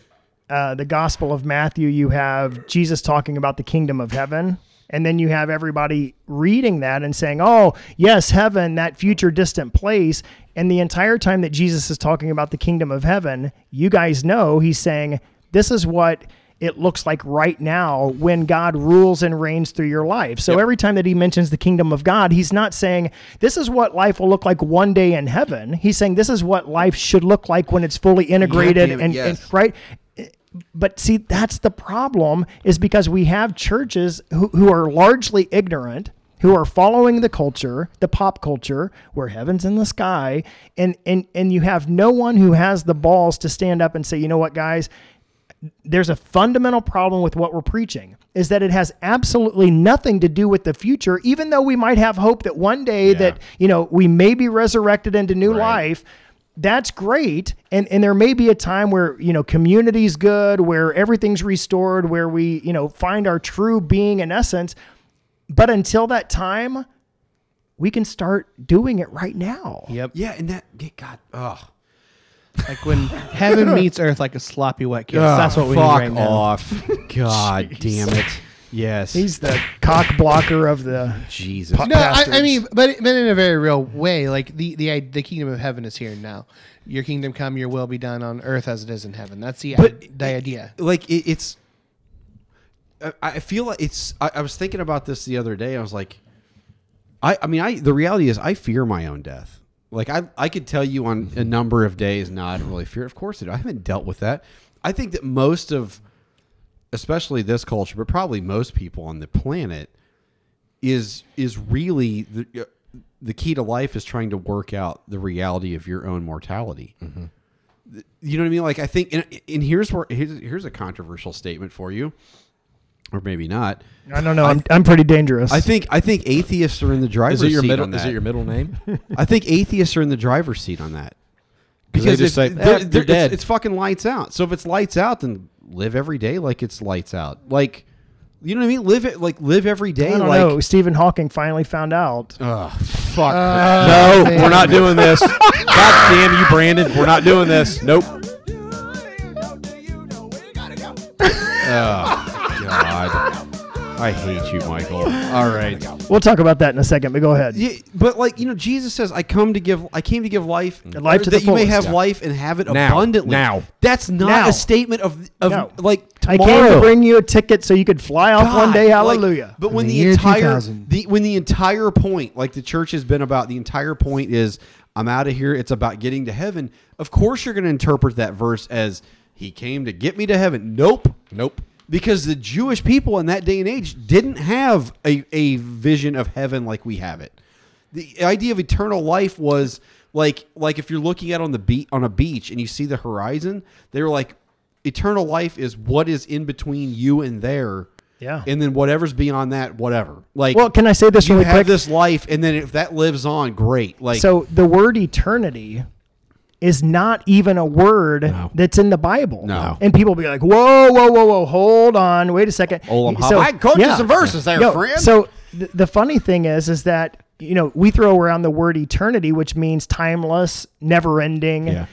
D: uh, the Gospel of Matthew, you have Jesus talking about the kingdom of heaven. And then you have everybody reading that and saying, oh, yes, heaven, that future distant place. And the entire time that Jesus is talking about the kingdom of heaven, you guys know he's saying, this is what it looks like right now when God rules and reigns through your life. So every time that he mentions the kingdom of God, he's not saying this is what life will look like one day in heaven. He's saying this is what life should look like when it's fully integrated
B: damn it,
D: and,
B: yes.
D: and right. But see, that's the problem is because we have churches who, who are largely ignorant, who are following the culture, the pop culture, where heaven's in the sky, and and and you have no one who has the balls to stand up and say, you know what, guys, there's a fundamental problem with what we're preaching is that it has absolutely nothing to do with the future even though we might have hope that one day that you know we may be resurrected into new life that's great and and there may be a time where you know community's good where everything's restored where we you know find our true being and essence but until that time we can start doing it right now
C: yep.
B: Yeah, and that God, oh,
C: Like when heaven meets earth like a sloppy wet
B: Oh,
C: kiss. That's what we need
E: fuck
C: right now.
E: off. God damn it. Yes.
D: he's the cock blocker of the
B: Jesus.
C: No, I, I
D: bastards.
C: mean, but but in a very real way, like the the the kingdom of heaven is here now. Your kingdom come, your will be done on earth as it is in heaven. That's the
B: But-
C: the idea.
B: like it, it's I, I feel like it's I, I was thinking about this the other day i was like i i mean i the reality is i fear my own death like i i could tell you on a number of days no i don't really fear it. of course I, do. I haven't dealt with that i think that most of especially this culture but probably most people on the planet is is really the uh, the key to life is trying to work out the reality of your own mortality you know what I mean? Like I think, and, and here's where here's, here's a controversial statement for you, or maybe not.
D: i don't know I, am I'm pretty dangerous
B: I think I think atheists are in the driver's
E: is it your
B: seat
E: middle
B: on
E: is
B: that.
E: it your middle name?
B: I think atheists are in the driver's seat on that
E: they just say, "Eh,
B: they're-
E: you're
B: they're- it's-
E: dead."
B: It's, fucking lights out. So if it's lights out, then live every day like it's lights out. Like you know what I mean? Live it like live every day
D: I don't
B: like. Uh.
D: know. Stephen Hawking finally found out.
B: Ugh, fuck.
E: no, we're not doing this. God damn you, Brandon. We're not doing this. Nope.
B: Oh, God. I hate you, Michael. All right.
D: We'll talk about that in a second, but go ahead.
B: Yeah, but like you know, Jesus says, "I come to give. I came to give life,
D: life
B: or
D: to
B: that
D: the
B: you may
D: fullest."
B: have
D: Yeah.
B: life and have it
E: Now.
B: abundantly."
E: Now.
B: that's not
D: Now.
B: a statement of of
D: No.
B: like
D: I
B: tomorrow.
D: came to bring you a ticket so you could fly off one
B: God,
D: day.
B: like,
D: Hallelujah.
B: but when
C: In the
B: the,
C: year
B: entire
C: 2000.
B: the when the entire point, like the church has been about, the entire point is, I'm out of here. It's about getting to heaven. Of course, you're going to interpret that verse as He came to get me to heaven. Nope.
E: Nope.
B: Because the Jewish people in that day and age didn't have a, a vision of heaven like we have it. The idea of eternal life was like like if you're looking at on the beat on a beach and you see the horizon, they were like, eternal life is what is in between you and there.
D: Yeah.
B: And then whatever's beyond that, whatever. Like
D: Well, can I say this
B: you
D: really
B: have
D: quick?
B: this life and then if that lives on, great. Like
D: so the word eternity is not even a word that's in the Bible.
B: No.
D: And people be like, whoa, whoa, whoa, whoa, hold on. Wait a second.
E: Olam
D: So-
E: hop.
B: Oh, I quote you
D: yeah.
B: some verses there,
D: No,
B: friend.
D: So th- the funny thing is, is that you know we throw around the word eternity, which means timeless, never ending.
E: Yeah.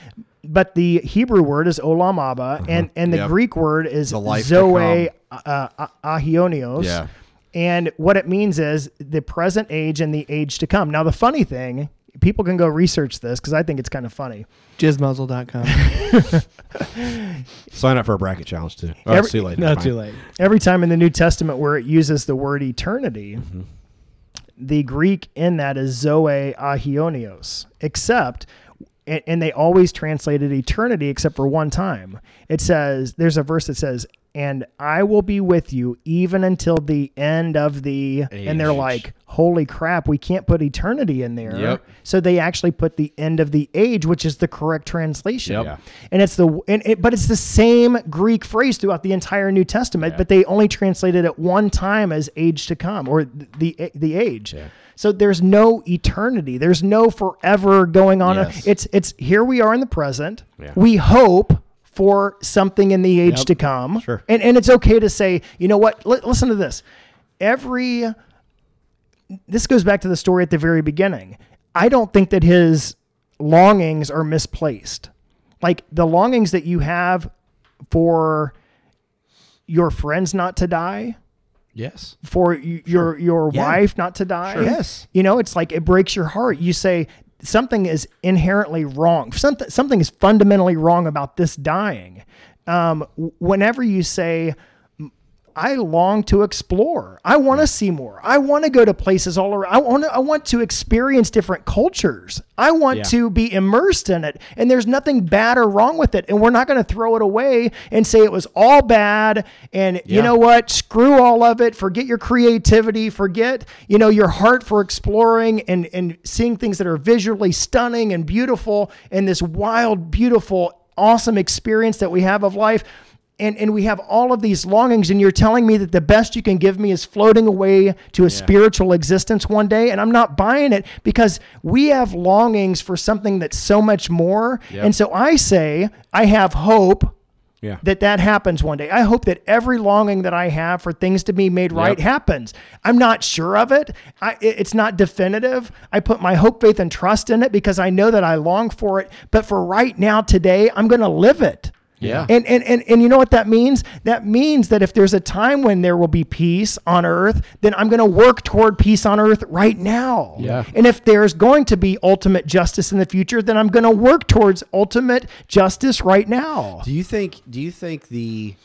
D: But the Hebrew word is olam abba, and and the
B: Uh-huh. Yep.
D: Greek word is
B: The life to
D: zoe uh, uh, ahionios.
B: Yeah.
D: And what it means is the present age and the age to come. Now the funny thing, people can go research this because I think it's kind of funny.
C: Jizzmuzzle.com.
E: Sign up for a bracket challenge too. Oh,
D: Every-
E: it's too late.
C: Not
E: Never
C: too
E: mind.
C: late.
D: every time in the New Testament where it uses the word eternity,
E: Mm-hmm.
D: the Greek in that is zoe ahionios, except, and, and they always translated eternity except for one time. It says, there's a verse that says, and I will be with you even until the end of the. And they're
B: Age.
D: like, holy crap, we can't put eternity in there.
B: Yep.
D: So they actually put the end of the age, which is the correct translation.
B: Yep. Yeah.
D: And it's the and it, but it's the same Greek phrase throughout the entire New Testament, but they only translate it at one time as age to come or the the age. So there's no eternity. There's no forever going on.
B: Yes.
D: It's it's here we are in the present.
B: Yeah.
D: We hope for something in the age to come.
E: Sure.
D: And and it's okay to say, you know what? Li- listen to this. Every this goes back to the story at the very beginning. I don't think that his longings are misplaced. Like the longings that you have for your friends not to die,
E: Yes.
D: for y- your your wife not to die.
E: Yes.
D: You know, it's like it breaks your heart. You say something is inherently wrong. Something something is fundamentally wrong about this dying. Um, w- whenever you say I long to explore. I want to see more. I want to go to places all around. I want to, I want to experience different cultures. I want
E: Yeah.
D: to be immersed in it. And there's nothing bad or wrong with it. And we're not going to throw it away and say it was all bad and you
E: Yeah.
D: know what? Screw all of it. Forget your creativity, forget, you know, your heart for exploring and and seeing things that are visually stunning and beautiful and this wild beautiful awesome experience that we have of life and and we have all of these longings and you're telling me that the best you can give me is floating away to a spiritual existence one day and I'm not buying it because we have longings for something that's so much more and so I say I have hope
E: Yeah.
D: that that happens one day. I hope that every longing that I have for things to be made right happens. I'm not sure of it. I, it- It's not definitive. I put my hope, faith, and trust in it because I know that I long for it. But for right now, today, I'm going to live it.
E: Yeah.
D: And, and and and you know what that means? That means that if there's a time when there will be peace on earth, then I'm going to work toward peace on earth right now.
E: Yeah.
D: And if there's going to be ultimate justice in the future, then I'm going to work towards ultimate justice right now.
B: Do you think? Do you think the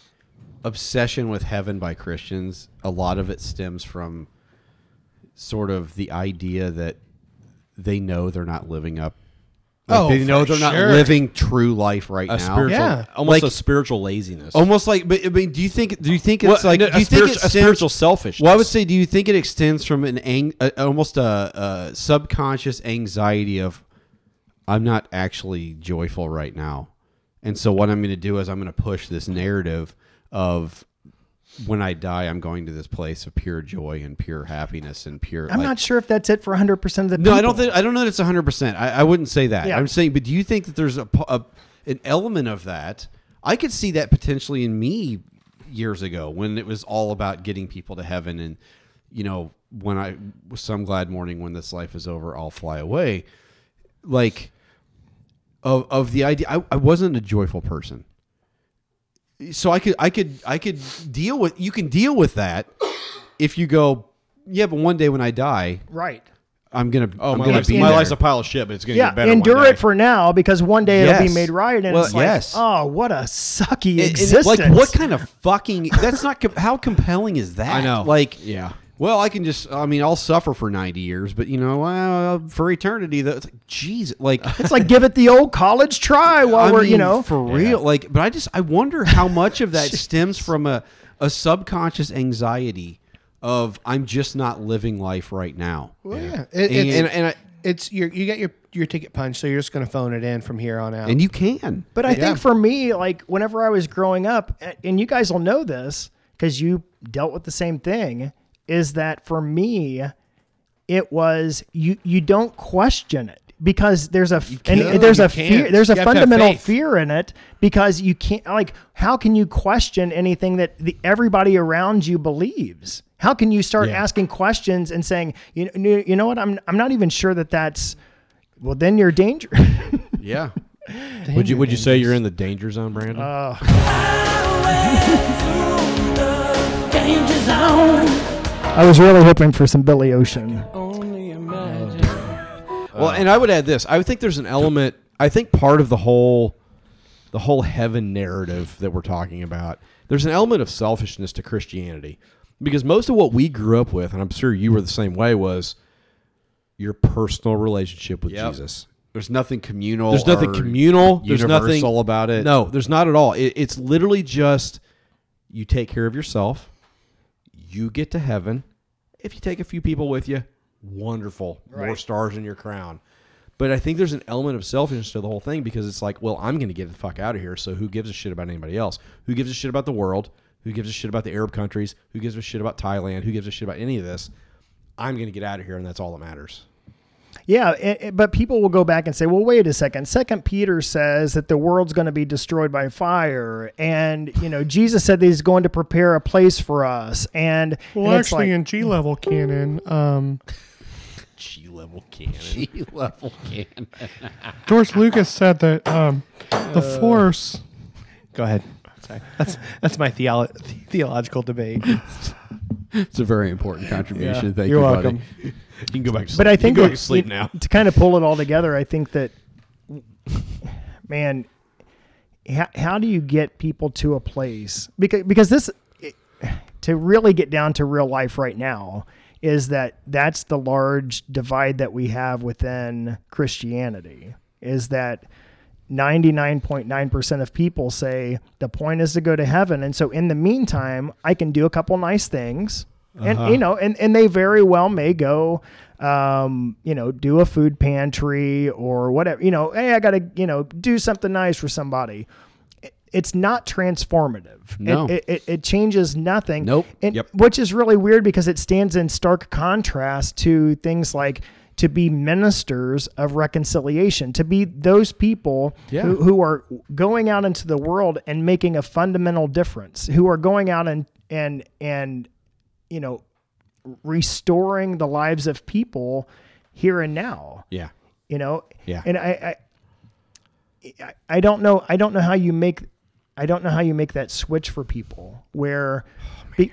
B: obsession with heaven by Christians? A lot of it stems from sort of the idea that they know they're not living up. Like,
C: Oh,
B: they know
C: for
B: they're not
C: sure.
B: living true life right
E: A
B: now.
E: spiritual,
C: Yeah.
E: almost
B: Like-
E: a spiritual laziness.
B: Almost like, but I mean, do you think? Do you think it's
E: Well,
B: like?
E: no,
B: do
E: a
B: you think
E: spiritu- a spiritual selfishness.
B: Well, I would say, do you think it extends from an ang- uh, almost a, a subconscious anxiety of, I'm not actually joyful right now, and so what I'm going to do is I'm going to push this narrative of. When I die, I'm going to this place of pure joy and pure happiness and pure.
D: I'm
B: like-
D: not sure if that's it for 100 percent of the
B: No,
D: people.
B: I don't think I don't know that it's 100. percent I, I wouldn't say that.
D: Yeah.
B: I'm saying, but do you think that there's a, po- a an element of that? I could see that potentially in me years ago when it was all about getting people to heaven and you know when I some glad morning when this life is over, I'll fly away. Like of of the idea, I, I wasn't a joyful person. So I could I could I could deal with you can deal with that if you go yeah but one day when I die
D: Right.
B: I'm gonna.
E: oh,
B: I'm
E: my,
B: gonna
E: life's,
B: be
E: my
B: there.
E: life's a pile of shit, but it's going to
D: Yeah,
E: get better.
D: endure
E: one day.
D: it for now because one day it'll
B: Yes.
D: be made right, and
B: Well,
D: it's like,
B: yes.
D: oh, what a sucky
B: And- and it's
D: existence.
B: Like what kind of fucking? That's not com- how compelling is that?
E: I know.
B: Like
E: Yeah.
B: Well, I can just. I mean, I'll suffer for 90 years, but you know, uh, for eternity. That's like, jeez, like.
D: It's like give it the old college try while
B: I
D: we're,
B: mean,
D: you know,
B: for real. Like, but I just I wonder how much of that stems from a a subconscious anxiety of I'm just not living life right now.
C: Well, Oh, yeah. It,
B: And,
C: it's,
B: and, and, I,
C: it's your you got your your ticket punch, so you're just gonna phone it in from here on out.
B: and you can.
D: But I
C: Yeah.
D: think for me, like whenever I was growing up, a- and you guys will know this because you dealt with the same thing, is that for me, it was you you don't question it because there's a f- and there's
C: You
D: a fear
C: can't.
D: there's a
C: You have to have
D: fundamental
C: faith.
D: fear in it because you can't like how can you question anything that the, everybody around you believes how can you start asking questions and saying you know you know what I'm I'm not even sure that that's well then you're dangerous
B: Yeah.
E: Would you would you say you're in the danger zone, Brandon?
D: I was really hoping for some Billy Ocean.
E: Well, and I would add this. I would think there's an element. I think part of the whole, the whole heaven narrative that we're talking about. There's an element of selfishness to Christianity, because most of what we grew up with, and I'm sure you were the same way, was your personal relationship with
B: Yep.
E: Jesus.
B: There's nothing communal.
E: There's nothing
B: or
E: communal. There's nothing
B: universal about it.
E: No, there's not at all. It, it's literally just you take care of yourself, you get to heaven. If you take a few people with you, wonderful, more
D: Right.
E: stars in your crown. But I think there's an element of selfishness to the whole thing because it's like, well, I'm going to get the fuck out of here. So who gives a shit about anybody else? Who gives a shit about the world? Who gives a shit about the Arab countries? Who gives a shit about Thailand? Who gives a shit about any of this? I'm going to get out of here, and that's all that matters.
D: Yeah, it, it- but people will go back and say, "Well, wait a second. Second Peter says that the world's going to be destroyed by fire, and you know Jesus said that He's going to prepare a place for us." And
M: Well,
D: and it's
M: actually,
D: like-
M: in G level canon, um,
E: G level cannon. G
B: level cannon.
M: George Lucas said that um, the Force.
C: Uh, Go ahead. Sorry. That's that's my theolo- theological debate.
B: It's a very important contribution.
C: Yeah.
B: Thank
C: You're
B: you,
C: welcome.
B: buddy. You can go back to sleep.
D: but I
B: You can
D: think
B: go
D: that,
B: back to sleep
D: you-
B: now.
D: to kind of pull it all together, I think that man, how, how do you get people to a place because because this to really get down to real life right now is that that's the large divide that we have within Christianity is that 99.9% of people say the point is to go to heaven and so in the meantime I can do a couple nice things and
E: Uh-huh.
D: you know and and they very well may go um you know do a food pantry or whatever you know hey I got to you know do something nice for somebody It- it's not transformative It-
B: No.
D: it, it, it changes nothing
B: Nope.
D: and,
B: Yep.
D: Which is really weird because it stands in stark contrast to things like to be ministers of reconciliation, to be those people
E: Yeah.
D: who, who are going out into the world and making a fundamental difference, who are going out and and and you know restoring the lives of people here and now.
E: Yeah.
D: You know.
E: Yeah.
D: And I, I- I, I don't know. I don't know how you make. I don't know how you make that switch for people where,
E: Oh,
D: be-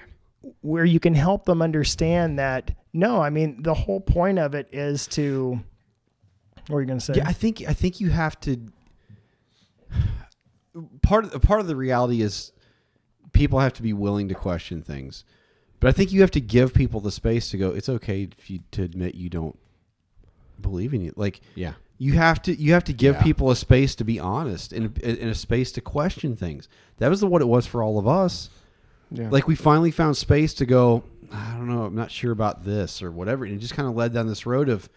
D: where you can help them understand that. No, I mean the whole point of it is to. What were you going to say?
E: Yeah, I think I think you have to. Part of, part of the reality is
B: people have to be willing to question things. But I think you have to give people the space to go. It's okay if you, to admit you don't believe in it. Like
E: Yeah.
B: you have to you have to give
E: Yeah.
B: people a space to be honest and a, and a space to question things. That was the, what it was for all of us.
C: Yeah.
B: Like we finally found space to go. I don't know. I'm not sure about this or whatever. And it just kind of led down this road of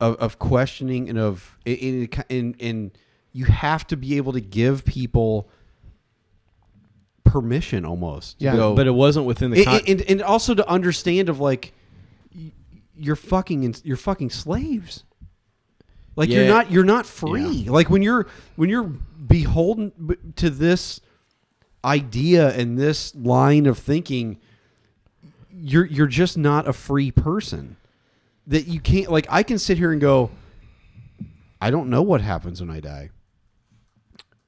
B: of, of questioning and of in in in you have to be able to give people permission almost. to
E: Yeah,
B: go-
E: but it wasn't within the
B: And-
E: con-
B: and, and also to understand of like y- you're fucking in, you're fucking slaves. Like you're
E: Yeah.
B: not you're not free. Like when you're when you're beholden b- to this idea and this line of thinking, you're you're just not a free person. That you can't like I can sit here and go, I don't know what happens when I die.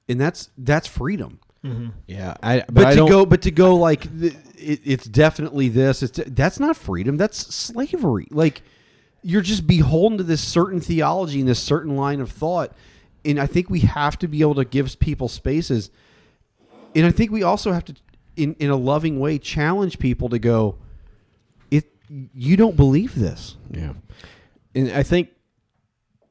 B: And that's that's freedom.
E: yeah, I, but,
B: But,
E: I
B: to
E: don't,
B: go, but to go like th- it, it's definitely this. It's that's not freedom. That's slavery. Like you're just beholden to this certain theology and this certain line of thought. And I think we have to be able to give people spaces. And I think we also have to, in in a loving way, challenge people to go. It you don't believe this.
E: Yeah. And I think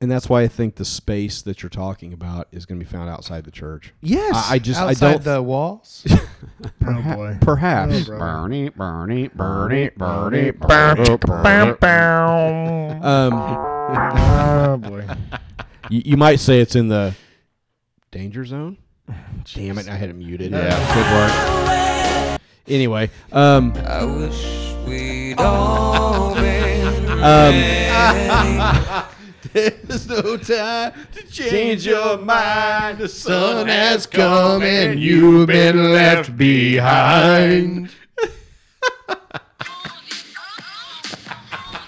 E: and that's why I think the space that you're talking about is going to be found outside the church.
B: Yes.
E: I, I just
C: Outside
E: I don't
C: the walls.
D: oh boy.
E: perhaps.
B: Bernie, Bernie, Bernie,
E: Bernie, um,
D: oh boy.
E: you, you might say it's in the danger zone. Damn it! I had it muted. Yeah, good work. Anyway, um,
J: I wish we'd all been
E: um,
B: There's no time to
E: change your
B: mind. The
E: sun has come and you've been left behind.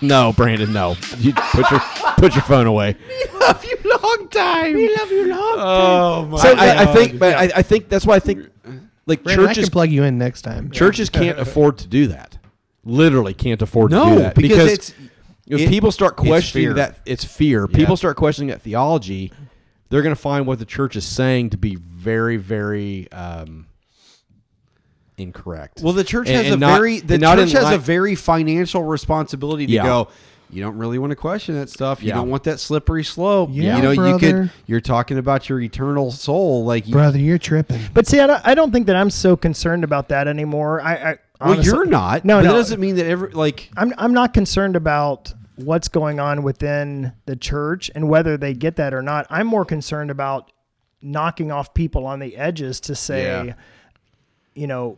E: no, Brandon, no. You put your put your phone away.
B: love you long time. We love you long
E: Oh my!
B: So,
E: I, I think, but I, I think that's why I think like
C: Brandon, I
E: churches
C: can plug you in next time.
E: churches can't afford to do that. Literally can't afford to
B: No,
E: do that
B: because it's-
E: if
B: it-
E: people start
B: it's
E: questioning
B: fear.
E: that it's fear. People start questioning that theology. They're going to find what the church is saying to be very, very um, incorrect.
B: Well, the church
E: And-
B: has
E: and
B: a
E: not-
B: very the
E: and not
B: church
E: in
B: has
E: li-
B: a very financial responsibility to
E: Yeah.
B: go. you don't really want to question that stuff. You
E: Yeah.
B: don't want that slippery slope.
C: Yeah,
B: you know, you
C: brother.
B: could. You're talking about your eternal soul, like you,
C: brother, you're tripping.
D: But see, I don't, I don't think that I'm so concerned about that anymore. I, I
B: Well,
D: honestly-
B: you're not.
D: No,
B: but
D: no.
B: That doesn't mean that every like.
D: I'm I'm not concerned about what's going on within the church and whether they get that or not. I'm more concerned about knocking off people on the edges to say,
B: Yeah.
D: you know,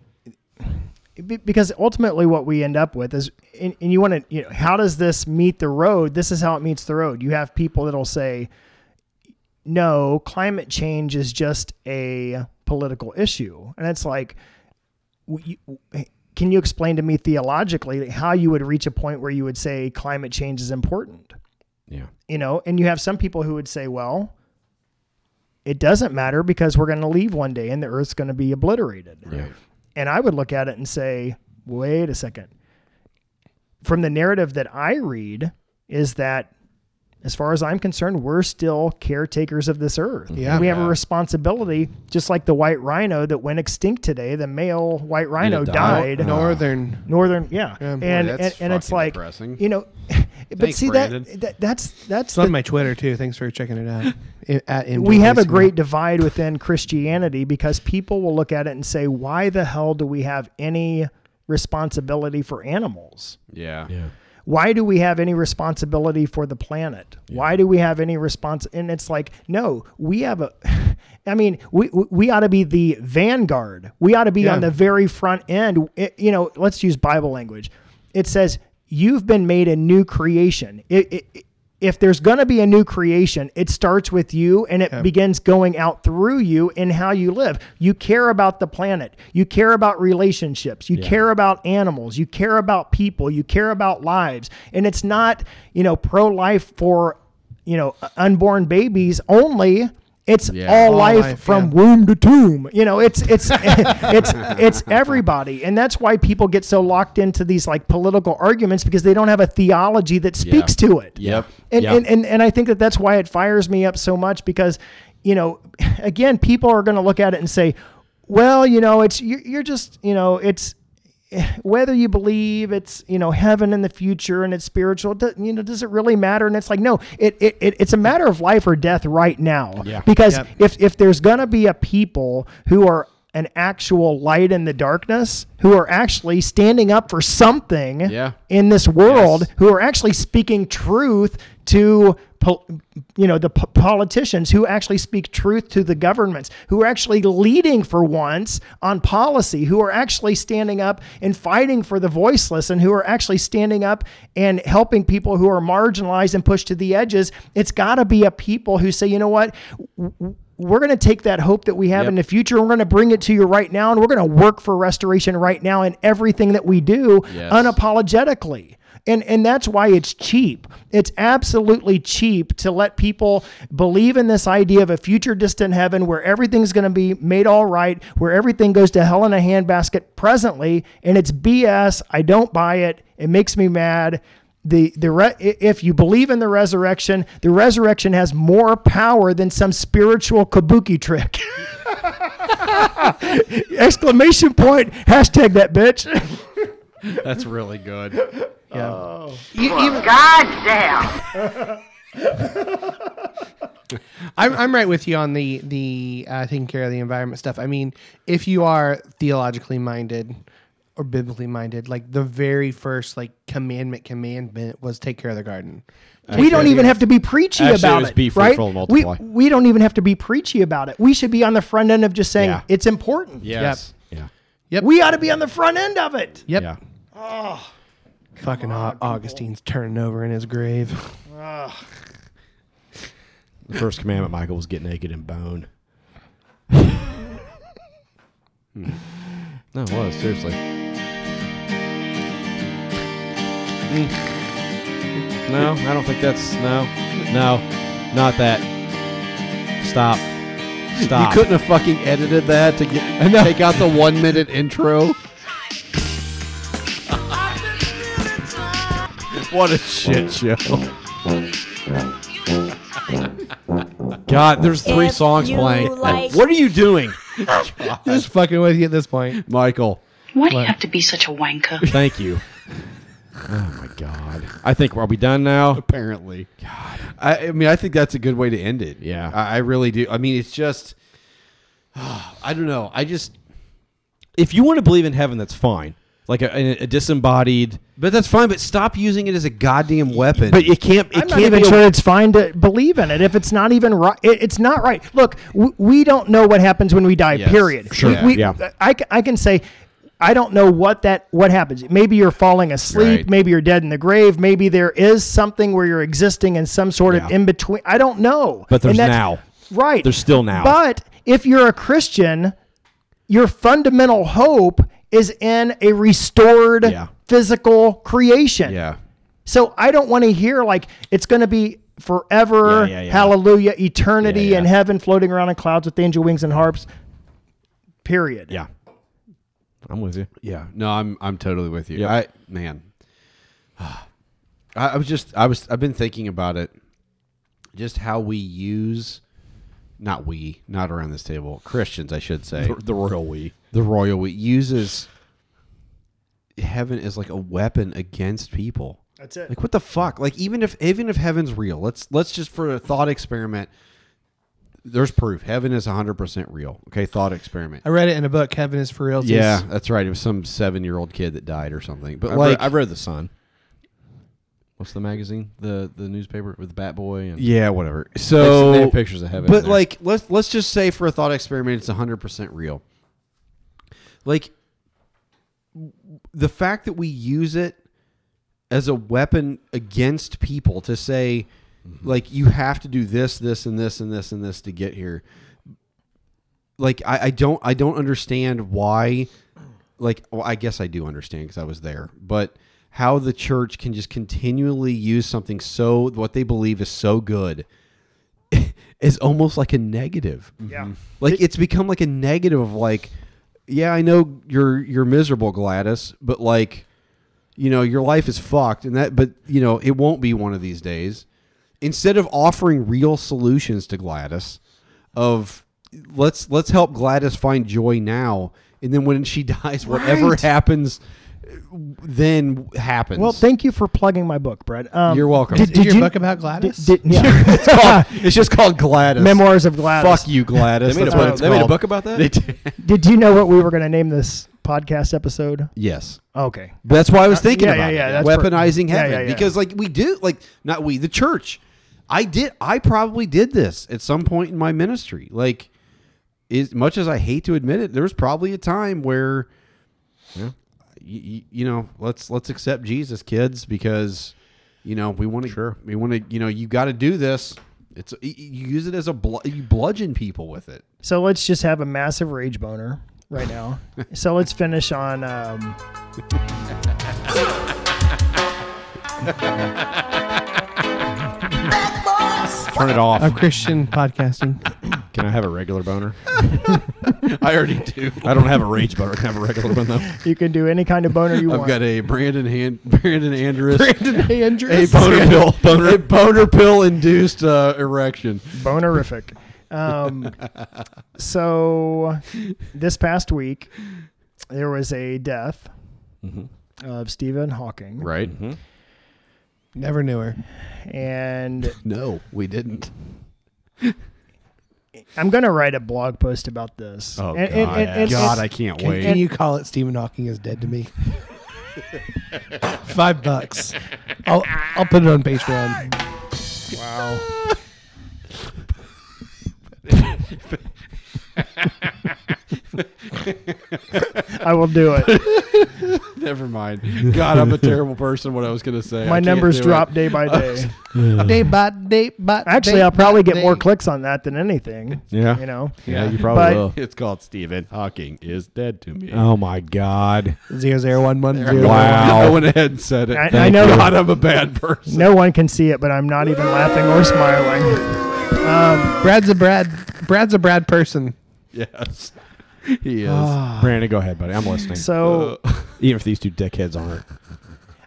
D: be- because ultimately what we end up with is, and, and you want to, you know, how does this meet the road? This is how it meets the road. You have people that'll say, no, climate change is just a political issue, and it's like w- you- can you explain to me theologically how you would reach a point where you would say climate change is important?
E: Yeah.
D: You know, and you have some people who would say, well, it doesn't matter because we're going to leave one day and the earth's going to be obliterated.
E: Right.
D: And I would look at it and say, wait a second. From the narrative that I read, is that as far as I'm concerned, we're still caretakers of this earth.
C: Yeah.
D: We have
E: Yeah.
D: a responsibility, just like the white rhino that went extinct today, the male white rhino
B: died.
D: died.
B: No-
C: Northern.
D: Northern, yeah.
C: Yeah.
D: and,
C: Boy,
D: and,
B: that's
D: and it's
B: fucking
D: like,
B: depressing.
D: you know, but
B: Thanks,
D: see
B: Brandon.
D: that, that that's that's
C: It's on
D: the,
C: my Twitter too. Thanks for checking it out. I- At MJ
D: we have a
C: Lacey.
D: great divide within Christianity because people will look at it and say, why the hell do we have any responsibility for animals?
B: Yeah.
E: Yeah.
D: why do we have any responsibility for the planet? Why do we have any response? And it's like, no, we have a. I mean, we we- we ought to be the vanguard. We ought to be
C: Yeah.
D: on the very front end. It- you know, let's use Bible language. It says you've been made a new creation. It, it, it- if there's going to be a new creation, it starts with you and it begins going out through you in how you live. You care about the planet. You care about relationships. You care about animals. You care about people. You care about lives. And it's not, you know, pro life for, you know, unborn babies only. It's
B: Yeah.
D: all,
C: All
D: life,
C: life,
D: from
C: yeah.
D: womb to tomb. You know, it's it's it's it's everybody, and that's why people get so locked into these like political arguments because they don't have a theology that speaks to it.
E: Yep.
D: And,
E: Yep.
D: and, and and I think that that's why it fires me up so much because, you know, again, people are going to look at it and say, well, you know, it's you're, you're just you know it's whether you believe it's you know heaven in the future and it's spiritual do- you know does it really matter and it's like no it, it, it it's a matter of life or death right now
E: Yeah.
D: because
C: Yep.
D: if if there's gonna be a people who are an actual light in the darkness who are actually standing up for something
B: Yeah.
D: in this world
B: Yes.
D: who are actually speaking truth to pol- you know the p- politicians who actually speak truth to the governments who are actually leading for once on policy who are actually standing up and fighting for the voiceless and who are actually standing up and helping people who are marginalized and pushed to the edges it's got to be a people who say you know what W- w- we're going to take that hope that we have
B: Yep.
D: in the future and we're going to bring it to you right now and we're going to work for restoration right now in everything that we do
B: Yes.
D: unapologetically. And and that's why it's cheap. It's absolutely cheap to let people believe in this idea of a future distant heaven where everything's going to be made all right, where everything goes to hell in a handbasket presently, and it's BS. I don't buy it. It makes me mad. The the re- i- if you believe in the resurrection, the resurrection has more power than some spiritual kabuki trick. Exclamation point! Hashtag that bitch.
B: That's really good.
L: God damn.
C: I'm, I'm right with you on the the uh, taking care of the environment stuff. I mean, if you are theologically minded or biblically minded, like the very first like commandment commandment was take care of the garden.
D: we don't even have to be preachy
E: Actually, it
D: about
E: was
D: it,
E: be
D: right?
E: fruitful and
D: we,
E: multiply.
D: we don't even have to be preachy about it. We should be on the front end of just saying
E: Yeah.
D: it's important.
B: Yes.
E: Yeah.
D: We ought to be on the front end of it.
C: Yep.
E: Yeah.
C: Fucking Au- Augustine's turning over in his grave.
E: The first commandment, Michael, was get naked and bone. no, it was seriously. Mm. No, I don't think that's no, no, not that. Stop.
B: You
E: Stop.
B: couldn't have fucking edited that to get take out the one minute intro. what a shit show.
E: God, there's three
N: If
E: songs
N: you
E: playing.
N: like-
E: what are you doing,
C: Just fucking with you at this point.
E: Michael?
F: Why do you have to be such a wanker?
E: Thank you. Oh my god! I think are we done now?
B: Apparently, God. I, I mean, I think that's a good way to end it.
E: Yeah.
B: I, I really do. I mean, it's just, I don't know. I just,
E: If you want to believe in heaven, that's fine. Like a, a, a disembodied,
B: but that's fine. But stop using it as a goddamn weapon.
E: but it can't. It
D: I'm not
E: can't
D: even
E: be a-
D: sure it's fine to believe in it if it's not even right. It, it's not right. Look, we, we don't know what happens when we die.
B: Yes.
D: Period.
E: Sure.
D: We- we-
E: Yeah.
D: I, c- I can say. I don't know what that what happens. Maybe you're falling asleep.
B: Right.
D: Maybe you're dead in the grave. Maybe there is something where you're existing in some sort of
E: Yeah.
D: in between. I don't know.
E: But there's
D: And that's-
E: now.
D: Right.
E: There's still now.
D: But if you're a Christian, your fundamental hope is in a restored
E: Yeah.
D: physical creation.
B: yeah.
D: So I don't want to hear like it's going to be forever,
E: Yeah, yeah, yeah.
D: hallelujah, eternity
E: Yeah, yeah.
D: in heaven, floating around in clouds with angel wings and harps. Period.
E: Yeah. I'm with you.
B: Yeah. No, I'm I'm totally with you.
E: Yep.
B: I man. I, I was just I was I've been thinking about it just how we use not we, not around this table, Christians I should say.
E: The, the royal we.
B: the royal we uses heaven as like a weapon against people.
D: That's it.
B: Like what the fuck? Like even if even if heaven's real, let's let's just for a thought experiment there's proof. Heaven is 100% real. Okay, thought experiment.
C: I read it in a book, Heaven is for Realties.
B: Yeah, that's right. It was some seven-year-old kid that died or something. But
E: I
B: like,
E: like I read the Sun. What's the magazine? The the newspaper with the Bat Boy and
B: yeah, whatever.
E: They-
B: So
E: they have pictures of heaven. in
B: But
E: there.
B: like, let's let's just say for a thought experiment, it's hundred percent real. Like, the fact that we use it as a weapon against people to say,
E: Mm-hmm.
B: like, you have to do this, this, and this, and this, and this to get here. Like, I, I don't, I don't understand why. Like, well, I guess I do understand because I was there, but how the church can just continually use something so what they believe is so good is almost like a negative.
D: Yeah.
B: Like it's become like a negative of like, yeah, I know you're you're miserable, Gladys, but like, you know, your life is fucked, and that, but you know, it won't be one of these days. Instead of offering real solutions to Gladys, of let's let's help Gladys find joy now, and then when she dies, whatever
D: Right.
B: happens, then happens.
D: Well, thank you for plugging my book, Brett. Um,
B: You're welcome.
D: Did,
B: Is
D: did
C: your
D: you,
C: book about Gladys?
D: Did, did- yeah.
B: it's, called, it's just called Gladys.
D: Memoirs of Gladys.
B: Fuck you, Gladys.
E: They made a
B: That's what
E: book-
B: it's
E: they made a
B: called.
E: book about that?
B: They did.
D: Did you know what we were going to name this podcast episode?
B: Yes.
D: Okay.
B: That's why I
E: Uh,
B: was thinking
D: yeah,
B: about
D: yeah,
B: it.
D: yeah, that's
B: Weaponizing
D: per- yeah,
B: heaven.
D: yeah, yeah.
B: Because like we do like not we, the church. I did I probably did this at some point in my ministry. Like as much as I hate to admit it, there was probably a time where you, you, you know, let's let's accept Jesus kids because you know, we want to sure. we want to, you know, you got to do this. It's you you use it as a bl- you bludgeon people with it.
D: So let's just have a massive rage boner right now. so let's finish on. Um,
E: turn it off.
C: Of Christian podcasting.
E: Can I have a regular boner?
B: I already do.
E: I don't have a rage boner. Can I have a regular one though?
D: you can do any kind of boner you
B: I've
D: want.
B: got a Brandon Han- Brandon Andrus
C: Andrews.
B: a boner pill, boner, boner pill induced uh, erection.
D: bonerific. Um, so this past week, there was a death of Stephen Hawking,
B: Mm-hmm. Right?
C: Never knew her.
D: and
B: No, we didn't.
D: I'm going to write a blog post about this.
B: Oh
D: And-
B: God!
D: and- and- and-
B: God, I
D: and-
B: can't
C: Can,
B: wait.
C: can you call it Stephen Hawking is dead to me? Five bucks. I'll I'll put it on Patreon.
D: I will do it.
B: Never mind. God, I'm a terrible person. What I was gonna say. I
D: My
B: can't
D: numbers
B: do it. Oh,
D: drop day by day.
C: day by day by
D: Actually,
C: day
D: I'll probably
C: by
D: get more
C: day.
D: clicks on that than anything.
E: Yeah.
D: You know.
E: Yeah, you
D: probably But- will.
B: It's called Stephen Hawking is dead to me.
E: Oh my god!
C: zero zero one one zero.
E: Wow.
B: I went ahead and said it.
D: I- I Thank know- you.
B: God, I'm a bad person.
D: No one can see it, but I'm not even laughing or smiling.
C: Brad's a Brad. Brad's a Brad person.
B: Yes, he is.
E: Brandon, go ahead, buddy. I'm listening.
D: So
E: Even if these two dickheads aren't.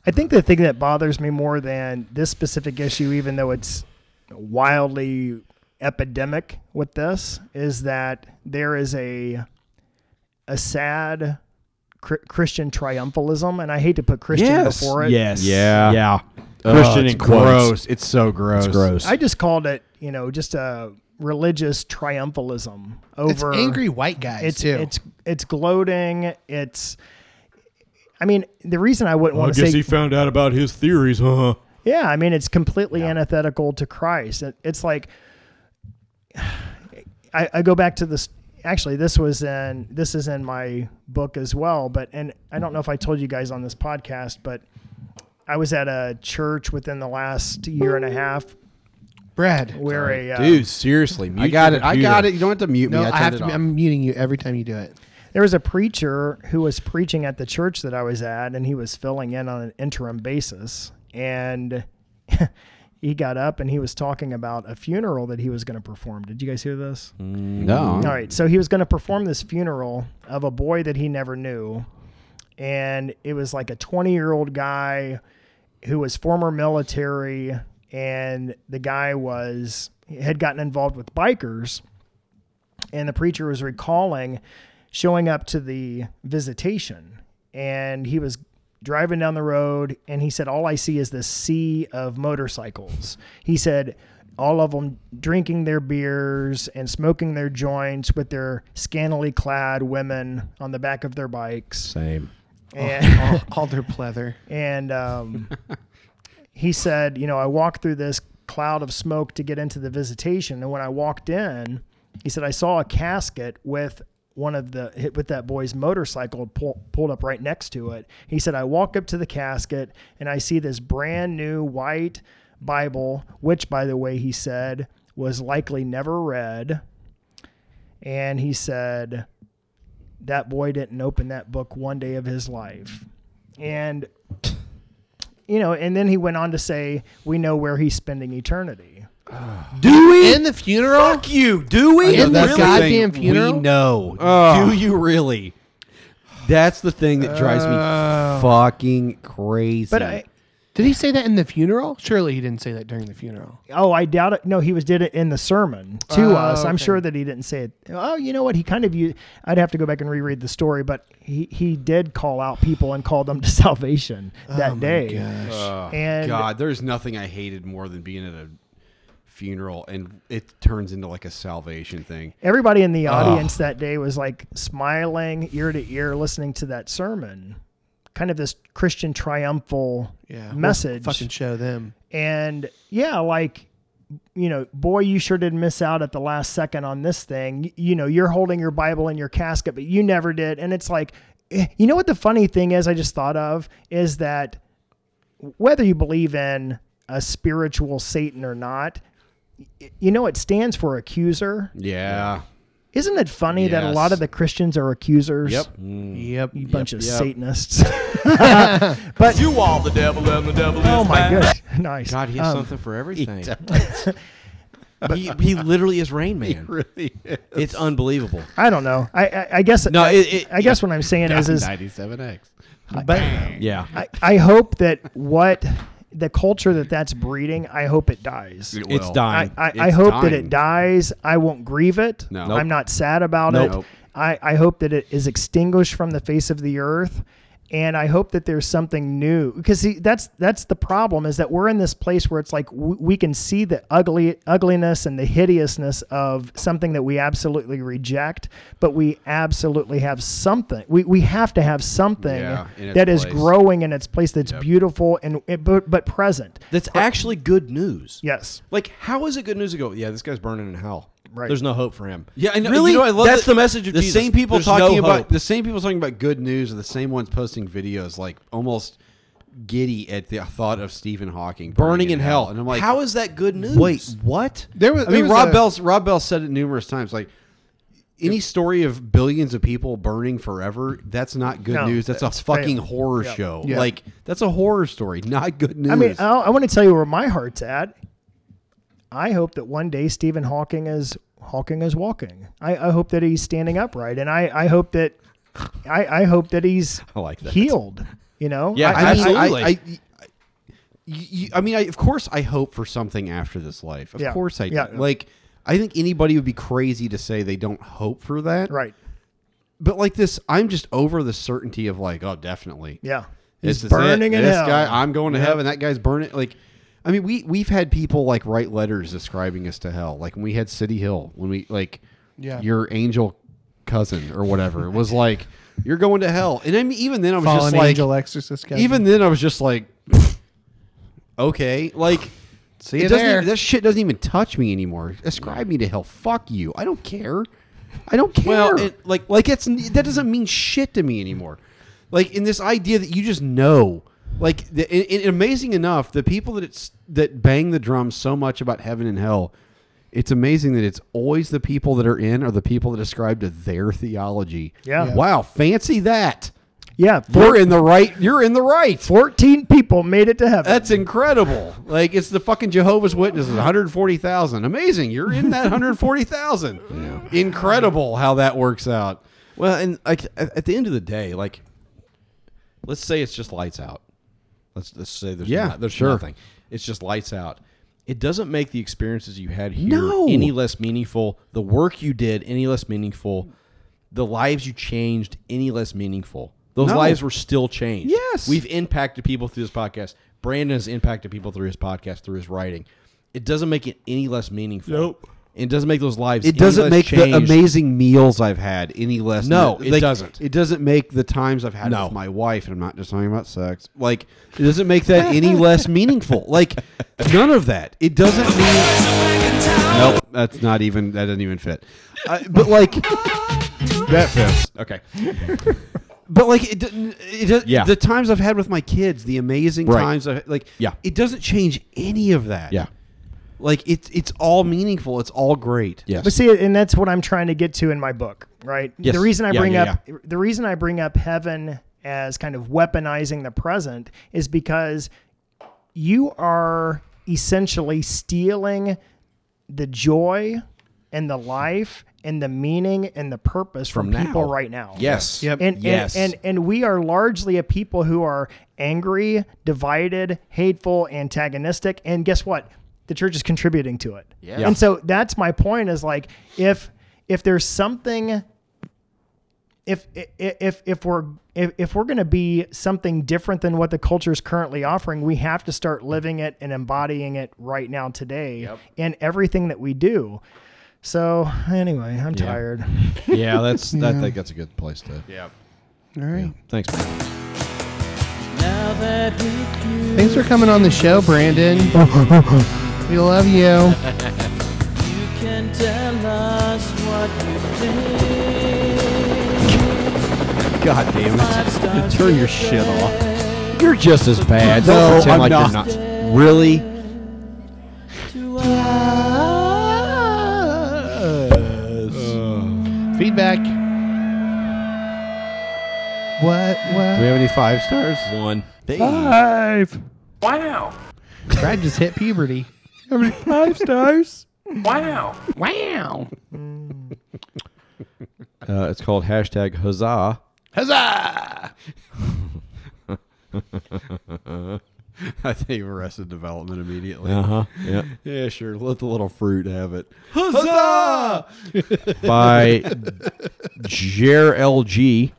D: I think the thing that bothers me more than this specific issue, even though it's wildly epidemic with this, is that there is a a sad cr- Christian triumphalism, and I hate to put Christian
E: yes.
D: before it.
E: Yes.
B: Yeah.
E: Yeah.
B: Christian
E: it's
B: in quotes.
E: gross. It's so gross.
B: It's gross.
D: I just called it, you know, just a religious triumphalism over
C: it's angry white guys
D: It's
C: too.
D: it's it's gloating. It's I mean, the reason I wouldn't want to say
E: found out about his theories, huh?
D: Yeah, I mean, it's completely antithetical to Christ. It, it's like I, I go back to this. Actually, this was in this is in my book as well. But and I don't know if I told you guys on this podcast, but I was at a church within the last year and a half
C: Brad.
D: where a uh,
E: Dude, seriously. Mute
B: I got
E: your
B: it. I
E: computer.
B: got it. You don't have to mute
C: No,
B: me. I,
C: I
B: turned
C: have
B: it
C: to.
B: off.
C: Be, I'm muting you every time you do it.
D: there was a preacher who was preaching at the church that I was at, and he was filling in on an interim basis. And he got up and he was talking about a funeral that he was going to perform. Did you guys hear this?
B: no.
D: All right. So he was going to perform this funeral of a boy that he never knew. And it was like a 20 year old guy who was former military. And the guy was, had gotten involved with bikers. And the preacher was recalling showing up to the visitation. And he was driving down the road and he said, All I see is this sea of motorcycles. He said, all of them drinking their beers and smoking their joints with their scantily clad women on the back of their bikes.
E: Same.
D: And,
C: All, all their pleather.
D: and um, he said, You know, I walked through this cloud of smoke to get into the visitation. And when I walked in, he said, I saw a casket with one of the hit with that boy's motorcycle pull, pulled up right next to it. He said, I walk up to the casket and I see this brand new white Bible, which, by the way, he said was likely never read. And he said, that boy didn't open that book one day of his life. And you know, and then he went on to say, "We know where he's spending eternity."
B: Do we?
C: In the funeral.
B: Fuck you. Do we?
C: I know that's
B: Really?
C: the goddamn
B: We
C: funeral?
B: know.
E: Ugh.
B: Do you really? That's the thing that drives me fucking crazy.
D: But I,
C: Did he say that in the funeral? Surely he didn't say that during the funeral.
D: oh, I doubt it. No, he was did it in the sermon to
C: Oh,
D: us. I'm
C: okay.
D: sure that he didn't say it. Oh, you know what? He kind of used. I'd have to go back and reread the story, but he he did call out people and call them to salvation that day. Uh,
B: Oh,
D: And-
B: God, there's nothing I hated more than being at a funeral and it turns into like a salvation thing.
D: Everybody in the audience that day was like smiling ear to ear, listening to that sermon. Kind of this Christian triumphal
C: Yeah. we'll
D: message.
C: fucking show them.
D: And yeah, like, you know, boy, you sure did miss out at the last second on this thing. Y- You know, you're holding your Bible in your casket, but you never did. And it's like, eh, you know what the funny thing is, I just thought of is that whether you believe in a spiritual Satan or not, y- you know, it stands for accuser.
B: Yeah.
D: Isn't it funny that a lot
B: Yes.
D: of the Christians are accusers?
B: Yep.
C: Mm. Yep.
D: You bunch of
B: yep.
D: Satanists.
O: You are the devil and the devil is
D: oh my
O: mine.
D: goodness. Nice.
E: God, he has
D: Um,
E: something for everything.
B: But
E: he, he literally is Rain Man.
B: really is.
E: It's unbelievable.
D: I don't know. I I, I guess
E: No,
D: I,
E: it- it-
D: I guess what I'm saying is is
B: 97X.
D: but
E: Yeah.
D: I, I hope that what the culture that that's breeding, I hope it dies.
E: It's
B: will.
E: dying.
D: I, I, I
B: It's
D: hope that
B: dying.
D: it dies. I won't grieve it.
B: No.
D: I'm not sad about
E: Nope.
D: it.
E: Nope.
D: I, I hope that it is extinguished from the face of the earth. And I hope that there's something new because see, that's that's the problem is that we're in this place where it's like w- we can see the ugly ugliness and the hideousness of something that we absolutely reject, but we absolutely have something. We, we have to have something
B: Yeah, in its
D: that is
B: place.
D: growing in its place that's beautiful and but, but present.
E: That's actually good news.
D: Yes.
E: Like, how is it good news to go? Yeah, this guy's burning in hell.
D: Right.
E: There's no hope for him.
B: Yeah, I know,
E: Really?
B: You know, I love
E: That's the, message of
B: the
E: Jesus.
B: same people
E: There's
B: talking
E: no
B: about
E: hope.
B: the same people talking about good news are the same ones posting videos like almost giddy at the thought of Stephen Hawking
E: burning in hell.
B: and I'm like,
E: how is that good news?
B: Wait, what?
C: There was-
B: I
C: there
B: mean,
C: was
B: Rob
C: a-
B: Bell's Rob Bell said it numerous times. Like any story of billions of people burning forever, that's not good
D: No,
B: news. That's a
D: it's
B: fucking
D: fail.
B: horror show.
C: Yeah.
B: Like that's a horror story, not good news.
D: I mean, I, I want to tell you where my heart's at. I hope that one day Stephen Hawking is Hawking is walking. I, I hope that he's standing upright, and I, I hope that I, I hope that he's
B: I like that.
D: healed. You know,
E: Yeah,
D: I, I-
E: absolutely.
B: I, I, I, you- you- I mean, I, of course, I hope for something after this life. Of
D: Yeah.
B: course, I do.
D: Yeah.
B: Like, I think anybody would be crazy to say they don't hope for that.
D: right.
B: but like this, I'm just over the certainty of like, oh, definitely.
D: Yeah.
B: This
D: He's
B: is
D: burning
B: it.
D: in
B: This
D: hell.
B: guy, I'm going to
D: Yep.
B: heaven. That guy's burning. Like, I mean, we we've had people like write letters describing us to hell. Like when we had City Hill, when we like,
C: Yeah.
B: your angel cousin or whatever was like, you're going to hell. And I mean, even then, I was
C: Fallen
B: just like,
C: angel exorcist. Kevin.
B: even then, I was just like, okay, like.
C: See you
B: doesn't
C: there.
B: even- that shit doesn't even touch me anymore. Ascribe me to hell. Fuck you. I don't care. I don't care.
E: Well, it-
B: like, like it's that doesn't mean shit to me anymore. Like in this idea that you just know, like, the, and, and amazing enough, the people that it's that bang the drum so much about heaven and hell, it's amazing that it's always the people that are in are the people that ascribe to their theology.
D: Yeah. Yeah.
B: Wow. Fancy that.
D: Yeah.
B: We're in the right. You're in the right.
D: 14 people made it to heaven.
B: That's incredible. Like it's the fucking Jehovah's Witnesses, 140,000. Amazing. You're in that 140,000. Incredible how that works out.
E: Well, and like at at the end of the day, like let's say it's just lights out. Let's let's say there's
B: Yeah,
E: no- there's
B: sure.
E: nothing. It's just lights out. It doesn't make the experiences you had here
B: No.
E: any less meaningful. The work you did any less meaningful. The lives you changed any less meaningful. Those
B: No.
E: lives were still changed.
B: Yes.
E: We've impacted people through this podcast. Brandon has impacted people through his podcast, through his writing. It doesn't make it any less meaningful. Nope. It doesn't make those lives.
B: It
E: any
B: doesn't
E: less
B: make the
E: changed.
B: amazing meals I've had any less.
E: No,
B: than-
E: it doesn't.
B: It doesn't make the times I've had
E: No.
B: with my wife, and I'm not just talking about sex. Like, it doesn't make that any less meaningful. Like, none of that. It doesn't mean. Nope, that's not even. That doesn't even fit. Uh, but like, that fits.
E: Okay.
B: But like it, doesn't- it does,
E: Yeah.
B: the times I've had with my kids, the amazing
E: Right.
B: times, I, like
E: Yeah.
B: it doesn't change any of that.
E: Yeah.
B: like it's it's all meaningful. It's all great.
E: Yes.
D: But see, and that's what I'm trying to get to in my book, right?
E: Yes.
D: The reason I
E: Yeah,
D: bring
E: yeah,
D: up the reason I bring up heaven as kind of weaponizing the present is because you are essentially stealing the joy and the life and the meaning and the purpose from,
E: From
D: people
E: now.
D: right now.
E: Yes.
C: Yep.
D: And,
E: Yes.
D: and, and and we are largely a people who are angry, divided, hateful, antagonistic, and guess what? The church is contributing to it.
B: Yeah.
D: And so that's my point is like if if there's something if i- i- if if we're if, if we're going to be something different than what the culture is currently offering, we have to start living it and embodying it right now today in everything that we do. So anyway, I'm tired.
E: yeah, that's. I think that's a good place to.
B: Yeah.
C: All right.
E: Thanks. Man.
C: Thanks for coming on the show, Brandon. we love you.
B: God damn it! Turn your shit off. You're just as bad.
E: Don't
B: No,
E: pretend
B: I'm
E: like you're
B: not.
E: Really?
C: Feedback. What?
B: Do we
C: What?
B: have any five stars?
E: One.
B: Ah.
M: Five.
I: Wow.
C: Brad just hit puberty.
M: How many five stars?
I: Wow.
C: Wow.
E: Uh, it's called hashtag huzzah.
C: Huzzah!
B: I think Arrested Development immediately.
E: huh. Yeah.
B: Uh-huh. Yeah, sure. Let the little fruit have it.
E: Huzzah! By Jer LG.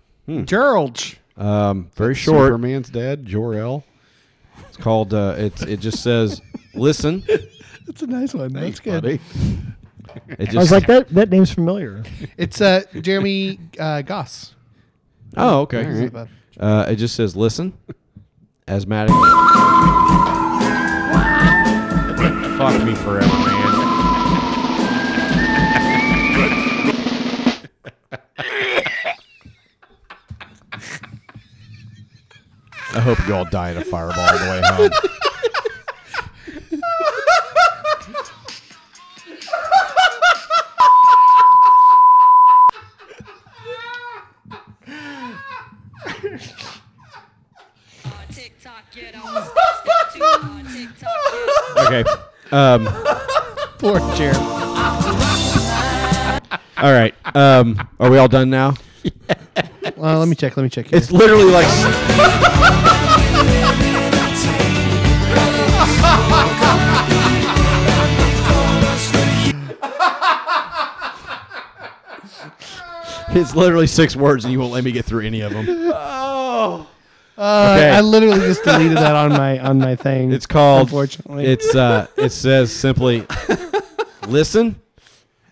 C: Gerald.
E: Um, very short.
B: Superman's dad, Jor El.
E: It's called. Uh, it's. It just says. Listen.
C: That's a nice one. That's good.
E: It just,
D: I was like that that name's familiar.
C: It's uh, Jeremy uh, Goss.
E: Oh, okay. Uh, it just says listen. Asthmatic. Fuck me forever, man.
B: I hope you all die in a fireball on the way home.
K: TikTok, get on. Step too hard, TikTok, get on.
E: Okay. Um,
C: Poor Jeremy.
E: all right. Um, are we all done now?
C: Uh, let me check. Let me check. Here.
E: It's literally like. It's literally six words, and you won't let me get through any of them.
C: Oh. Uh, I literally just deleted that on my on my thing.
E: It's called.
C: Unfortunately,
E: it's uh, it says simply, listen,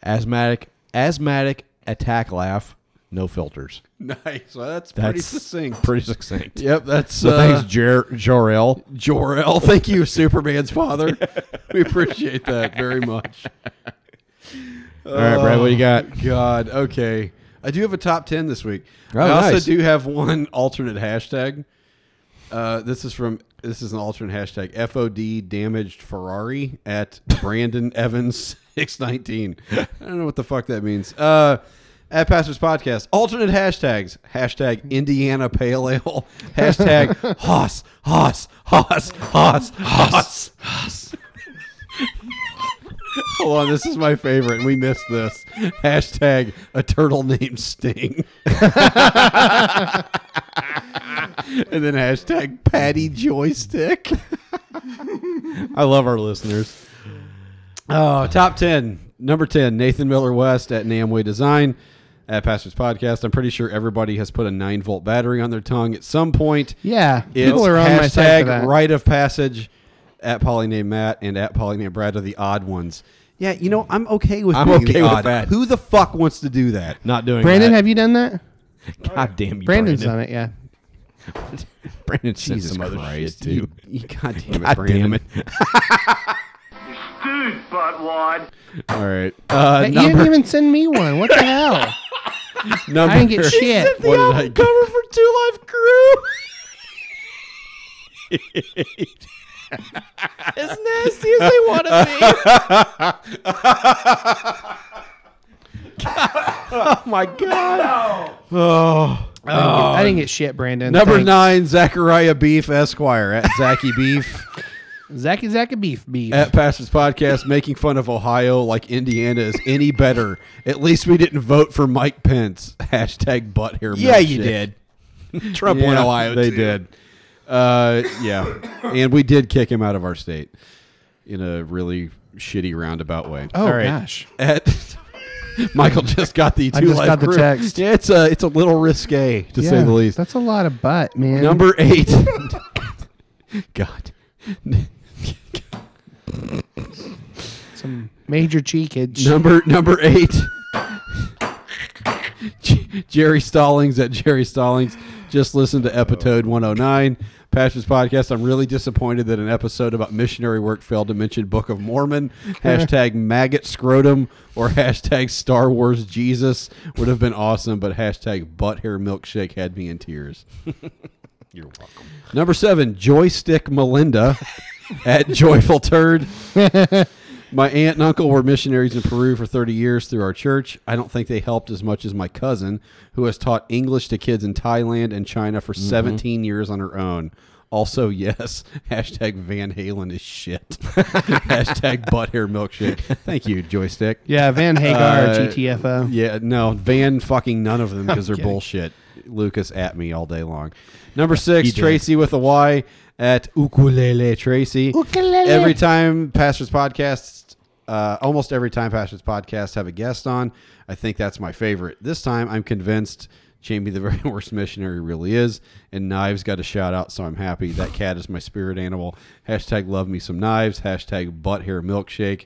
E: asthmatic, asthmatic attack laugh, no filters.
B: Nice. Well, that's, pretty
E: That's
B: succinct.
E: Pretty succinct.
B: Yep, that's
E: So
B: uh,
E: thanks, Jer- Jorel.
B: Jor-El. Thank you, Superman's father. we appreciate that very much. Oh,
E: All right, Brad, what you got?
B: God, okay. I do have a top 10 this week.
E: Oh,
B: I also
E: nice.
B: do have one alternate hashtag. Uh, this is from this is an alternate hashtag FOD damaged Ferrari at Brandon Evans 619. I don't know what the fuck that means. Uh, at Pastors Podcast, alternate hashtags hashtag Indiana Pale Ale, hashtag Haas, Haas, Haas, Haas, Haas, Haas. Hold on, this is my favorite, and we missed this. Hashtag a turtle named Sting. and then hashtag Patty Joystick.
E: I love our listeners.
B: Oh, top 10. Number 10, Nathan Miller West at Namway Design at Pastors Podcast. I'm pretty sure everybody has put a 9 volt battery on their tongue at some point.
C: Yeah,
B: It's
C: people are on my side for
B: hashtag
C: that.
B: rite of passage at Polynamed Matt and at Polynamed Brad are the odd ones. Yeah, you know, I'm okay with
E: I'm
B: being
E: okay
B: the
E: with
B: odd.
E: that.
B: Who the fuck wants to do that?
E: Not doing
C: Brandon,
E: that.
C: have you done that?
E: God damn you,
C: Brandon's
E: Brandon.
C: done it. Yeah.
E: Brandon sent
B: Jesus
E: some other
B: Christ,
E: shit too.
B: you- you- God damn it,
E: God
B: Brandon.
E: damn it.
I: Dude, butt wad.
B: All right. Uh,
C: Hey, you
B: number,
C: didn't even send me one. What the hell?
B: number,
C: I didn't get shit.
B: What did I get?
E: cover for Two Life Crew. as nasty as they want to be. oh my god. Oh.
C: I didn't get shit, Brandon.
B: Number
C: Thanks.
B: nine, Zachariah Beef Esquire at Zachy Beef
C: Zacky Zacky Beef Beef.
B: at Pastors Podcast, making fun of Ohio like Indiana is any better. At least we didn't vote for Mike Pence. Hashtag butt hair.
E: Yeah, you
B: milkshake.
E: did. Trump won
B: Yeah,
E: Ohio.
B: They
E: too.
B: did. Uh, yeah, and we did kick him out of our state in a really shitty roundabout way.
C: oh
B: All right.
C: gosh.
B: At Michael just got the two
C: I just
B: life
C: got the
B: crew.
C: text.
B: Yeah, it's a it's a little risque to say
C: Yeah,
B: the least.
C: That's a lot of butt, man.
B: Number eight. God.
C: some major cheekage.
B: Number number eight. J- Jerry Stallings at Jerry Stallings. Just listen to episode 109, Pastors Podcast. I'm really disappointed that an episode about missionary work failed to mention Book of Mormon. Hashtag maggot scrotum or hashtag Star Wars Jesus would have been awesome, but hashtag butt hair milkshake had me in tears. You're welcome. Number seven, Joystick Melinda at Joyful Turd. My aunt and uncle were missionaries in Peru for 30 years through our church. I don't think they helped as much as my cousin, who has taught English to kids in Thailand and China for 17 years on her own. Also, yes, hashtag Van Halen is shit. hashtag butt hair milkshake. Thank you, joystick.
C: Yeah, Van Hagar
B: Uh,
C: GTFO.
B: Yeah, no, Van fucking none of them because they're
C: kidding.
B: bullshit. Lucas at me all day long. Number six,
E: did.
B: Tracy with a Y at Ukulele Tracy.
C: Ukulele.
B: Every time Pastors Podcasts, uh, almost every time Pastors Podcasts have a guest on, I think that's my favorite. This time I'm convinced Jamie the Very Worst Missionary really is, and Knives got a shout out, so I'm happy. That cat is my spirit animal. Hashtag love me some knives. Hashtag butt hair milkshake.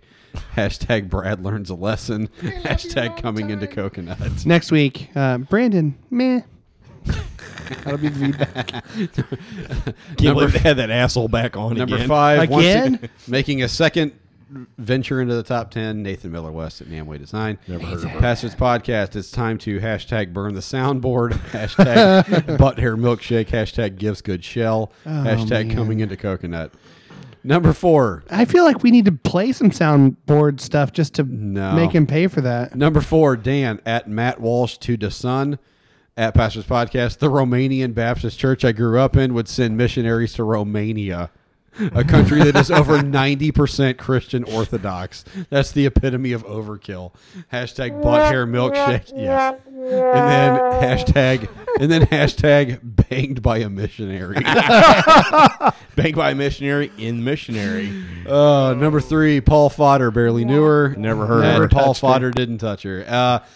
B: Hashtag Brad learns a lesson. Hashtag coming into coconuts.
C: Next week, uh, Brandon. Meh. That'll be the feedback.
E: Can't believe they had that asshole back on
B: Number
E: again.
B: five, once
C: Again?
B: aga- making a second venture into the top ten. Nathan Miller West at Namway Design. Never heard of Pastors Podcast. It's time to hashtag burn the soundboard. Hashtag butt hair milkshake. Hashtag gives good shell. hashtag
C: Oh, man.
B: coming into coconut. Number four.
C: I feel like we need to play some soundboard stuff just to
B: No.
C: make him pay for that.
B: Number four, Dan at Matt Walsh to the Sun at Pastors Podcast. The Romanian Baptist Church I grew up in would send missionaries to Romania, a country that is over ninety percent Christian Orthodox. That's the epitome of overkill. Hashtag butt hair milkshake. Yes. And then hashtag and then hashtag banged by a missionary.
E: Bank by a missionary in missionary.
B: Uh, number three, Paul Fodder barely knew her.
E: Never heard of
B: And
E: her.
B: Paul
E: Touched her.
B: Fodder didn't touch her. Uh,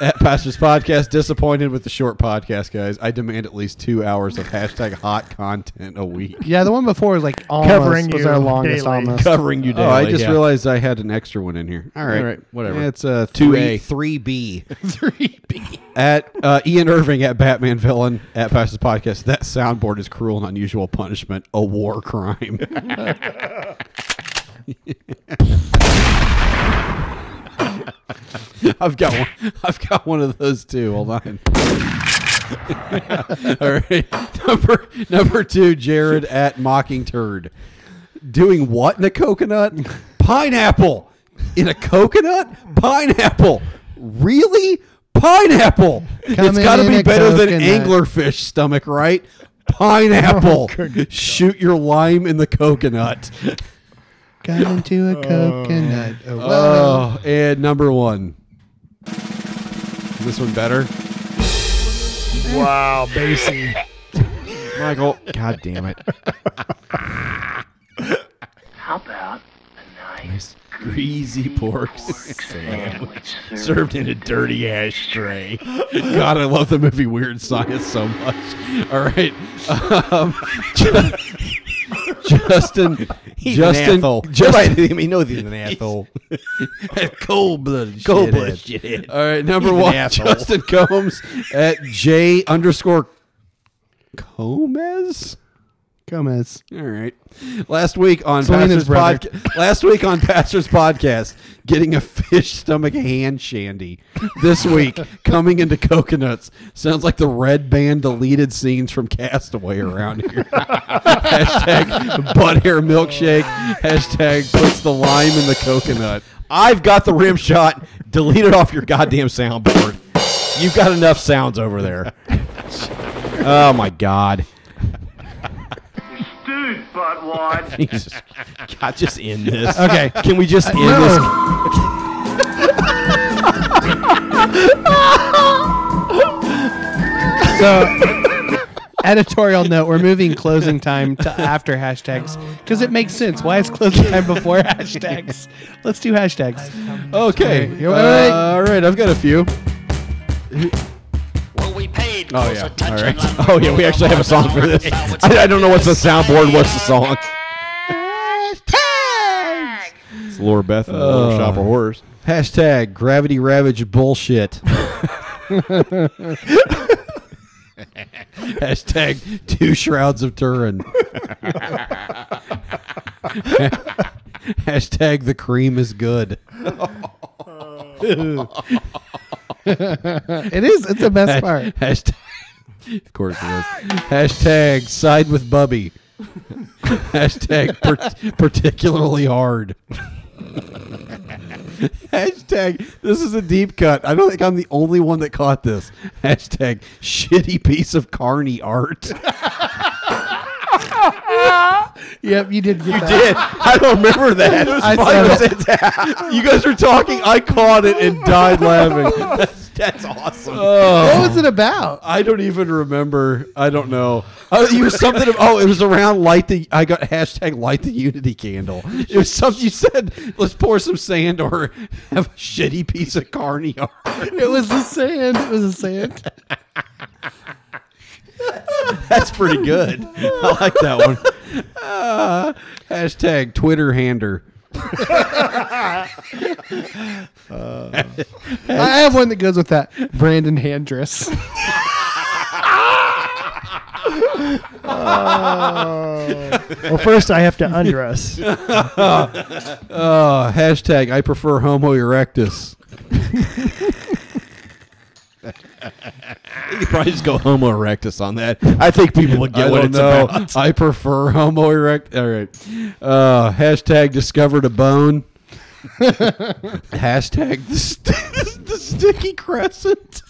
B: at Pastors Podcast. Disappointed with the short podcast, guys. I demand at least two hours of hashtag hot content a week.
C: Yeah, the one before was like almost covering was our longest
B: daily.
C: almost
B: covering you. Daily,
E: oh, I just
B: yeah.
E: realized I had an extra one in here. All right,
B: All right, whatever.
E: Yeah, it's uh,
B: Two
E: three-
B: A.
E: three B.
C: three B.
B: at uh, Ian Irving at Batman Villain at Pastors Podcast. That soundboard is cruel and unusual punishment, a war crime. I've got one. I've got one of those too. Hold on. All right, number number two, Jared at Mocking Turd. Doing what in a coconut? Pineapple in a coconut? Pineapple? Really? Pineapple? it's
C: Coming
B: got to
C: in
B: be
C: a
B: better than
C: coconut.
B: anglerfish stomach, right? Pineapple.
C: Oh,
B: Shoot your lime in the coconut.
C: Got into a coconut. Oh, well.
B: Oh, and number one. Is this one better?
D: Wow, Basie.
B: Michael, god damn it.
P: How about a nice
B: Greasy pork sandwich served in a dirty ashtray.
P: Tray.
B: God, I love the movie Weird Science so much. All right, um, Justin,
E: He's
B: Justin,
E: an asshole.
B: Justin,
E: Nobody- we know he's an asshole. Cold blooded,
B: Cold blooded shithead. All right, number one, Justin Combs at J underscore Combs.
C: Gomez.
B: All right. Last week on
C: Selena's
B: Pastors
C: brother.
B: Podca- Last week on Pastors Podcast, getting a fish stomach hand shandy. This week, coming into coconuts. Sounds like the red band deleted scenes from Castaway around here. hashtag butt hair milkshake. Hashtag puts the lime in the coconut.
E: I've got the rim shot. Delete it off your goddamn soundboard. You've got enough sounds over there.
B: Oh my God.
I: Dude, butt wad.
E: Jesus. God, just end this.
B: Okay.
E: Can we just end
C: So, editorial note: We're moving closing time to after hashtags because it makes sense. Why is closing time before hashtags? Let's do hashtags.
B: Okay.
C: All right.
B: Uh, all right. I've got a few.
Q: Well, we paid
B: Oh
Q: close
B: yeah. All
Q: attention.
B: right. Oh yeah. We actually have a song for this. I, I don't know what's the soundboard. What's the song?
E: this? Laura Beth
B: and the Little Shop of
E: Horrors. Hashtag gravity ravage bullshit.
B: Hashtag two shrouds of Turin. Hashtag the cream is good.
C: it is. It's the best part.
B: Hashtag, of course it is. Hashtag side with Bubby. Hashtag par- particularly hard. Hashtag this is a deep cut. I don't think I'm the only one that caught this. Hashtag shitty piece of carny art.
C: Yep, you did. Get
B: You
C: that.
B: did. I don't remember that.
C: I
B: Mine was
C: said
B: it. you guys were talking. I caught it and died laughing. That's,
E: that's awesome.
C: What was it about?
B: I don't even remember. I don't know. Oh, you was something. of- oh, it was around light the. I got hashtag light the unity candle. It was something you said. Let's pour some sand or have a shitty piece of carny art.
C: It was the sand. It was the sand.
B: That's pretty good. I like that one. Uh, hashtag Twitter hander.
C: I have one that goes with that. Brandon Handress.
D: Well, first I have to undress.
B: Uh, hashtag I prefer Homo erectus. you could probably just go Homo erectus on that.
E: I think people would get
B: I
E: what
B: don't
E: it's
B: know.
E: about.
B: I prefer Homo erect. All right. Uh, hashtag discovered a bone. hashtag the, st- the sticky crescent.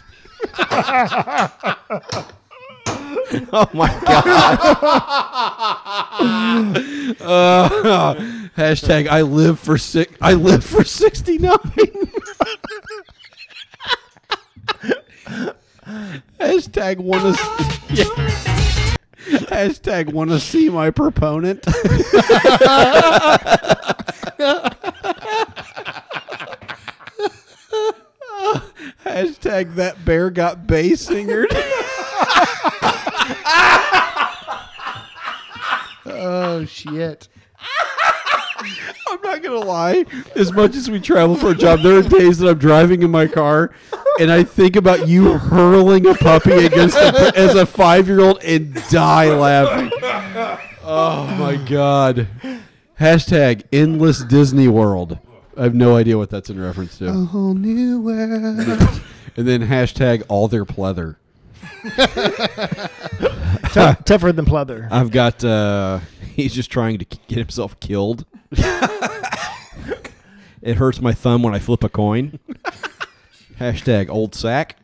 B: oh my god. Uh, hashtag I live for six. I live for sixty nine. hashtag want to. Hashtag want to see my proponent. Hashtag
N: Hashtag that bear got bass singered.
C: oh shit.
N: I'm not gonna lie. As much as we travel for a job, there are days that I'm driving in my car and I think about you hurling a puppy against a, as a five year old and die laughing. Oh my god. Hashtag endless Disney World. I have no idea what that's in reference to.
C: A whole new world.
N: and then hashtag all their pleather.
D: Tough, tougher than pleather.
E: I've got. Uh, he's just trying to k- get himself killed. it hurts my thumb when I flip a coin. Hashtag old sack.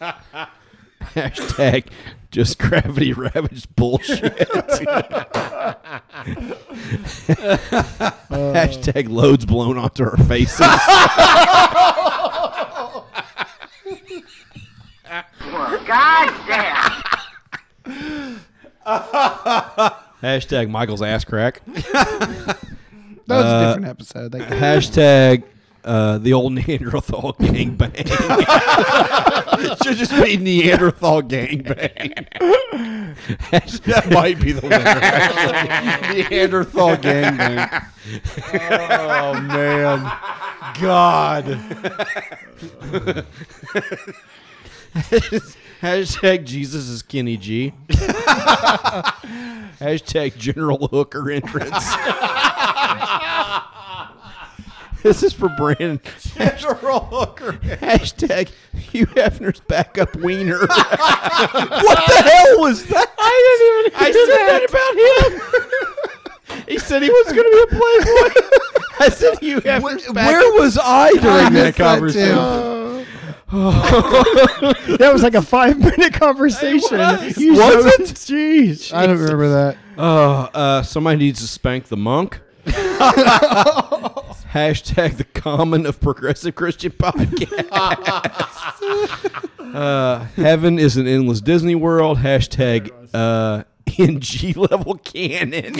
E: Hashtag just gravity ravaged bullshit. Hashtag loads blown onto our faces.
L: Well, goddamn.
E: Hashtag Michael's ass crack.
C: That was a different episode. Thank you.
E: Hashtag uh, the old Neanderthal gangbang. it should just be Neanderthal gangbang. that might be the winner. actually. Neanderthal gangbang.
N: Oh man. God.
E: Hashtag Jesus is Kenny G. Hashtag General Hooker entrance. this is for Brandon.
N: General Hooker.
E: Hashtag Hugh Hefner's backup wiener.
N: What the hell was that?
E: I didn't even. I said that about him. he said he was going to be a playboy. I said Hugh Hefner's
N: Where,
E: backup.
N: where was I during that
C: missed that too.
N: conversation?
D: That was like a five minute conversation. You
N: Was
D: showed-
N: it?
D: Jeez.
C: I don't remember that.
E: Oh, uh, somebody needs to spank the monk. Hashtag the common of progressive Christian podcast. uh, heaven is an endless Disney world. Hashtag uh, NG level canon.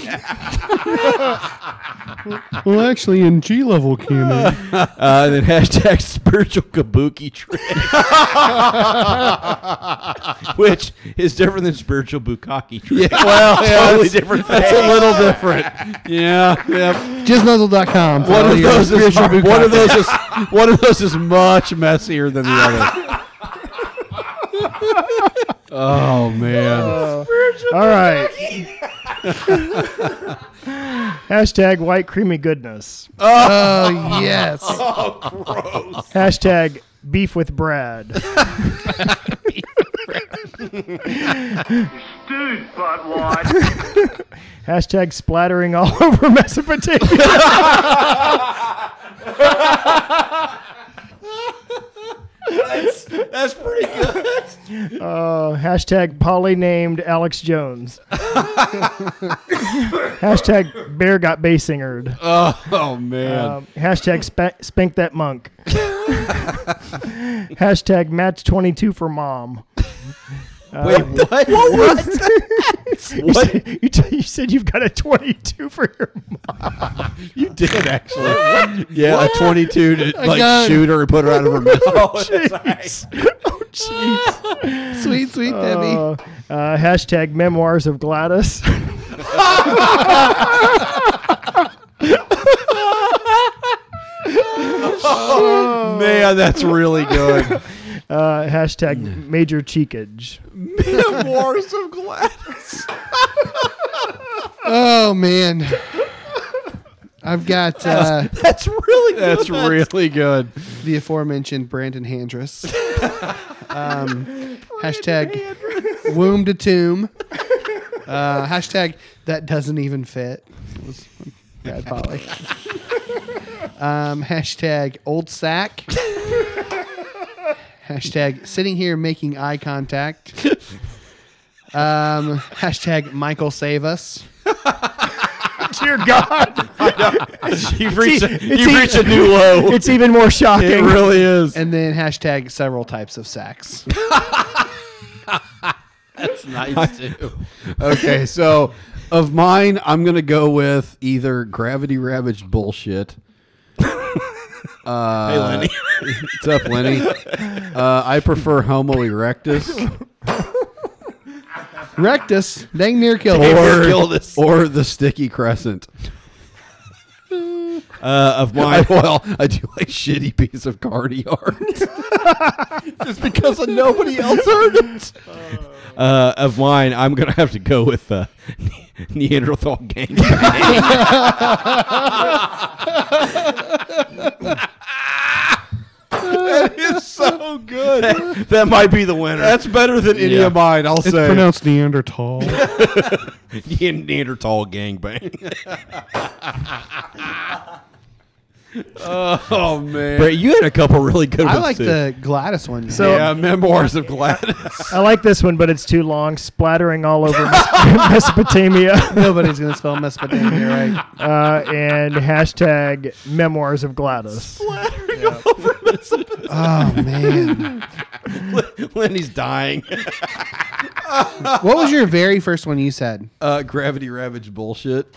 M: Well, actually, in G level canon,
E: Uh, and then hashtag spiritual kabuki trick, which is different than spiritual bukkake trick. Yeah,
N: Well, yeah,
E: totally
N: that's-
E: different.
N: That's
E: thing.
N: a little different. Yeah. Yep.
C: Jizznuzzle.com.
N: One of those is mu- one of those is one of those is much messier than the other. Oh man.
D: All right. Hashtag white creamy goodness.
C: Oh yes.
D: Hashtag beef with Brad.
I: Dude, but what?
D: Hashtag splattering all over Mesopotamia.
E: That's pretty good.
D: Uh, hashtag poly named Alex Jones. hashtag bear got bassingered.
N: Oh, oh man.
D: Um, hashtag spa- spank that monk. hashtag match 22 for mom.
E: Wait, what?
D: You said, you, t- you said you've got a 22 for your mom.
N: You did actually. yeah, a 22 to like shoot her and put her out of her mouth.
D: Jeez. Oh, jeez.
C: Sweet, sweet Debbie.
D: Uh, uh, hashtag memoirs of Gladys.
N: Man, that's really good.
D: Uh, hashtag
E: Mm.
D: major cheekage.
N: Memoirs of Gladys.
C: Oh man. I've got uh,
N: That's really good. That's really good.
C: the aforementioned Brandon Handress. Um, hashtag womb to tomb. Uh, hashtag that doesn't even fit. It was bad Polly. Um, hashtag old sack. hashtag sitting here making eye contact. Um, hashtag Michael save us.
D: Dear God.
E: You've reached, a,
D: It's
E: you've
D: e-
E: reached a new low.
D: It's even more shocking.
N: It really is.
C: And then hashtag several types of sacks.
B: nice too.
N: Okay, so of mine, I'm gonna go with either gravity ravaged bullshit,
B: Uh,
E: Hey, Lenny.
B: what's up, Lenny? Uh, I prefer Homo erectus.
C: Rectus, dang near killed
B: or,
C: us.
B: or the sticky crescent.
E: Uh, of mine.
B: well, I do like shitty piece of cardi art. Just because of nobody else heard it.
E: Uh, of mine, I'm gonna have to go with uh, Neanderthal gang.
B: It's so good.
E: that might be the winner.
B: That's better than any
E: Yeah.
B: of mine, I'll
M: It's
B: say.
M: pronounced Neanderthal.
E: Neanderthal gangbang.
B: oh, man.
E: Brett, you had a couple really good ones.
C: I like
E: too.
C: the Gladys one.
D: So-
B: yeah, Memoirs of Gladys.
D: I like this one, but it's too long, splattering all over Mes- Mesopotamia.
C: nobody's gonna spell Mesopotamia right.
D: Uh, and hashtag memoirs of Gladys.
C: Oh man,
E: Lenny's dying.
C: what was your very first one you said?
B: Uh, gravity Ravage bullshit.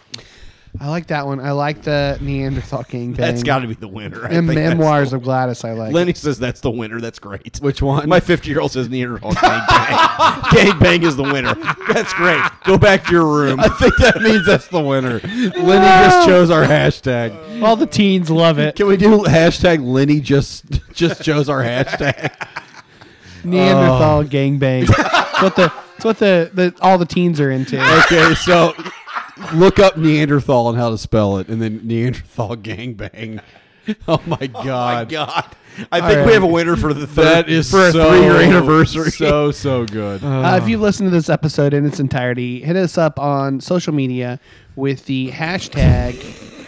C: I like that one. I like the Neanderthal King.
E: That's got to be the winner. I
C: and
E: think that's
C: memoirs
E: the-
C: of Gladys. I like.
E: Lenny says that's the winner. That's great.
B: Which one?
E: My 50 year old says Neanderthal gangbang. gangbang is the winner. That's great. Go back to your room.
B: I think that means that's the winner. Lenny just chose our hashtag.
R: All the teens love it.
B: Can we do hashtag Lenny just just chose our hashtag?
C: Neanderthal gangbang. it's what the it's what the, the all the teens are into.
B: Okay, so look up Neanderthal and how to spell it, and then Neanderthal gangbang. Oh my god!
E: God. I think we
C: right.
E: have a winner for the third.
B: That is
E: for a
B: so,
E: three year anniversary.
B: So
E: Oh,
B: so good.
C: Uh, if you've listened to this episode in its entirety, hit us up on social media with the hashtag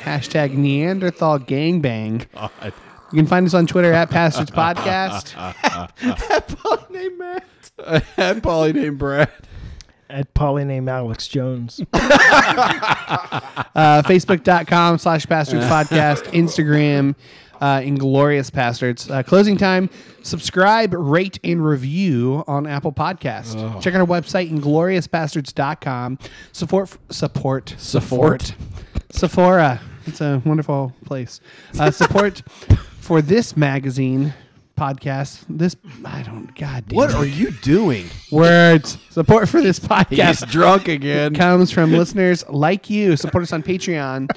C: hashtag Neanderthal gangbang. You can find us on Twitter at Pastors Podcast.
B: name Matt. I had Polly named Brad.
D: At Polly name Alex Jones.
C: uh, facebook.com slash pastors podcast instagram uh, inglorious bastards uh, closing time subscribe rate and review on apple podcast
B: Oh.
C: check out our website ingloriousbastards.com support support support sephora it's a wonderful place uh, support for this magazine podcast this i don't god damn
B: What
C: it.
B: are you doing?
C: words support for this podcast
B: drunk again.
C: comes from listeners like you. Support us on Patreon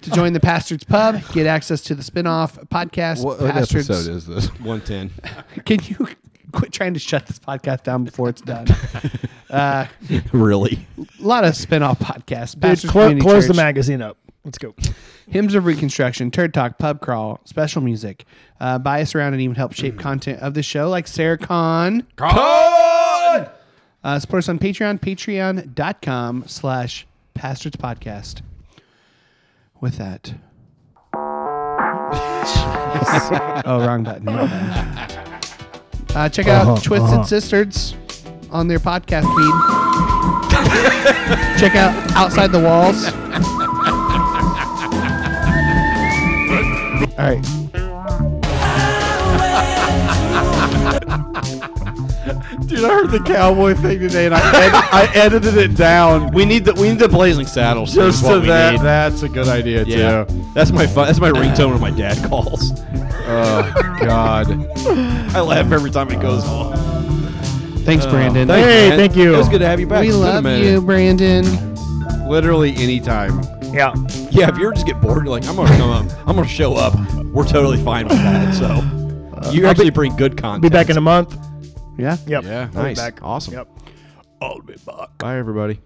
C: to join the Pastors Pub, get access to the spin-off podcast.
B: What, what
C: Pastors,
B: episode is this?
E: 110.
C: Can you quit trying to shut this podcast down before it's done?
E: really?
C: A lot of spin-off podcasts.
D: Dude,
C: Pastors
D: clo-
C: Community
D: close the
C: Church,
D: magazine up. Let's go.
C: Hymns of Reconstruction, Turd Talk, Pub Crawl, Special Music. Uh, buy us around and even help shape content of the show, like Sarah Khan. Uh, support us on Patreon, patreon.com slash Pastors Podcast. With that. oh, wrong button. My bad. Uh, check out Twisted Sisters on their podcast feed. check out Outside the Walls. All right.
B: Dude, I heard the cowboy thing today, and I, ed- I edited it down
E: We need the we need the blazing saddles.
B: just
E: is what
B: to
E: we
B: that.
E: need.
B: That's a good idea
E: yeah.
B: too.
E: That's my fun, that's my ringtone when my dad calls.
B: Oh God.
E: I laugh every time it goes off.
C: Thanks, Brandon.
D: Hey, thank you.
E: It was good to have you back.
C: we
E: It's been a
C: love
E: minute.
C: you, Brandon.
B: Literally anytime.
D: Yeah.
E: Yeah, if you ever just get bored, you're like, I'm gonna come up, I'm gonna show up. We're totally fine with that. So you
D: I'll
E: actually
D: be-
E: bring good content.
D: Be back in a month.
C: Yeah.
D: Yep.
E: Yeah,
D: I'll be
E: nice,
D: back.
E: awesome.
D: Yep.
E: Bye, everybody.